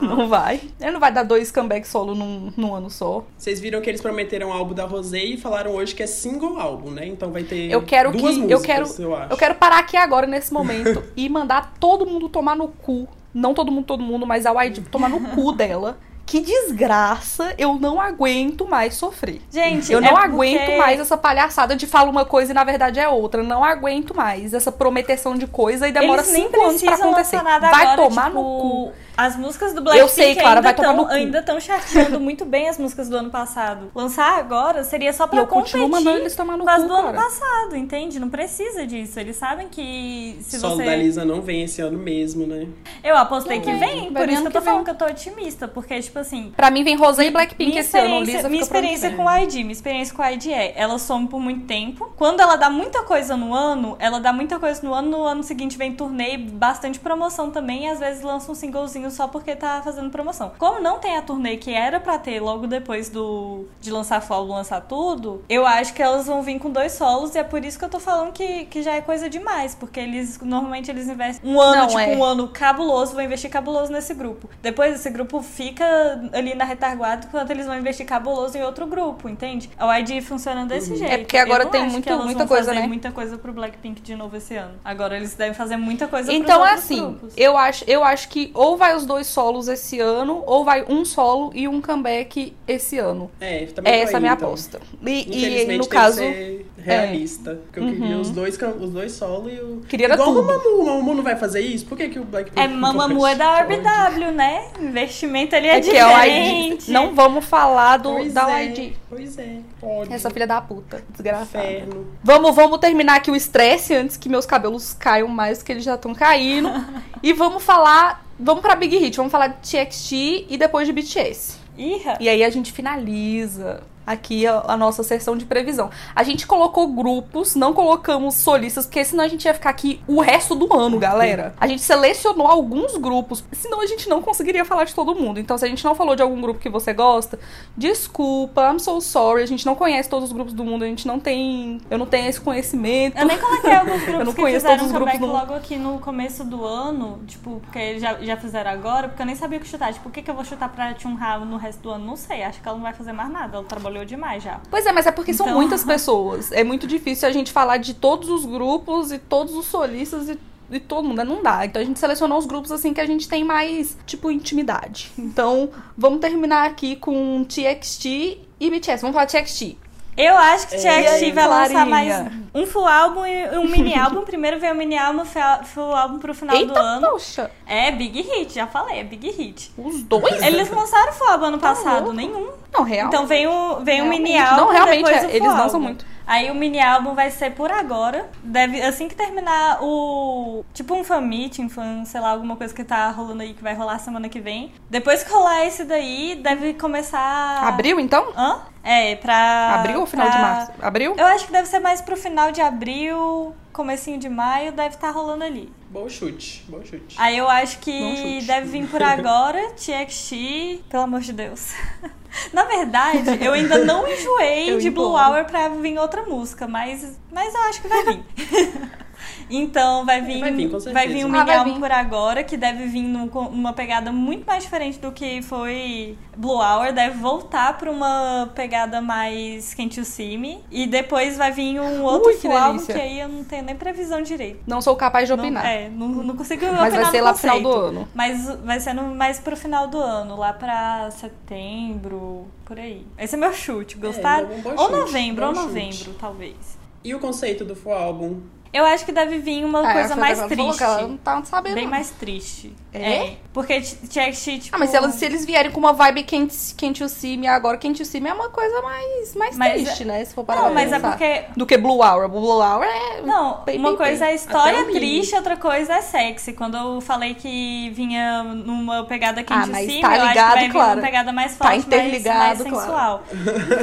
Speaker 1: não vai. Ele não vai dar dois comebacks solo num, num ano só.
Speaker 2: Vocês viram que eles prometeram álbum da Rosé e falaram hoje que é single álbum, né? Então vai ter
Speaker 1: Eu quero
Speaker 2: duas
Speaker 1: que- eu
Speaker 2: músicas,
Speaker 1: quero-
Speaker 2: acho.
Speaker 1: Eu quero parar aqui agora, nesse momento, e mandar todo mundo tomar no cu. Não todo mundo, todo mundo, mas a YG tomar no cu dela. Que desgraça, eu não aguento mais sofrer.
Speaker 3: Gente,
Speaker 1: Eu não
Speaker 3: é
Speaker 1: aguento
Speaker 3: porque-
Speaker 1: mais essa palhaçada de falar uma coisa e na verdade é outra. Não aguento mais essa prometeção de coisa e demora
Speaker 3: Eles nem
Speaker 1: cinco anos pra
Speaker 3: precisam
Speaker 1: acontecer.
Speaker 3: lançar nada
Speaker 1: Vai
Speaker 3: agora,
Speaker 1: tomar
Speaker 3: tipo,
Speaker 1: no cu.
Speaker 3: As músicas do Blackpink
Speaker 1: sei, Clara,
Speaker 3: ainda
Speaker 1: vai tomar no
Speaker 3: tão,
Speaker 1: cu.
Speaker 3: ainda estão chateando muito bem as músicas do ano passado. Lançar agora seria só
Speaker 1: E
Speaker 3: pra
Speaker 1: eu continuo mandando
Speaker 3: competir
Speaker 1: eles tomar no
Speaker 3: com as
Speaker 1: cu,
Speaker 3: do ano
Speaker 1: cara.
Speaker 3: passado, entende? Não precisa disso. Eles sabem que se
Speaker 2: Solo
Speaker 3: você...
Speaker 2: da Lisa não vem esse ano mesmo, né?
Speaker 3: Eu apostei que
Speaker 1: vem,
Speaker 3: vem,
Speaker 1: vai
Speaker 3: por
Speaker 1: vir
Speaker 3: isso
Speaker 1: ano
Speaker 3: que eu tô
Speaker 1: que
Speaker 3: falando que eu tô otimista. Porque, tipo assim,
Speaker 1: Pra mim vem Rosé e Blackpink
Speaker 3: minha
Speaker 1: esse ano.
Speaker 3: experiência,
Speaker 1: Lisa
Speaker 3: minha
Speaker 1: fica pro ano que é.
Speaker 3: experiência
Speaker 1: vem.
Speaker 3: com a ID, minha experiência com a ID é, ela some por muito tempo. Quando ela dá muita coisa no ano, ela dá muita coisa no ano, no ano seguinte vem turnê, bastante promoção também, e às vezes lança um singlezinho só porque tá fazendo promoção. Como não tem a turnê que era pra ter logo depois do de lançar Fall, lançar tudo, eu acho que elas vão vir com dois solos e é por isso que eu tô falando que, que já é coisa demais, porque eles normalmente eles investem um ano,
Speaker 1: Não,
Speaker 3: tipo
Speaker 1: é.
Speaker 3: um ano cabuloso, vão investir cabuloso nesse grupo. Depois esse grupo fica ali na retaguarda enquanto eles vão investir cabuloso em outro grupo, entende? A YG funciona desse jeito.
Speaker 1: É porque agora
Speaker 3: eu não
Speaker 1: tem
Speaker 3: acho
Speaker 1: muito-
Speaker 3: que elas
Speaker 1: muita
Speaker 3: vão
Speaker 1: coisa,
Speaker 3: fazer
Speaker 1: né?
Speaker 3: muita coisa pro Blackpink de novo esse ano. Agora eles devem fazer muita coisa pros
Speaker 1: Então é
Speaker 3: outros
Speaker 1: assim,
Speaker 3: grupos.
Speaker 1: eu acho, eu acho que ou vai vai os dois solos esse ano, ou vai um solo e um comeback esse ano.
Speaker 2: É, também
Speaker 1: É
Speaker 2: tô
Speaker 1: essa
Speaker 2: aí,
Speaker 1: a minha
Speaker 2: então.
Speaker 1: aposta. E,
Speaker 2: Infelizmente
Speaker 1: e no
Speaker 2: tem
Speaker 1: caso, é.
Speaker 2: que ser realista. Porque eu queria
Speaker 1: Uhum.
Speaker 2: os dois, can- os dois solo e o.
Speaker 1: queria era
Speaker 2: Igual o
Speaker 1: tudo.
Speaker 2: Mamamoo. O Mamamoo não vai fazer isso? Por que, que o Blackpink.
Speaker 3: É,
Speaker 2: Então,
Speaker 3: Mamamoo é da
Speaker 2: Orbit
Speaker 3: RBW, né? Investimento ali é,
Speaker 1: que é o
Speaker 3: diferente.
Speaker 1: ID. Não vamos falar do,
Speaker 2: Pois
Speaker 1: da
Speaker 2: é,
Speaker 1: ID.
Speaker 2: Pois é. Pode.
Speaker 1: Essa filha da puta,
Speaker 3: é
Speaker 1: desgraçada.
Speaker 2: Inferno.
Speaker 1: Vamos, vamos terminar aqui o estresse antes que meus cabelos caiam mais que eles já estão caindo. e vamos falar, vamos pra Big Hit, vamos falar de TXT e depois de BTS.
Speaker 3: Irra.
Speaker 1: E aí a gente finaliza aqui a, a nossa sessão de previsão. A gente colocou grupos, não colocamos solistas, porque senão a gente ia ficar aqui o resto do ano, galera. A gente selecionou alguns grupos, senão a gente não conseguiria falar de todo mundo. Então, se a gente não falou de algum grupo que você gosta, desculpa, I'm so sorry. A gente não conhece todos os grupos do mundo, a gente não tem. Eu não tenho esse conhecimento.
Speaker 3: Eu nem coloquei alguns
Speaker 1: Eu
Speaker 3: grupos
Speaker 1: não
Speaker 3: que
Speaker 1: conheço
Speaker 3: fizeram
Speaker 1: todos os
Speaker 3: comeback
Speaker 1: grupos do-
Speaker 3: logo aqui no começo do ano, tipo, porque já, já fizeram agora, porque eu nem sabia o que chutar. Tipo, o que, que eu vou chutar pra Chunha no resto do ano? Não sei, acho que ela não vai fazer mais nada, ela trabalhou demais já.
Speaker 1: Pois é, mas é porque são
Speaker 3: Então-
Speaker 1: muitas pessoas. É muito difícil a gente falar de todos os grupos e todos os solistas e, e todo mundo. Não dá. Então a gente selecionou os grupos assim que a gente tem mais, tipo, intimidade. Então vamos terminar aqui com TXT e BTS. Vamos falar TXT.
Speaker 3: Eu acho que
Speaker 2: É,
Speaker 3: TXT
Speaker 1: e aí,
Speaker 3: vai
Speaker 1: Clarinha?
Speaker 3: lançar mais um full álbum e um mini álbum. Primeiro vem o mini álbum, o full álbum pro final do
Speaker 1: Eita,
Speaker 3: ano.
Speaker 1: poxa.
Speaker 3: É, Big Hit, já falei, é Big Hit.
Speaker 1: Os dois?
Speaker 3: Eles lançaram full álbum ano passado,
Speaker 1: Tá louco.
Speaker 3: nenhum.
Speaker 1: Não, real.
Speaker 3: Então vem o, vem o mini
Speaker 1: Realmente.
Speaker 3: álbum.
Speaker 1: Não, realmente,
Speaker 3: depois
Speaker 1: é.
Speaker 3: o full
Speaker 1: Eles lançam
Speaker 3: álbum.
Speaker 1: muito.
Speaker 3: Aí o mini álbum vai ser por agora. Deve, assim que terminar o. Tipo um fan meeting, fan, sei lá, alguma coisa que tá rolando aí que vai rolar semana que vem. Depois que rolar esse daí, deve começar.
Speaker 1: Abril, então?
Speaker 3: Hã? É, pra.
Speaker 1: Abril ou final de
Speaker 3: pra-
Speaker 1: março? Abril?
Speaker 3: Eu acho que deve ser mais pro final de abril, comecinho de maio, deve estar rolando ali.
Speaker 2: Bom chute. Bom chute.
Speaker 3: Aí eu acho
Speaker 1: Bom
Speaker 3: que
Speaker 1: chute.
Speaker 3: deve vir por agora, TXT, pelo amor de Deus. Na verdade, eu ainda não enjoei
Speaker 1: Eu
Speaker 3: de Blue
Speaker 1: imploro.
Speaker 3: Hour pra vir outra música, mas, mas eu acho que vai vir. Então vai vir,
Speaker 2: Vai vir, com certeza.
Speaker 3: vai vir um
Speaker 1: Ah,
Speaker 3: mini
Speaker 1: vai
Speaker 3: álbum
Speaker 1: vir.
Speaker 3: por agora, que deve vir num- com uma pegada muito mais diferente do que foi Blue Hour, deve voltar pra uma pegada mais Can't You See Me, e depois vai vir um outro
Speaker 1: Ui, que
Speaker 3: full álbum que
Speaker 1: delícia.
Speaker 3: aí eu não tenho nem previsão direito.
Speaker 1: Não sou capaz de
Speaker 3: Não-
Speaker 1: opinar.
Speaker 3: é, não, não consigo
Speaker 1: Mas vai
Speaker 3: opinar
Speaker 1: ser
Speaker 3: no
Speaker 1: lá pro final do
Speaker 3: conceito.
Speaker 1: ano.
Speaker 3: Mas vai ser no, mais pro final do ano, lá pra setembro, por aí. Esse é meu chute, gostaram?
Speaker 2: um bom
Speaker 3: ou
Speaker 2: chute,
Speaker 3: novembro,
Speaker 2: bom
Speaker 3: ou
Speaker 2: chute.
Speaker 3: novembro, talvez.
Speaker 2: E o conceito do full álbum?
Speaker 3: Eu acho que deve vir uma
Speaker 1: Ah,
Speaker 3: coisa
Speaker 1: foi
Speaker 3: mais
Speaker 1: o que ela falou,
Speaker 3: triste.
Speaker 1: que ela não tá sabendo.
Speaker 3: Bem
Speaker 1: não.
Speaker 3: mais triste.
Speaker 1: É?
Speaker 3: Porque TXT, tipo...
Speaker 1: Ah, mas se, elas- se eles vierem com uma vibe Can't, can't You See Me agora, Can't You See Me é uma coisa mais, mais
Speaker 3: Mas
Speaker 1: triste, né? Se for parar
Speaker 3: Não,
Speaker 1: pra
Speaker 3: mas é
Speaker 1: pensar.
Speaker 3: porque...
Speaker 1: Do que Blue Hour. Blue Hour é...
Speaker 3: Não,
Speaker 1: Bem,
Speaker 3: uma
Speaker 1: bem,
Speaker 3: coisa é a
Speaker 2: Até
Speaker 3: história
Speaker 2: o mínimo.
Speaker 3: triste, outra coisa é sexy. Quando eu falei que vinha numa pegada
Speaker 1: Ah,
Speaker 3: quente
Speaker 1: mas
Speaker 3: sim,
Speaker 1: tá
Speaker 3: eu acho que
Speaker 1: ligado,
Speaker 3: vai vir
Speaker 1: Clara.
Speaker 3: numa pegada mais
Speaker 1: Tá
Speaker 3: forte, mais- mais,
Speaker 1: interligado, Clara. Tá
Speaker 3: sensual.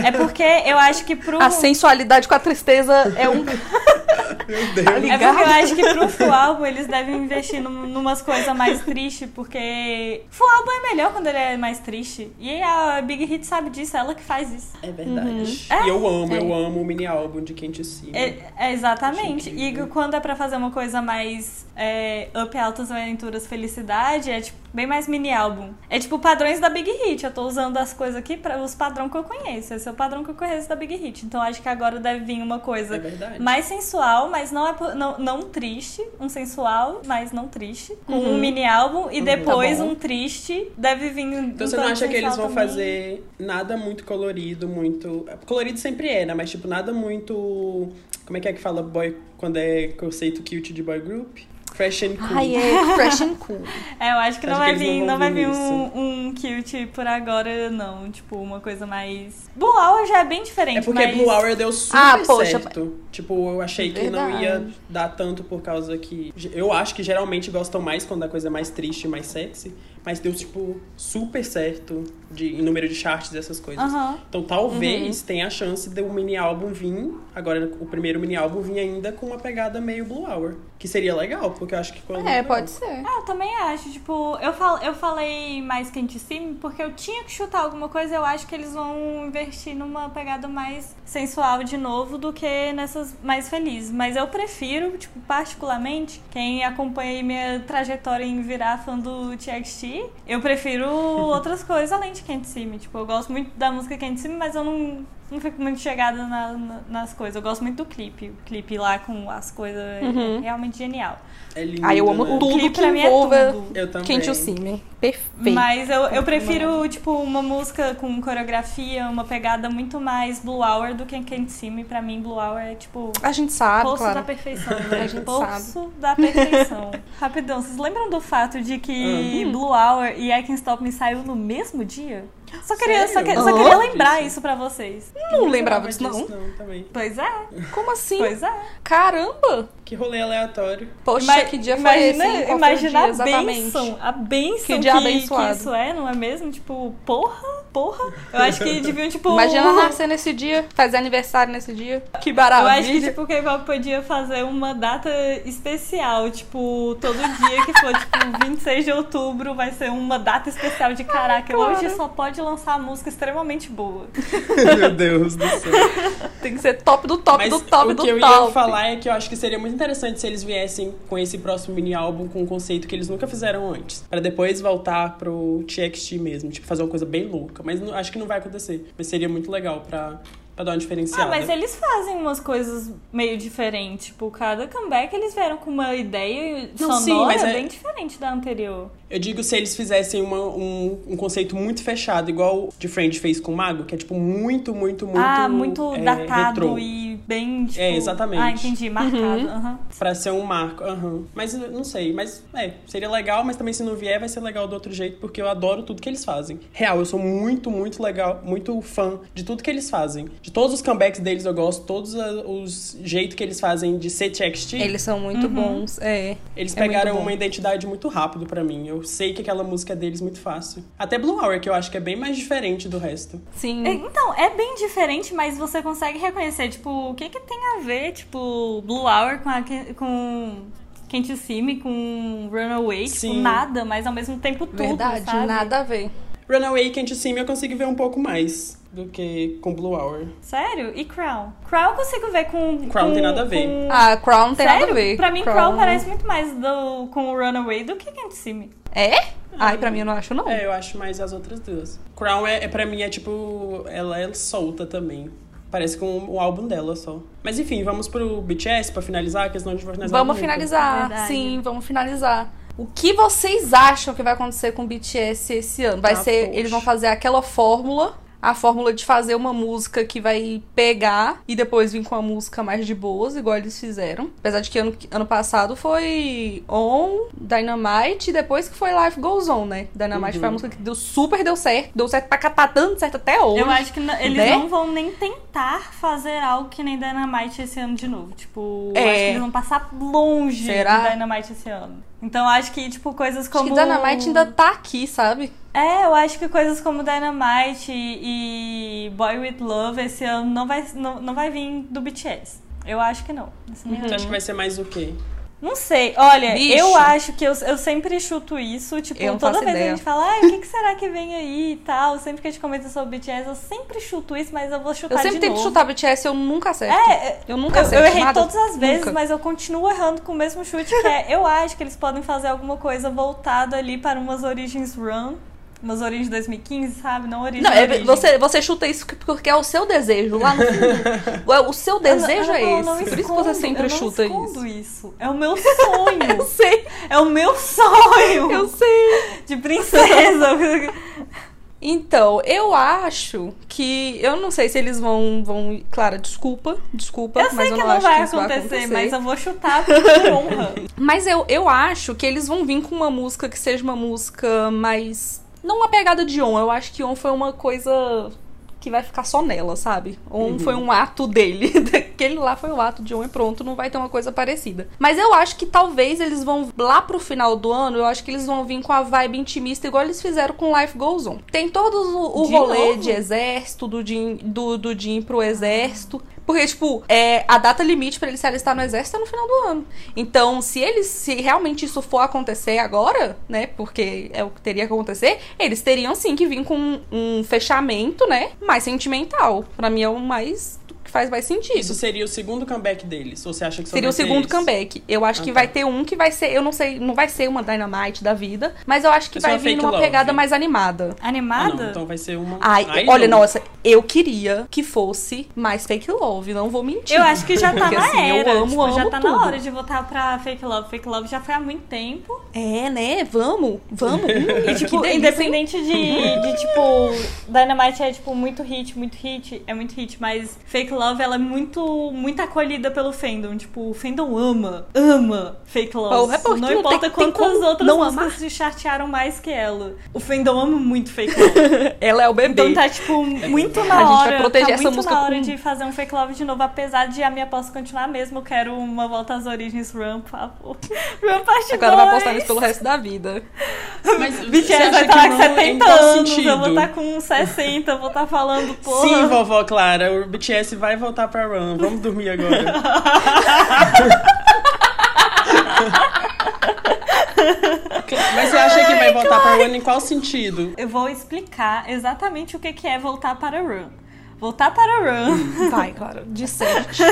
Speaker 3: É porque eu acho que pro...
Speaker 1: A sensualidade com a tristeza é um...
Speaker 2: Meu
Speaker 1: Tá
Speaker 2: Deus.
Speaker 3: É
Speaker 1: ligado?
Speaker 3: porque eu acho que pro full álbum eles devem investir num, numas coisas mais tristes, porque full álbum é melhor quando ele é mais triste. E a Big Hit sabe disso, ela que faz isso.
Speaker 2: É verdade.
Speaker 3: Uhum.
Speaker 2: E eu amo,
Speaker 1: É.
Speaker 2: eu amo o mini álbum de Can't You See Me.
Speaker 3: É- é exatamente.
Speaker 2: Acho incrível.
Speaker 3: E quando é pra fazer uma coisa mais é, up altas aventuras felicidade, é tipo bem mais mini álbum. É tipo padrões da Big Hit. Eu tô usando as coisas aqui para os padrão que eu conheço. Esse é o padrão que eu conheço da Big Hit. Então acho que agora deve vir uma
Speaker 2: É
Speaker 3: coisa
Speaker 2: verdade.
Speaker 3: mais sensual, mas não é po- não, não triste, um sensual, mas não triste, com
Speaker 2: Uhum.
Speaker 3: um mini álbum e depois
Speaker 1: Tá bom.
Speaker 3: um triste, deve vir um
Speaker 2: Então você não
Speaker 3: tanto
Speaker 2: acha que eles
Speaker 3: sensual
Speaker 2: vão
Speaker 3: também.
Speaker 2: fazer nada muito colorido, muito. Colorido sempre é, né? Mas tipo, nada muito. Como é que é que fala boy quando é conceito cute de boy group? Fresh and cool.
Speaker 1: Ai, é fresh and cool.
Speaker 3: É, eu acho que não
Speaker 2: Acho
Speaker 3: vai
Speaker 2: que eles
Speaker 3: vir,
Speaker 2: não vão
Speaker 3: não, vai
Speaker 2: vir
Speaker 3: vir um, um cute por agora não, tipo uma coisa mais Blue Hour já é bem diferente,
Speaker 2: É porque
Speaker 3: mas
Speaker 2: Blue Hour deu super
Speaker 1: Ah, poxa.
Speaker 2: certo. Tipo, eu achei que não ia
Speaker 1: Verdade.
Speaker 2: dar tanto por causa que. Eu acho que geralmente gostam mais quando a coisa é mais triste, mais sexy. Mas deu, tipo, super certo de, em número de charts e essas coisas.
Speaker 3: Aham.
Speaker 2: Então talvez
Speaker 1: Uhum.
Speaker 2: tenha a chance de um mini álbum vir. Agora, o primeiro mini álbum vir ainda com uma pegada meio Blue Hour. Que seria legal, porque eu acho que quando.
Speaker 1: É, pode ser.
Speaker 3: Ah, eu também acho, tipo, eu, fal, eu falei mais quente sim, porque eu tinha que chutar alguma coisa, eu acho que eles vão investir numa pegada mais sensual de novo do que nessas mais felizes. Mas eu prefiro, tipo, particularmente, quem acompanha aí minha trajetória em virar fã do TXT, eu prefiro outras coisas além de Can't See Me. Tipo, eu gosto muito da música Can't See Me, mas eu não não fico muito chegada na- na- nas coisas. Eu gosto muito do clipe. O clipe lá com as coisas é
Speaker 1: Uhum.
Speaker 3: realmente genial.
Speaker 2: É lindo.
Speaker 1: Ah, eu amo
Speaker 2: né?
Speaker 1: tudo
Speaker 3: clipe
Speaker 1: que
Speaker 3: pra mim é
Speaker 1: envolve
Speaker 3: tudo.
Speaker 2: Eu também.
Speaker 1: Quente assim. o Simen. Perfeito.
Speaker 3: Mas eu, eu
Speaker 1: Concordo.
Speaker 3: prefiro, tipo, uma música com coreografia, uma pegada muito mais Blue Hour do que Can't See Me. Pra mim, Blue Hour é, tipo,
Speaker 1: A gente sabe,
Speaker 3: Poço da
Speaker 1: Ah, claro.
Speaker 3: perfeição, né?
Speaker 1: A gente
Speaker 3: Poço da perfeição. Rapidão, vocês lembram do fato de que Blue Hour e I Can Stop Me saiu no mesmo dia? Só queria, só que-
Speaker 2: Sério?
Speaker 3: só queria
Speaker 1: Ah.
Speaker 3: lembrar isso pra vocês.
Speaker 1: Não lembrava disso, não.
Speaker 2: também.
Speaker 3: Pois é,
Speaker 1: Como assim?
Speaker 3: pois é.
Speaker 1: Caramba!
Speaker 2: Que rolê aleatório.
Speaker 1: Poxa,
Speaker 3: Ima-
Speaker 1: que dia foi esse?
Speaker 3: imagina,
Speaker 1: hein? Qual foi o
Speaker 3: imagina
Speaker 1: dia
Speaker 3: a
Speaker 1: exatamente?
Speaker 3: benção, a benção
Speaker 1: Que
Speaker 3: que,
Speaker 1: dia
Speaker 3: que
Speaker 1: abençoado.
Speaker 3: isso é, não é mesmo? Tipo, porra, porra. Eu acho que deviam, tipo...
Speaker 1: Imagina ela nascer nesse dia, fazer aniversário nesse dia. Que
Speaker 3: Eu
Speaker 1: maravilha.
Speaker 3: acho que, tipo, o K-pop podia fazer uma data especial, tipo, todo dia que for, tipo, 26 de outubro vai ser uma data especial
Speaker 2: Ah,
Speaker 3: de caraca,
Speaker 1: claro.
Speaker 3: hoje só pode lançar música extremamente boa.
Speaker 2: Meu Deus do céu.
Speaker 1: Tem que ser top do top
Speaker 2: Mas
Speaker 1: do top
Speaker 2: o
Speaker 1: do
Speaker 2: que eu
Speaker 1: top.
Speaker 2: ia falar é que eu acho que seria muito interessante se eles viessem com esse próximo mini álbum com um conceito que eles nunca fizeram antes. Pra depois voltar pro TXT mesmo, tipo, fazer uma coisa bem louca. Mas não- acho que não vai acontecer. Mas seria muito legal pra, pra dar uma diferenciada.
Speaker 3: Ah, mas eles fazem umas coisas meio diferentes, tipo, cada comeback eles vieram com uma ideia
Speaker 2: Não,
Speaker 3: sonora
Speaker 2: sim, mas é-
Speaker 3: bem diferente da anterior.
Speaker 2: Eu digo se eles fizessem uma- um, um conceito muito fechado, igual o de Friend fez com o Mago, que é tipo muito, muito, muito.
Speaker 3: ah, muito
Speaker 2: é,
Speaker 3: datado
Speaker 2: retrô.
Speaker 3: e bem, tipo...
Speaker 2: É, exatamente. Uhum.
Speaker 3: Ah, entendi, marcado, aham.
Speaker 2: Pra ser um marco, aham. Mas eu não sei, mas é, seria legal, mas também se não vier vai ser legal do outro jeito, porque eu adoro tudo que eles fazem. Real, eu sou muito, muito legal, muito fã de tudo que eles fazem. De todos os comebacks deles eu gosto, todos a- os jeitos que eles fazem de ser TXT, eles,
Speaker 1: Eles são muito
Speaker 3: Uhum.
Speaker 1: bons. É. é muito
Speaker 2: pegaram
Speaker 1: bom.
Speaker 2: uma identidade muito rápido pra mim. Eu sei que aquela música é deles muito fácil. Até Blue Hour, que eu acho que é bem mais diferente do resto.
Speaker 1: Sim.
Speaker 3: É,
Speaker 2: Hum.
Speaker 3: Então, é bem diferente, mas você consegue reconhecer, tipo, o que que tem a ver, tipo, Blue Hour com a, Ken- com Can't You See Me, com Runaway, tipo,
Speaker 2: Sim.
Speaker 3: nada, mas ao mesmo tempo É tudo,
Speaker 1: Verdade,
Speaker 3: sabe?
Speaker 1: nada a ver.
Speaker 2: Runaway Can't You See Me eu consigo ver um pouco mais do que com Blue Hour.
Speaker 3: Sério? E Crown? Crown eu consigo ver com...
Speaker 2: Crown
Speaker 3: com-
Speaker 2: tem nada a ver.
Speaker 3: com-
Speaker 1: Ah, Crown não tem
Speaker 3: Sério?
Speaker 1: nada a ver.
Speaker 3: Pra mim, Crown, parece muito mais do, com o Runaway do que Can't You See Me.
Speaker 1: É? Ai, pra mim eu não acho, não.
Speaker 2: É, eu acho mais as outras duas. Crown é, é para mim é tipo, ela é solta também. Parece com o álbum dela só. Mas enfim, vamos pro BTS pra finalizar, que senão a gente vai finalizar.
Speaker 1: Vamos
Speaker 2: muito.
Speaker 1: finalizar.
Speaker 3: Verdade.
Speaker 1: Sim, vamos finalizar. O que vocês acham que vai acontecer com o BTS esse ano? Vai
Speaker 2: Ah,
Speaker 1: ser.
Speaker 2: poxa.
Speaker 1: Eles vão fazer aquela fórmula. A fórmula de fazer uma música que vai pegar e depois vir com uma música mais de boas, igual eles fizeram. Apesar de que ano, ano passado foi On, Dynamite e depois que foi Life Goes On, né? Dynamite
Speaker 2: Uhum.
Speaker 1: foi a música que deu super deu certo. Deu certo pra catar tanto certo até hoje.
Speaker 3: Eu acho que n- eles
Speaker 1: né?
Speaker 3: não vão nem tentar fazer algo que nem Dynamite esse ano de novo. Tipo, eu
Speaker 1: É.
Speaker 3: acho que eles vão passar longe
Speaker 1: Será?
Speaker 3: de Dynamite esse ano. Então acho que, tipo, coisas
Speaker 1: Acho
Speaker 3: como.
Speaker 1: que Dynamite ainda tá aqui, sabe?
Speaker 3: É, eu acho que coisas como Dynamite e e Boy With Love esse ano não vai, não, não vai vir do BTS. Eu acho que não. Essa é a minha
Speaker 2: Você acha que vai ser mais o quê?
Speaker 3: não sei, olha,
Speaker 1: Hum. Bicho.
Speaker 3: eu acho que eu, eu sempre chuto isso, tipo,
Speaker 1: Eu não
Speaker 3: toda
Speaker 1: faço
Speaker 3: vez que
Speaker 1: ideia.
Speaker 3: a gente fala, ah, o que, que será que vem aí e tal, sempre que a gente comenta sobre BTS, eu sempre chuto isso, mas eu vou chutar
Speaker 1: Eu sempre
Speaker 3: de
Speaker 1: tento
Speaker 3: novo.
Speaker 1: chutar BTS, eu nunca acerto.
Speaker 3: É,
Speaker 1: eu nunca
Speaker 3: Eu,
Speaker 1: acerto.
Speaker 3: eu errei
Speaker 1: nada.
Speaker 3: todas as vezes,
Speaker 1: Nunca.
Speaker 3: mas eu continuo errando com o mesmo chute, que é eu acho que eles podem fazer alguma coisa voltada ali para umas origens run, umas origens 2015, sabe? Não origens.
Speaker 1: Não, é-
Speaker 3: origem.
Speaker 1: você, você chuta isso porque é o seu desejo lá no fundo. É, o seu
Speaker 3: Eu não-
Speaker 1: desejo
Speaker 3: eu
Speaker 1: é
Speaker 3: não- eu
Speaker 1: esse.
Speaker 3: não
Speaker 1: Por isso que
Speaker 3: escondo,
Speaker 1: você sempre chuta
Speaker 3: eu não
Speaker 1: isso.
Speaker 3: escondo isso. É o meu sonho.
Speaker 1: Eu sei,
Speaker 3: é o meu sonho
Speaker 1: eu sei.
Speaker 3: de princesa.
Speaker 1: Então, eu acho que. Eu não sei se eles vão. vão Clara, desculpa, desculpa,
Speaker 3: Eu
Speaker 1: mas
Speaker 3: sei
Speaker 1: eu
Speaker 3: que
Speaker 1: não,
Speaker 3: não
Speaker 1: acho
Speaker 3: vai
Speaker 1: que isso vai
Speaker 3: acontecer,
Speaker 1: acontecer. Ah, então,
Speaker 3: mas eu vou chutar por honra.
Speaker 1: Mas eu, eu acho que eles vão vir com uma música que seja uma música mais. Não uma pegada de On. Eu acho que On foi uma coisa que vai ficar só nela, sabe?
Speaker 3: Uhum.
Speaker 1: On foi um ato dele. Aquele lá foi o ato de On e pronto, não vai ter uma coisa parecida. Mas eu acho que talvez eles vão lá pro final do ano, eu acho que eles vão vir com a vibe intimista, igual eles fizeram com Life Goes On. Tem todo o, o
Speaker 3: De
Speaker 1: rolê
Speaker 3: novo?
Speaker 1: de exército, do Jim, do, do Jim pro exército. Porque, tipo, é, a data limite pra ele se alistar no exército é no final do ano. Então, se eles, se realmente isso for acontecer agora, né? Porque é o que teria que acontecer, eles teriam sim que vir com um, um fechamento, né? Mais sentimental. Pra mim é o mais que faz mais sentido.
Speaker 2: Isso seria o segundo comeback deles? Ou você acha que só
Speaker 1: Seria
Speaker 2: vai
Speaker 1: o
Speaker 2: ser
Speaker 1: segundo
Speaker 2: esse?
Speaker 1: comeback. Eu acho
Speaker 2: Ah,
Speaker 1: que
Speaker 2: tá.
Speaker 1: vai ter um que vai ser, eu não sei, não vai ser uma Dynamite da vida, mas eu acho que
Speaker 2: Vai
Speaker 1: vai
Speaker 2: ser uma
Speaker 1: vir
Speaker 2: fake
Speaker 1: numa
Speaker 2: love.
Speaker 1: pegada mais animada.
Speaker 2: Ah,
Speaker 1: tipo,
Speaker 3: Animada?
Speaker 2: não, então vai ser uma.
Speaker 1: Ai, olha,
Speaker 2: não.
Speaker 1: nossa, eu queria que fosse mais fake love, não vou mentir.
Speaker 3: Eu acho que já tá
Speaker 1: Porque,
Speaker 3: na
Speaker 1: assim, eu
Speaker 3: era.
Speaker 1: amo,
Speaker 3: tipo, já
Speaker 1: amo
Speaker 3: tá
Speaker 1: tudo.
Speaker 3: na hora de voltar pra Fake Love. Fake Love já foi há muito tempo.
Speaker 1: É, né? Vamos, vamos. Hum,
Speaker 3: E, tipo,
Speaker 1: delícia, hein?
Speaker 3: independente de, de, tipo, Dynamite é, tipo, muito hit, muito hit, é muito hit, mas Fake Love, ela é muito, muito acolhida pelo fandom. Tipo, o fandom ama, ama Fake Love.
Speaker 1: Porra, porque
Speaker 3: não
Speaker 1: não
Speaker 3: importa
Speaker 1: tem- tem
Speaker 3: quantas
Speaker 1: como
Speaker 3: outras
Speaker 1: não
Speaker 3: músicas se chatearam mais que ela. O fandom ama muito Fake Love.
Speaker 1: Ela é o bebê.
Speaker 3: Então tá, tipo, muito na
Speaker 1: A
Speaker 3: hora.
Speaker 1: gente vai proteger
Speaker 3: tá
Speaker 1: essa
Speaker 3: muito
Speaker 1: música
Speaker 3: na hora
Speaker 1: com-
Speaker 3: de fazer um Fake Love de novo, apesar de a minha posse continuar mesmo. Eu quero uma volta às origens, Run, por favor. Run parte
Speaker 1: Agora vai postar
Speaker 3: dois.
Speaker 1: nisso pelo resto da vida.
Speaker 2: Mas você
Speaker 3: BTS vai
Speaker 2: acha
Speaker 3: estar
Speaker 2: que
Speaker 3: tá
Speaker 2: não
Speaker 3: com
Speaker 2: em
Speaker 3: 70
Speaker 2: qual
Speaker 3: anos, eu vou
Speaker 2: sentido?
Speaker 3: estar com 60, eu vou estar falando, porra.
Speaker 2: Sim, vovó Clara, o BTS vai voltar pra Run. Vamos dormir agora. Mas você acha que vai voltar pra Run em qual sentido?
Speaker 3: Eu vou explicar exatamente o que que é voltar para Run. Voltar para Run
Speaker 1: Vai, claro. De certo.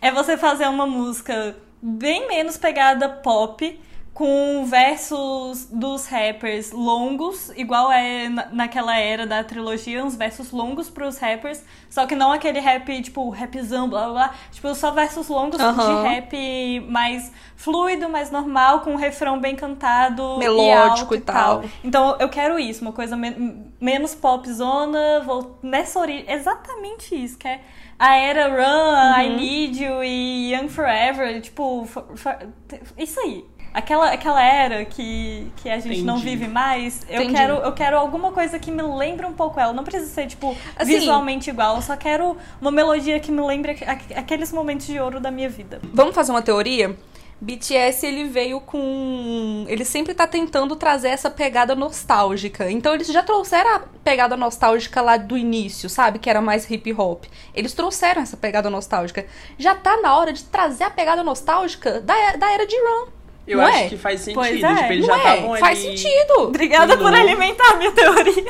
Speaker 3: é você fazer uma música bem menos pegada pop, com versos dos rappers longos, igual é na- naquela era da trilogia, uns versos longos pros rappers, só que não aquele rap, tipo, rapzão, blá blá blá. Tipo, só versos longos
Speaker 1: Aham.
Speaker 3: de rap mais fluido, mais normal, com um refrão bem cantado, e
Speaker 1: Melódico
Speaker 3: alto
Speaker 1: e tal.
Speaker 3: Então eu quero isso, uma coisa men- menos popzona, vou nessa origem. Exatamente isso, que é a era Run,
Speaker 1: Uhum.
Speaker 3: I Need You e Young Forever, tipo, fo- fo- te- isso aí. Aquela, aquela era que, que a gente não
Speaker 2: Entendi.
Speaker 3: vive mais, eu
Speaker 1: Entendi.
Speaker 3: quero, eu quero alguma coisa que me lembre um pouco ela. Não precisa ser, tipo,
Speaker 1: Assim-
Speaker 3: visualmente igual. Eu só quero uma melodia que me lembre aqu- aqu- aqueles momentos de ouro da minha vida.
Speaker 1: Vamos fazer uma teoria? BTS, ele veio com. Ele sempre tá tentando trazer essa pegada nostálgica. Então, eles já trouxeram a pegada nostálgica lá do início, sabe? Que era mais hip hop. Eles trouxeram essa pegada nostálgica. Já tá na hora de trazer a pegada nostálgica da, da era de Run.
Speaker 2: Eu
Speaker 1: Não
Speaker 2: acho
Speaker 1: é?
Speaker 2: que faz sentido.
Speaker 3: Pois é.
Speaker 2: Tipo, eles
Speaker 1: Não
Speaker 2: já
Speaker 1: é?
Speaker 2: estavam ali.
Speaker 1: Faz sentido.
Speaker 3: Obrigada por
Speaker 2: Não.
Speaker 3: alimentar a minha teoria.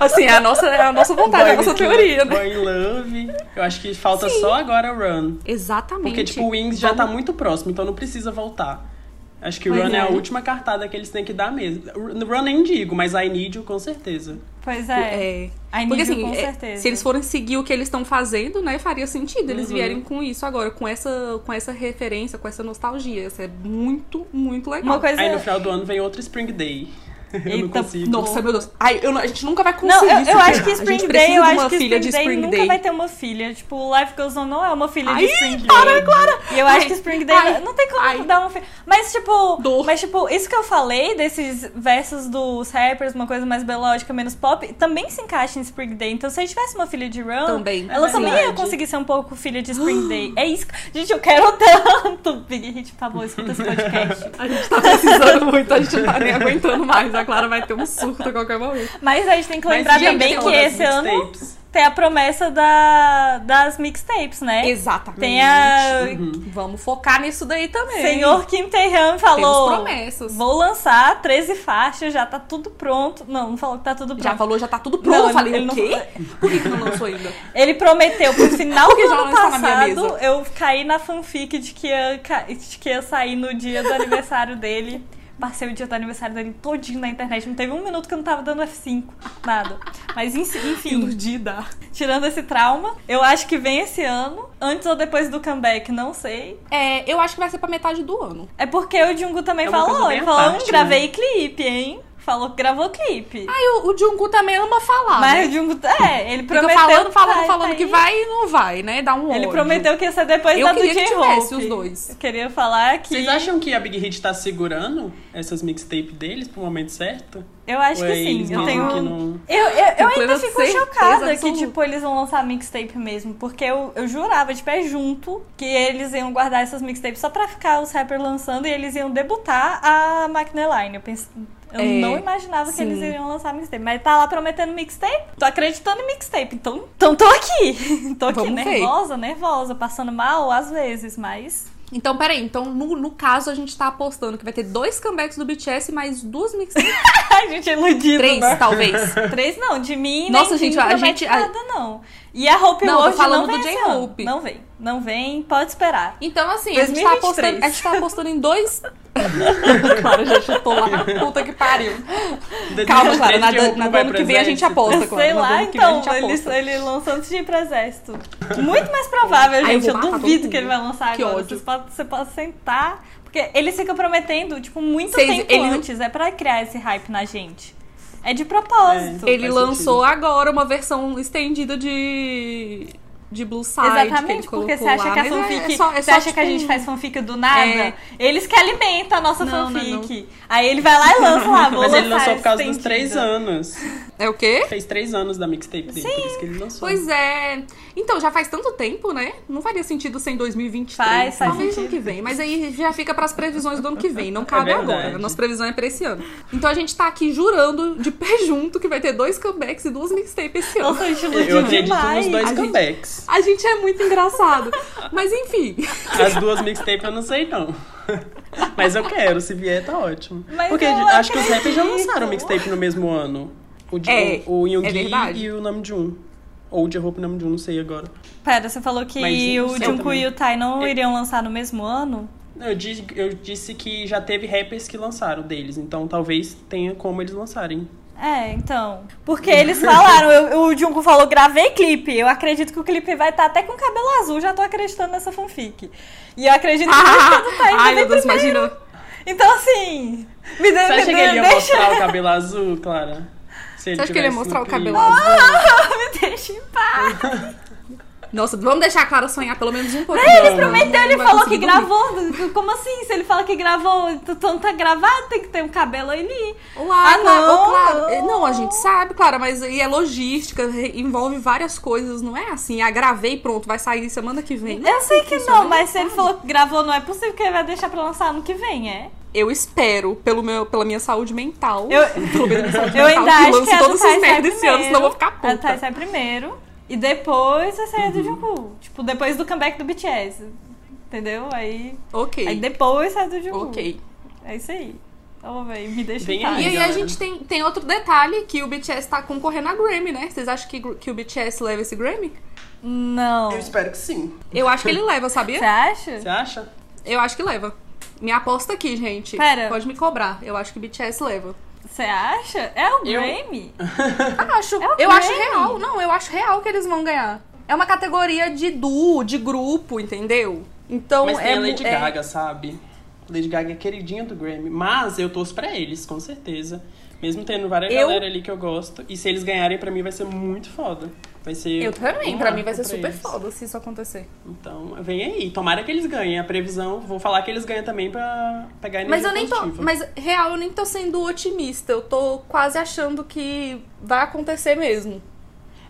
Speaker 1: Assim, é a nossa, é a nossa
Speaker 3: tá
Speaker 1: vontade, é a nossa teoria, né?
Speaker 2: Boy in Love. Eu acho que falta só agora o Run.
Speaker 1: Exatamente.
Speaker 2: Porque, tipo, o Wings já tá muito próximo, então não precisa voltar. Acho que o
Speaker 3: Pois
Speaker 2: Run é.
Speaker 3: é.
Speaker 2: a última cartada que eles têm que dar mesmo. No Run nem digo, mas I Need You com certeza.
Speaker 3: Pois é.
Speaker 1: É.
Speaker 3: A
Speaker 1: Porque
Speaker 3: Nível,
Speaker 1: assim,
Speaker 3: com
Speaker 1: é,
Speaker 3: certeza. Uhum.
Speaker 1: se eles forem seguir o que eles estão fazendo, né, faria sentido eles vierem com isso agora, com essa, com essa referência, com essa nostalgia. Isso é muito, muito legal.
Speaker 3: Uma coisa.
Speaker 2: Aí no final do ano vem outro Spring Day. Eu não
Speaker 3: é. Eita,
Speaker 2: consigo.
Speaker 1: Nossa, meu Deus. Ai, eu não- a gente nunca vai conseguir.
Speaker 3: Não, eu, eu
Speaker 1: superar.
Speaker 3: acho que
Speaker 1: a gente
Speaker 3: Spring
Speaker 1: precisa
Speaker 3: Day, eu
Speaker 1: de
Speaker 3: acho
Speaker 1: uma
Speaker 3: que
Speaker 1: filha
Speaker 3: Spring,
Speaker 1: de
Speaker 3: Day
Speaker 1: Spring
Speaker 3: nunca
Speaker 1: Day.
Speaker 3: vai ter uma filha. Tipo, Life Goes On não é uma filha
Speaker 1: Ai,
Speaker 3: de Spring
Speaker 1: para,
Speaker 3: Day.
Speaker 1: Clara!
Speaker 3: E eu acho
Speaker 1: Ai,
Speaker 3: que Spring Day
Speaker 1: ai,
Speaker 3: não tem como
Speaker 1: ai.
Speaker 3: dar uma filha. Mas tipo,
Speaker 1: Dor.
Speaker 3: mas tipo, isso que eu falei desses versos dos rappers, uma coisa mais biológica, menos pop, também se encaixa em Spring Day. Então se a gente tivesse uma filha de Run,
Speaker 1: Também.
Speaker 3: ela
Speaker 2: É
Speaker 3: também ia
Speaker 2: verdade.
Speaker 3: conseguir ser um pouco filha de Spring Day. É isso. que- Gente, eu quero tanto. Big Hit, por favor, escuta esse podcast.
Speaker 1: A gente tá precisando muito, a gente não tá nem aguentando mais. A Clara vai ter um surto a qualquer momento.
Speaker 3: Mas a gente tem que
Speaker 2: Mas,
Speaker 3: lembrar
Speaker 2: gente, tem
Speaker 3: também que
Speaker 2: uma das
Speaker 3: esse ano
Speaker 2: mixtapes.
Speaker 3: tem a promessa da, das mixtapes, né?
Speaker 1: Exatamente. Uhum.
Speaker 3: Tem a.
Speaker 1: Vamos focar nisso daí também.
Speaker 3: Senhor Kim Tae-han
Speaker 1: É. Temos
Speaker 3: falou.
Speaker 1: promessas.
Speaker 3: Vou lançar 13 faixas, já tá tudo pronto. Não, não falou que tá tudo pronto.
Speaker 1: Já falou, já tá tudo pronto.
Speaker 3: Não,
Speaker 1: eu falei,
Speaker 3: ele
Speaker 1: o
Speaker 3: não-
Speaker 1: quê? Por que, que não lançou ainda?
Speaker 3: Ele prometeu pro final do
Speaker 1: Porque já
Speaker 3: ano
Speaker 1: não está na minha
Speaker 3: passado.
Speaker 1: mesa.
Speaker 3: Eu caí na fanfic de que, ia, ca- de que ia sair no dia do aniversário dele. Passei o dia do aniversário dele todinho na internet. Não teve um minuto que eu não tava dando F5. Nada. Mas enfim, enfim,
Speaker 1: Iludida.
Speaker 3: tirando esse trauma, eu acho que vem esse ano. Antes ou depois do comeback, não sei.
Speaker 1: É, eu acho que vai ser pra metade do ano.
Speaker 3: É porque o Jungu também
Speaker 2: É uma
Speaker 3: falou.
Speaker 2: coisa
Speaker 3: Ele
Speaker 2: bem à
Speaker 3: falou,
Speaker 2: parte,
Speaker 3: hum, gravei clipe, hein? Falou que gravou clipe.
Speaker 1: Aí o, o Jungkook também ama falar.
Speaker 3: Mas
Speaker 1: né?
Speaker 3: o Jungu, é,
Speaker 1: Ah,
Speaker 3: ele
Speaker 1: Fica
Speaker 3: prometeu...
Speaker 1: falando, falando,
Speaker 3: tá,
Speaker 1: falando
Speaker 3: tá
Speaker 1: que
Speaker 3: aí.
Speaker 1: vai e não vai, né? Dá um
Speaker 3: Ele
Speaker 1: ódio.
Speaker 3: prometeu que ia ser depois
Speaker 1: Eu
Speaker 3: da do
Speaker 1: queria que
Speaker 3: J-Hope.
Speaker 1: tivesse os dois.
Speaker 3: Eu queria falar que...
Speaker 2: Vocês acham que a Big Hit tá segurando essas mixtapes deles pro momento certo?
Speaker 3: Eu acho
Speaker 2: Ou
Speaker 3: que
Speaker 2: é eles
Speaker 3: sim. Eu
Speaker 2: mesmo
Speaker 3: tenho... um
Speaker 2: que não-
Speaker 3: Eu, eu, eu
Speaker 1: Com
Speaker 3: ainda
Speaker 1: plena
Speaker 3: fico
Speaker 1: certeza
Speaker 3: chocada que,
Speaker 1: absoluta.
Speaker 3: tipo, eles vão lançar mixtape mesmo. Porque eu, eu jurava de pé junto que eles iam guardar essas mixtapes só pra ficar os rappers lançando e eles iam debutar a McNeline. Eu pensei. Eu
Speaker 1: É,
Speaker 3: não imaginava que
Speaker 1: sim.
Speaker 3: eles iriam lançar mixtape. Mas tá lá prometendo mixtape? Tô acreditando em mixtape. Então, então tô aqui. tô aqui,
Speaker 1: Vamos ver.
Speaker 3: nervosa, nervosa, passando mal às vezes, mas.
Speaker 1: Então, peraí. Então, no, no caso, a gente tá apostando que vai ter dois comebacks do BTS, mais duas mix...
Speaker 3: A gente é iludido.
Speaker 1: Três,
Speaker 3: né?
Speaker 1: talvez.
Speaker 3: Três não, de mim
Speaker 1: Nossa,
Speaker 3: nem
Speaker 1: gente,
Speaker 3: Kim
Speaker 1: a
Speaker 3: promete
Speaker 1: gente- a-
Speaker 3: nada não. E a Hope
Speaker 1: Não, tô
Speaker 3: World
Speaker 1: falando
Speaker 3: não vem
Speaker 1: do
Speaker 3: esse
Speaker 1: J-Hope.
Speaker 3: ano. Não vem, não vem, pode esperar.
Speaker 1: Então, assim, a gente, tá
Speaker 3: 2023.
Speaker 1: apostando, a gente tá apostando em dois...
Speaker 4: Clara já chutou lá. Puta que pariu. Calma, Clara. Na, na, na do ano que vem a gente aposta, Clara.
Speaker 3: Sei
Speaker 4: na do
Speaker 3: lá,
Speaker 4: ano que vem a
Speaker 3: então,
Speaker 4: gente
Speaker 3: ele,
Speaker 4: aposta.
Speaker 3: ele lançou antes de ir pro exército. Muito mais provável,
Speaker 4: Ai, eu vou
Speaker 3: gente. Eu,
Speaker 4: matar todo
Speaker 3: duvido que ele
Speaker 4: mundo.
Speaker 3: vai lançar
Speaker 4: Que
Speaker 3: agora.
Speaker 4: ódio.
Speaker 3: Vocês podem, você pode sentar. Porque ele fica prometendo, tipo, muito
Speaker 1: Vocês-
Speaker 3: tempo
Speaker 1: ele-
Speaker 3: antes. É pra criar esse hype na gente. É de propósito.
Speaker 2: É.
Speaker 1: Ele
Speaker 2: faz
Speaker 1: lançou agora uma versão estendida de. De Blue Side. que ele
Speaker 3: Exatamente,
Speaker 1: colocou
Speaker 3: porque você acha
Speaker 1: lá,
Speaker 3: que a
Speaker 1: mas é-
Speaker 3: fanfic.
Speaker 1: é só- é
Speaker 3: você
Speaker 1: só,
Speaker 3: acha que a
Speaker 1: tipo,
Speaker 3: gente faz fanfic do nada?
Speaker 1: É.
Speaker 3: Eles que alimentam a nossa
Speaker 1: Não, não,
Speaker 3: fanfic. Aí ele vai lá e lança lá. Vou
Speaker 2: Mas ele
Speaker 3: lançar
Speaker 2: lançou por causa dos
Speaker 3: estendida.
Speaker 2: três anos.
Speaker 1: É o quê?
Speaker 2: Fez três anos da mixtape dele, por isso que ele lançou.
Speaker 1: Pois é. Então, já faz tanto tempo, né? Não faria sentido ser em 2023.
Speaker 3: Faz, faz
Speaker 1: Talvez ano
Speaker 3: sentido. É
Speaker 1: que vem. Mas aí já fica pras previsões do ano que vem. Não cabe
Speaker 2: verdade.
Speaker 1: agora. A nossa previsão é pra esse ano. Então a gente tá aqui jurando de pé junto que vai ter dois comebacks e duas mixtapes esse ano.
Speaker 3: Nossa, a gente
Speaker 2: Eu
Speaker 3: iludiu
Speaker 2: acredito
Speaker 3: demais. Ah,
Speaker 2: nos dois
Speaker 1: A gente-
Speaker 2: comebacks.
Speaker 1: A gente é muito engraçado. Mas enfim.
Speaker 2: As duas mixtapes eu não sei, não. Mas eu quero, se vier, tá ótimo.
Speaker 3: Mas
Speaker 2: Porque
Speaker 3: eu
Speaker 2: acho que os rappers já
Speaker 3: acredito.
Speaker 2: lançaram mixtape no mesmo ano. O, de,
Speaker 1: É,
Speaker 2: o, o
Speaker 1: é
Speaker 2: Yoongi
Speaker 1: verdade.
Speaker 2: e o Namjoon. Ou o J-Hope e o Namjoon, não sei agora.
Speaker 3: Pera, você falou que
Speaker 2: Mas eu
Speaker 3: o
Speaker 2: sei
Speaker 3: Junko
Speaker 2: também.
Speaker 3: e o Tai não
Speaker 2: Eu-
Speaker 3: iriam lançar no mesmo ano?
Speaker 2: Não, Eu disse, eu disse que já teve rappers que lançaram deles, então talvez tenha como eles lançarem.
Speaker 3: É, então. Porque eles falaram, eu- o Junko falou, gravei clipe. Eu acredito que o clipe vai estar até com cabelo azul, já tô acreditando nessa fanfic. E eu acredito que o clipe do Tai
Speaker 1: Ai,
Speaker 3: vai
Speaker 1: meu Deus, imagina.
Speaker 3: Então, assim. Me
Speaker 1: É
Speaker 2: Você
Speaker 3: dê, me
Speaker 2: acha
Speaker 3: dê-
Speaker 2: que ele ia
Speaker 3: deixa,
Speaker 2: mostrar o cabelo azul, Clara? Se
Speaker 1: Você acha que ele ia
Speaker 2: tivesse
Speaker 1: mostrar
Speaker 2: no
Speaker 1: o cabelo
Speaker 2: clipe?
Speaker 1: azul?
Speaker 3: me deixa em paz.
Speaker 1: Nossa, vamos deixar a Clara sonhar pelo menos um pouquinho.
Speaker 3: Ele
Speaker 1: Não,
Speaker 3: prometeu,
Speaker 1: não
Speaker 3: ele
Speaker 1: vai
Speaker 3: falou que
Speaker 1: conseguir dormir.
Speaker 3: gravou. Como assim? Se ele fala que gravou, tanto tá gravado, tem que ter um cabelo ali.
Speaker 1: Uai,
Speaker 3: Ah,
Speaker 1: Clara,
Speaker 3: não,
Speaker 1: ô, Clara, eh,
Speaker 3: não.
Speaker 1: não, a gente sabe, Clara, mas e é logística, re- envolve várias coisas, não é assim, ah, gravei, pronto, vai sair semana que vem.
Speaker 3: Eu sei que
Speaker 1: funciona,
Speaker 3: é, não, mas se ele falou que gravou, não é possível que ele vai deixar pra lançar ano que vem, é?
Speaker 1: Eu espero, pelo meu, pela minha saúde mental,
Speaker 3: Eu,
Speaker 1: pelo menos minha saúde
Speaker 3: eu
Speaker 1: mental,
Speaker 3: ainda
Speaker 1: que
Speaker 3: acho que
Speaker 1: lance
Speaker 3: a do
Speaker 1: todos
Speaker 3: Thais
Speaker 1: esses
Speaker 3: sai
Speaker 1: merda esse ano, senão eu vou
Speaker 3: primeiro.
Speaker 1: ficar
Speaker 3: A do Thais
Speaker 1: puta. Uhum.
Speaker 3: sai primeiro. E depois vai sair a do Jungkook. Tipo, depois do comeback do BTS. Entendeu? Aí, aí
Speaker 1: Ok,
Speaker 3: depois sai a do Jungkook.
Speaker 1: ok. Tá, então.
Speaker 3: É isso aí. Então, véi, me deixa
Speaker 2: Vem
Speaker 3: em
Speaker 2: aí.
Speaker 3: paz.
Speaker 1: E aí a
Speaker 2: galera.
Speaker 1: gente tem, tem outro detalhe, que o BTS tá concorrendo a Grammy, né? Vocês acham que, que o BTS leva esse Grammy?
Speaker 3: Não.
Speaker 2: Eu espero que sim.
Speaker 1: Eu acho que ele leva,
Speaker 3: Você
Speaker 1: sabia?
Speaker 3: acha?
Speaker 2: Você acha?
Speaker 1: Eu acho que leva. Minha aposta aqui, gente.
Speaker 3: Pera.
Speaker 1: Pode me cobrar. Eu acho que BTS leva.
Speaker 3: Você acha? É o
Speaker 2: Eu-
Speaker 3: Grammy?
Speaker 1: Acho.
Speaker 3: o
Speaker 1: eu acho
Speaker 3: Grammy.
Speaker 1: real. Não, eu acho real que eles vão ganhar. É uma categoria de duo, de grupo, entendeu? Então
Speaker 2: Mas
Speaker 1: é
Speaker 2: tem a
Speaker 1: mu-
Speaker 2: Lady
Speaker 1: é-
Speaker 2: Gaga, sabe? Lady Gaga é queridinha do Grammy. Mas eu torço pra eles, com certeza. Mesmo tendo várias
Speaker 1: Eu-
Speaker 2: galera ali que eu gosto. E se eles ganharem, pra mim vai ser muito foda. Vai ser.
Speaker 1: Eu também,
Speaker 2: um
Speaker 1: pra mim
Speaker 2: marco
Speaker 1: vai ser super
Speaker 2: eles.
Speaker 1: foda se isso acontecer.
Speaker 2: Então, vem aí. Tomara que eles ganhem. A previsão, vou falar que eles ganham também pra pegar energia
Speaker 1: Mas eu nem tô.
Speaker 2: positiva.
Speaker 1: Mas real, eu nem tô sendo otimista. Eu tô quase achando que vai acontecer mesmo.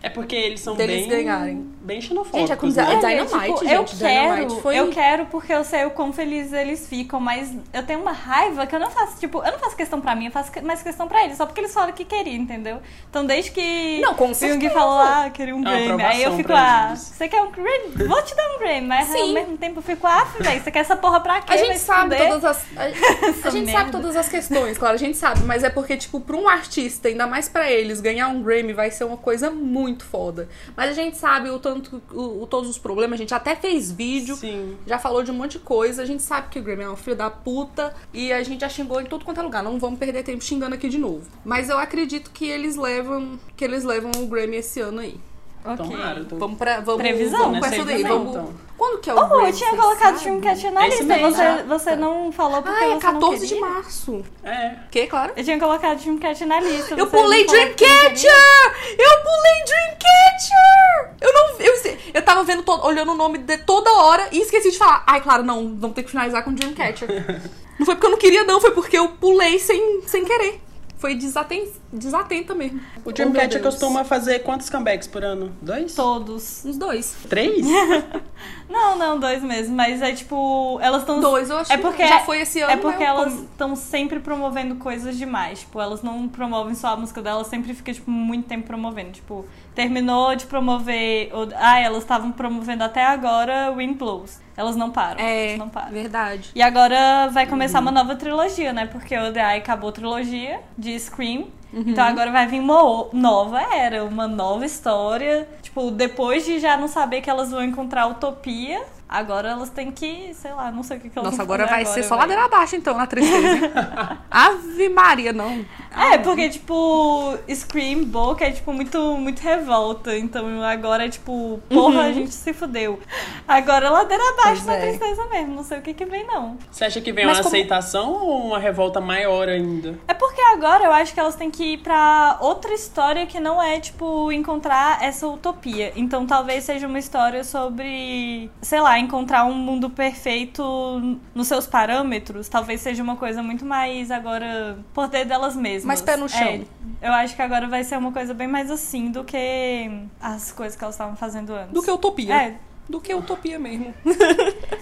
Speaker 2: É porque eles são
Speaker 1: Deles
Speaker 2: bem.
Speaker 1: ganharem.
Speaker 2: Bem xenofóbicos.
Speaker 1: Gente, é com
Speaker 2: né?
Speaker 1: É
Speaker 3: Olha,
Speaker 1: Dynamite,
Speaker 3: tipo,
Speaker 1: gente,
Speaker 3: eu
Speaker 1: Dynamite
Speaker 3: quero,
Speaker 1: foi-
Speaker 3: eu quero porque eu sei o quão felizes eles ficam, mas eu tenho uma raiva que eu não faço, tipo, eu não faço questão pra mim, eu faço que- mais questão pra eles, só porque eles falaram que queriam, entendeu? Então desde que
Speaker 1: Não, com
Speaker 3: o Young
Speaker 1: certeza.
Speaker 3: falou, ah, queria um
Speaker 2: É uma
Speaker 3: Grammy, aí eu
Speaker 2: aprovação
Speaker 3: fico,
Speaker 2: pra
Speaker 3: ah,
Speaker 2: eles.
Speaker 3: você quer um Grammy? Vou te dar um Grammy, mas
Speaker 1: Sim.
Speaker 3: ao mesmo tempo eu fico, ah, velho, você quer essa porra pra quê?
Speaker 1: A
Speaker 3: Vai
Speaker 1: gente
Speaker 3: se
Speaker 1: sabe
Speaker 3: fuder."
Speaker 1: todas as. A, a gente sabe
Speaker 3: merda.
Speaker 1: todas as questões, claro, a gente sabe, mas é porque, tipo, pra um artista, ainda mais pra eles, ganhar um Grammy vai ser uma coisa muito foda. Mas a gente sabe o tanto, o, o- todos os problemas, a gente até fez vídeo.
Speaker 2: Sim.
Speaker 1: Já falou de um monte de coisa, a gente sabe que o Grammy é um filho da puta e a gente já xingou em tudo quanto é lugar. Não vamos perder tempo xingando aqui de novo. Mas eu acredito que eles levam, que eles levam o Grammy esse ano aí.
Speaker 3: Ok.
Speaker 2: Tomara. eu tô-
Speaker 1: Vamos pra vamos,
Speaker 3: Previsão,
Speaker 1: vamos
Speaker 2: né?
Speaker 1: com essa daí.
Speaker 2: Então, Previsão,
Speaker 1: Vamos,
Speaker 2: então.
Speaker 1: Quando que é o
Speaker 3: Oh,
Speaker 1: Grammy?
Speaker 3: eu tinha
Speaker 1: vocês
Speaker 3: colocado
Speaker 1: sabem?
Speaker 3: Dreamcatcher na
Speaker 2: Esse
Speaker 3: lista,
Speaker 2: mês,
Speaker 3: você,
Speaker 2: né?
Speaker 3: você não falou porque
Speaker 1: Ah, é
Speaker 3: você
Speaker 1: 14
Speaker 3: não
Speaker 1: de
Speaker 3: queria?
Speaker 1: março. Então
Speaker 2: É.
Speaker 1: Que, claro?
Speaker 3: Eu tinha colocado Dreamcatcher na lista.
Speaker 1: Eu
Speaker 3: você não
Speaker 1: pulei
Speaker 3: falou que não
Speaker 1: é.
Speaker 3: queria.
Speaker 1: Dreamcatcher! Eu pulei Dreamcatcher! Eu não. Eu, eu tava vendo, to- olhando o nome de toda hora e esqueci de falar. Ai, claro, não, vamos ter que finalizar com Dreamcatcher. não foi porque eu não queria, não, foi porque eu pulei sem, sem querer. Foi desaten, desatenta mesmo.
Speaker 2: O
Speaker 1: Oh, meu
Speaker 2: Dreamcatcher
Speaker 1: Deus.
Speaker 2: costuma fazer quantos comebacks por ano? Dois?
Speaker 3: Todos.
Speaker 1: Uns dois.
Speaker 2: Três?
Speaker 3: Não, não, dois mesmo, mas é tipo, elas estão
Speaker 1: Dois, eu acho
Speaker 3: É porque
Speaker 1: que já foi esse ano.
Speaker 3: É porque
Speaker 1: né?
Speaker 3: elas estão sempre promovendo coisas demais. Tipo, elas não promovem só a música delas, sempre fica, tipo, muito tempo promovendo. Tipo, terminou de promover. o- Ah, elas estavam promovendo até agora Wind Blows. Elas não param.
Speaker 1: É,
Speaker 3: elas não param.
Speaker 1: verdade.
Speaker 3: E agora vai começar
Speaker 1: Uhum.
Speaker 3: uma nova trilogia, né? Porque o DI acabou a trilogia de Scream.
Speaker 1: Uhum.
Speaker 3: Então agora vai vir uma o- nova era, uma nova história. Tipo, depois de já não saber que elas vão encontrar a utopia, Agora elas têm que, sei lá, não sei o que, que elas
Speaker 1: Nossa,
Speaker 3: vão
Speaker 1: agora
Speaker 3: fazer
Speaker 1: vai ser só
Speaker 3: véi.
Speaker 1: ladeira abaixo, então, na tristeza. hein? Ave Maria, não.
Speaker 3: É,
Speaker 1: Ah, uhum.
Speaker 3: porque, tipo, Scream Boca é, tipo, muito, muito revolta. Então agora é,
Speaker 1: Uhum.
Speaker 3: tipo, porra, a gente se fudeu. Agora é ladeira abaixo
Speaker 1: Pois
Speaker 3: da
Speaker 1: é.
Speaker 3: tristeza mesmo. Não sei o que que vem, não.
Speaker 2: Você acha que vem
Speaker 1: Mas
Speaker 2: uma
Speaker 1: como-
Speaker 2: aceitação ou uma revolta maior ainda?
Speaker 3: É porque agora eu acho que elas têm que ir pra outra história que não é, tipo, encontrar essa utopia. Então talvez seja uma história sobre, sei lá, encontrar um mundo perfeito nos seus parâmetros. Talvez seja uma coisa muito mais agora poder delas mesmas.
Speaker 1: Mais pé no chão.
Speaker 3: É, eu acho que agora vai ser uma coisa bem mais assim do que as coisas que elas estavam fazendo antes.
Speaker 1: Do que utopia.
Speaker 3: É,
Speaker 1: Do que utopia mesmo.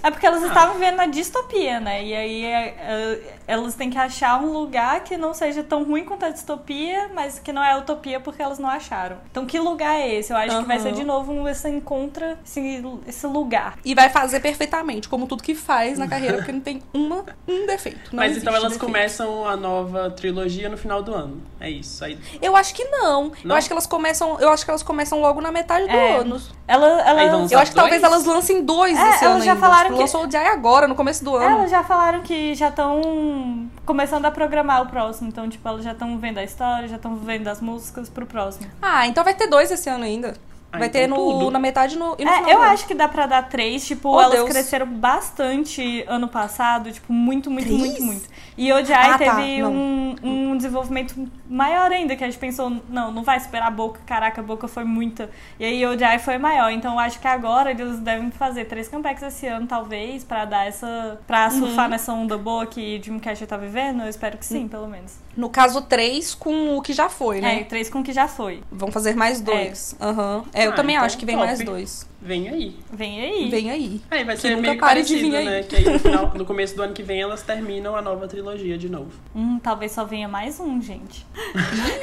Speaker 3: é porque elas estavam vivendo na distopia, né? E aí é, é, elas têm que achar um lugar que não seja tão ruim quanto a distopia, mas que não é a utopia porque elas não acharam. Então que lugar é esse? Eu acho que vai ser
Speaker 1: Aham.
Speaker 3: de novo um, esse encontro, esse, esse lugar.
Speaker 1: E vai fazer perfeitamente, como tudo que faz na carreira, porque não tem uma, um defeito. Não
Speaker 2: Mas então
Speaker 1: existe
Speaker 2: elas
Speaker 1: defeito.
Speaker 2: começam a nova trilogia no final do ano. É isso. Aí,
Speaker 1: Eu acho que não.
Speaker 2: Não?
Speaker 1: Eu acho que elas começam. Eu acho que elas começam logo na metade do
Speaker 3: É.
Speaker 1: ano.
Speaker 3: Ela,
Speaker 2: Aí vão
Speaker 3: ela,
Speaker 2: Lançar
Speaker 1: Eu acho que talvez
Speaker 2: dois?
Speaker 1: elas lancem dois
Speaker 3: É,
Speaker 1: esse
Speaker 3: elas
Speaker 1: ano
Speaker 3: já
Speaker 1: ainda.
Speaker 3: falaram
Speaker 1: Tipo,
Speaker 3: que-
Speaker 1: Lançou o Jay agora, no começo do ano.
Speaker 3: elas já falaram que já estão começando a programar o próximo. Então, tipo, elas já estão vendo a história, já estão vendo as músicas pro próximo.
Speaker 1: Ah, então vai ter dois esse ano ainda.
Speaker 2: Ah,
Speaker 1: vai
Speaker 2: então
Speaker 1: ter no,
Speaker 2: tudo.
Speaker 1: na metade e no, e no
Speaker 3: É,
Speaker 1: final
Speaker 3: eu
Speaker 1: do ano.
Speaker 3: acho que dá pra dar três. Tipo,
Speaker 1: Oh,
Speaker 3: elas
Speaker 1: Deus.
Speaker 3: cresceram bastante ano passado. Tipo, muito, muito,
Speaker 1: Três?
Speaker 3: muito, muito. E o Jai
Speaker 1: Ah, tá,
Speaker 3: teve
Speaker 1: não.
Speaker 3: um, um desenvolvimento maior ainda, que a gente pensou, não, não vai superar a boca. Caraca, a boca foi muita. E aí o Jai foi maior. Então eu acho que agora eles devem fazer três comebacks esse ano, talvez, pra dar essa.
Speaker 1: Uhum.
Speaker 3: pra surfar nessa onda boa que Jim Cash tá vivendo. Eu espero que sim,
Speaker 1: Uhum.
Speaker 3: pelo menos.
Speaker 1: No caso, três com o que já foi, né?
Speaker 3: É, três com o que já foi.
Speaker 1: Vão fazer mais dois. Aham. É, eu
Speaker 2: Ah,
Speaker 1: também
Speaker 2: então
Speaker 1: acho que vem
Speaker 2: top.
Speaker 1: mais dois.
Speaker 2: vem aí.
Speaker 3: Vem aí.
Speaker 1: Vem aí.
Speaker 2: Aí vai ser
Speaker 1: nunca
Speaker 2: meio que
Speaker 1: pare de
Speaker 2: parecido,
Speaker 1: vir aí.
Speaker 2: né? Que aí no, final- no começo do ano que vem elas terminam a nova trilogia de novo.
Speaker 3: Hum, talvez só venha mais um, gente.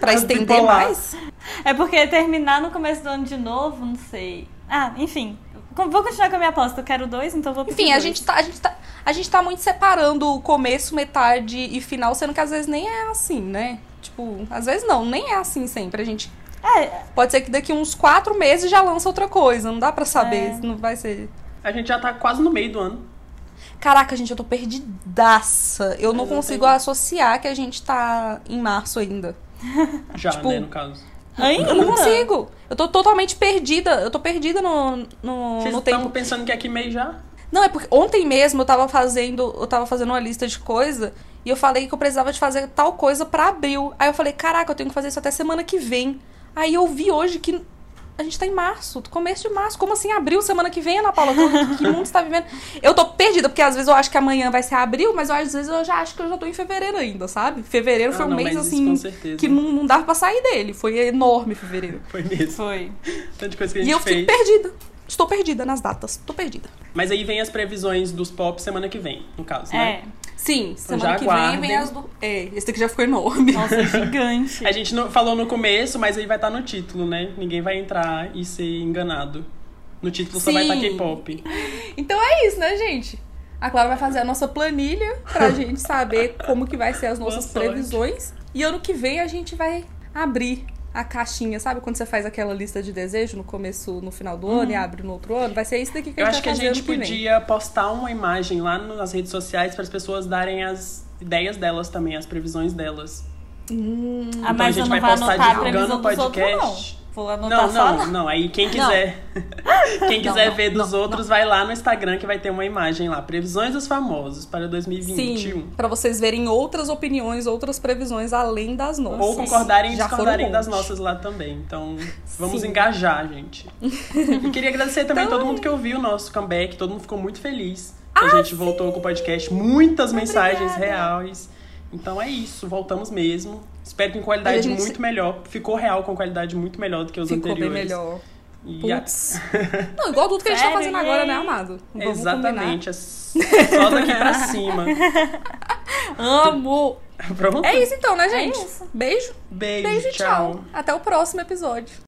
Speaker 1: Pra estender
Speaker 2: bipolar.
Speaker 1: mais.
Speaker 3: É porque terminar no começo do ano de novo, não sei. Ah, enfim. Com- Vou continuar com a minha aposta. Eu quero dois, então vou pedir
Speaker 1: Enfim, a
Speaker 3: dois.
Speaker 1: gente, tá, a, gente tá, a gente tá muito separando o começo, metade e final, sendo que às vezes nem é assim, né? Tipo, às vezes não, nem é assim sempre. A gente.
Speaker 3: É,
Speaker 1: Pode ser que daqui uns quatro meses já lança outra coisa. Não dá pra saber.
Speaker 3: É.
Speaker 1: Não vai ser.
Speaker 2: A gente já tá quase no meio do ano.
Speaker 1: Caraca, gente, eu tô perdidaça. Eu não
Speaker 2: Eu não
Speaker 1: consigo
Speaker 2: tenho.
Speaker 1: associar que a gente tá em março ainda.
Speaker 2: Já,
Speaker 1: Tipo,
Speaker 2: né, no caso.
Speaker 3: ainda?
Speaker 1: Eu não consigo. Eu tô totalmente perdida. Eu tô perdida no, no,
Speaker 2: Vocês
Speaker 1: no
Speaker 2: estão
Speaker 1: tempo.
Speaker 2: pensando que é que meio já?
Speaker 1: Não, é porque ontem mesmo eu tava fazendo, eu tava fazendo uma lista de coisa e eu falei que eu precisava de fazer tal coisa pra abril. Aí eu falei, caraca, eu tenho que fazer isso até semana que vem. Aí eu vi hoje que a gente tá em março, começo de março. Como assim abril semana que vem, Ana Paula? Que, que mundo você tá vivendo? Eu tô perdida, porque às vezes eu acho que amanhã vai ser abril, mas às vezes eu já acho que eu já tô em fevereiro ainda, sabe? Fevereiro foi
Speaker 2: Ah,
Speaker 1: um
Speaker 2: não,
Speaker 1: mês
Speaker 2: mas isso
Speaker 1: assim
Speaker 2: com certeza.
Speaker 1: que não, não dava pra sair dele. Foi enorme fevereiro.
Speaker 2: Foi mesmo.
Speaker 3: Foi.
Speaker 2: Tanta coisa que a
Speaker 1: E
Speaker 2: gente
Speaker 1: eu
Speaker 2: fez.
Speaker 1: fico perdida. Estou perdida nas datas. Tô perdida.
Speaker 2: Mas aí vem as previsões dos pop semana que vem, no caso, né?
Speaker 3: É.
Speaker 1: Sim, semana
Speaker 2: Então já
Speaker 1: que vem
Speaker 2: aguardem.
Speaker 1: vem as do. É, esse daqui já ficou enorme.
Speaker 3: Nossa, é gigante.
Speaker 2: A gente não falou no começo, mas aí vai estar no título, né? Ninguém vai entrar e ser enganado. No título só vai estar
Speaker 1: Sim.
Speaker 2: K-pop.
Speaker 1: Então é isso, né, gente? A Clara vai fazer a nossa planilha pra gente saber como que vai ser as nossas
Speaker 2: Boa sorte.
Speaker 1: previsões. E ano que vem a gente vai abrir a caixinha, sabe? Quando você faz aquela lista de desejo no começo, no final do ano e abre no outro ano, vai ser isso daqui que
Speaker 2: Uhum. Eu
Speaker 1: a
Speaker 3: tá
Speaker 2: acho
Speaker 1: gente
Speaker 2: que a
Speaker 1: vai fazer
Speaker 2: gente
Speaker 1: ano que vem.
Speaker 2: podia postar uma imagem lá nas redes sociais para as pessoas darem as ideias delas também, as previsões delas.
Speaker 1: Hum,
Speaker 3: ah,
Speaker 2: então a
Speaker 3: mas
Speaker 2: gente
Speaker 3: eu
Speaker 2: vai
Speaker 3: não vou
Speaker 2: postar
Speaker 3: anotar a
Speaker 2: divulgando
Speaker 3: previsão
Speaker 2: o
Speaker 3: dos outros,
Speaker 2: podcast.
Speaker 3: não. tá Vou anotar
Speaker 2: Não,
Speaker 3: só
Speaker 2: não, não. Aí quem quiser, quem
Speaker 1: Não,
Speaker 2: quiser
Speaker 1: não,
Speaker 2: ver dos
Speaker 1: não,
Speaker 2: outros, vai lá no Instagram que vai ter uma imagem lá. Previsões dos famosos para 2021.
Speaker 1: sim, pra vocês verem outras opiniões, outras previsões além das nossas.
Speaker 2: Ou concordarem e
Speaker 1: Já foram
Speaker 2: discordarem
Speaker 1: um
Speaker 2: das
Speaker 1: monte.
Speaker 2: nossas lá também. Então, vamos
Speaker 1: Sim. Então é
Speaker 2: engajar, gente. E queria agradecer também todo mundo que ouviu o nosso comeback. Todo mundo ficou muito feliz. que
Speaker 1: Ah,
Speaker 2: a gente voltou com o podcast. Muitas mensagens reais. Então é isso, voltamos mesmo. Espero que
Speaker 1: E
Speaker 2: com
Speaker 1: a
Speaker 2: qualidade
Speaker 1: gente-
Speaker 2: muito melhor. Ficou real com qualidade muito melhor do que os
Speaker 1: Ficou bem
Speaker 2: anteriores.
Speaker 1: melhor.
Speaker 2: E a-
Speaker 1: Putz. Não, igual tudo que a gente tá
Speaker 3: Sério,
Speaker 1: fazendo agora,
Speaker 3: hein?
Speaker 1: né, amado? Vamos combinar.
Speaker 2: Exatamente. é Só daqui pra cima.
Speaker 1: Amo!
Speaker 2: Pronto?
Speaker 1: É isso então, né,
Speaker 3: É
Speaker 1: gente?
Speaker 3: isso.
Speaker 1: Beijo,
Speaker 2: Beijo,
Speaker 1: beijo e tchau. Até o próximo episódio.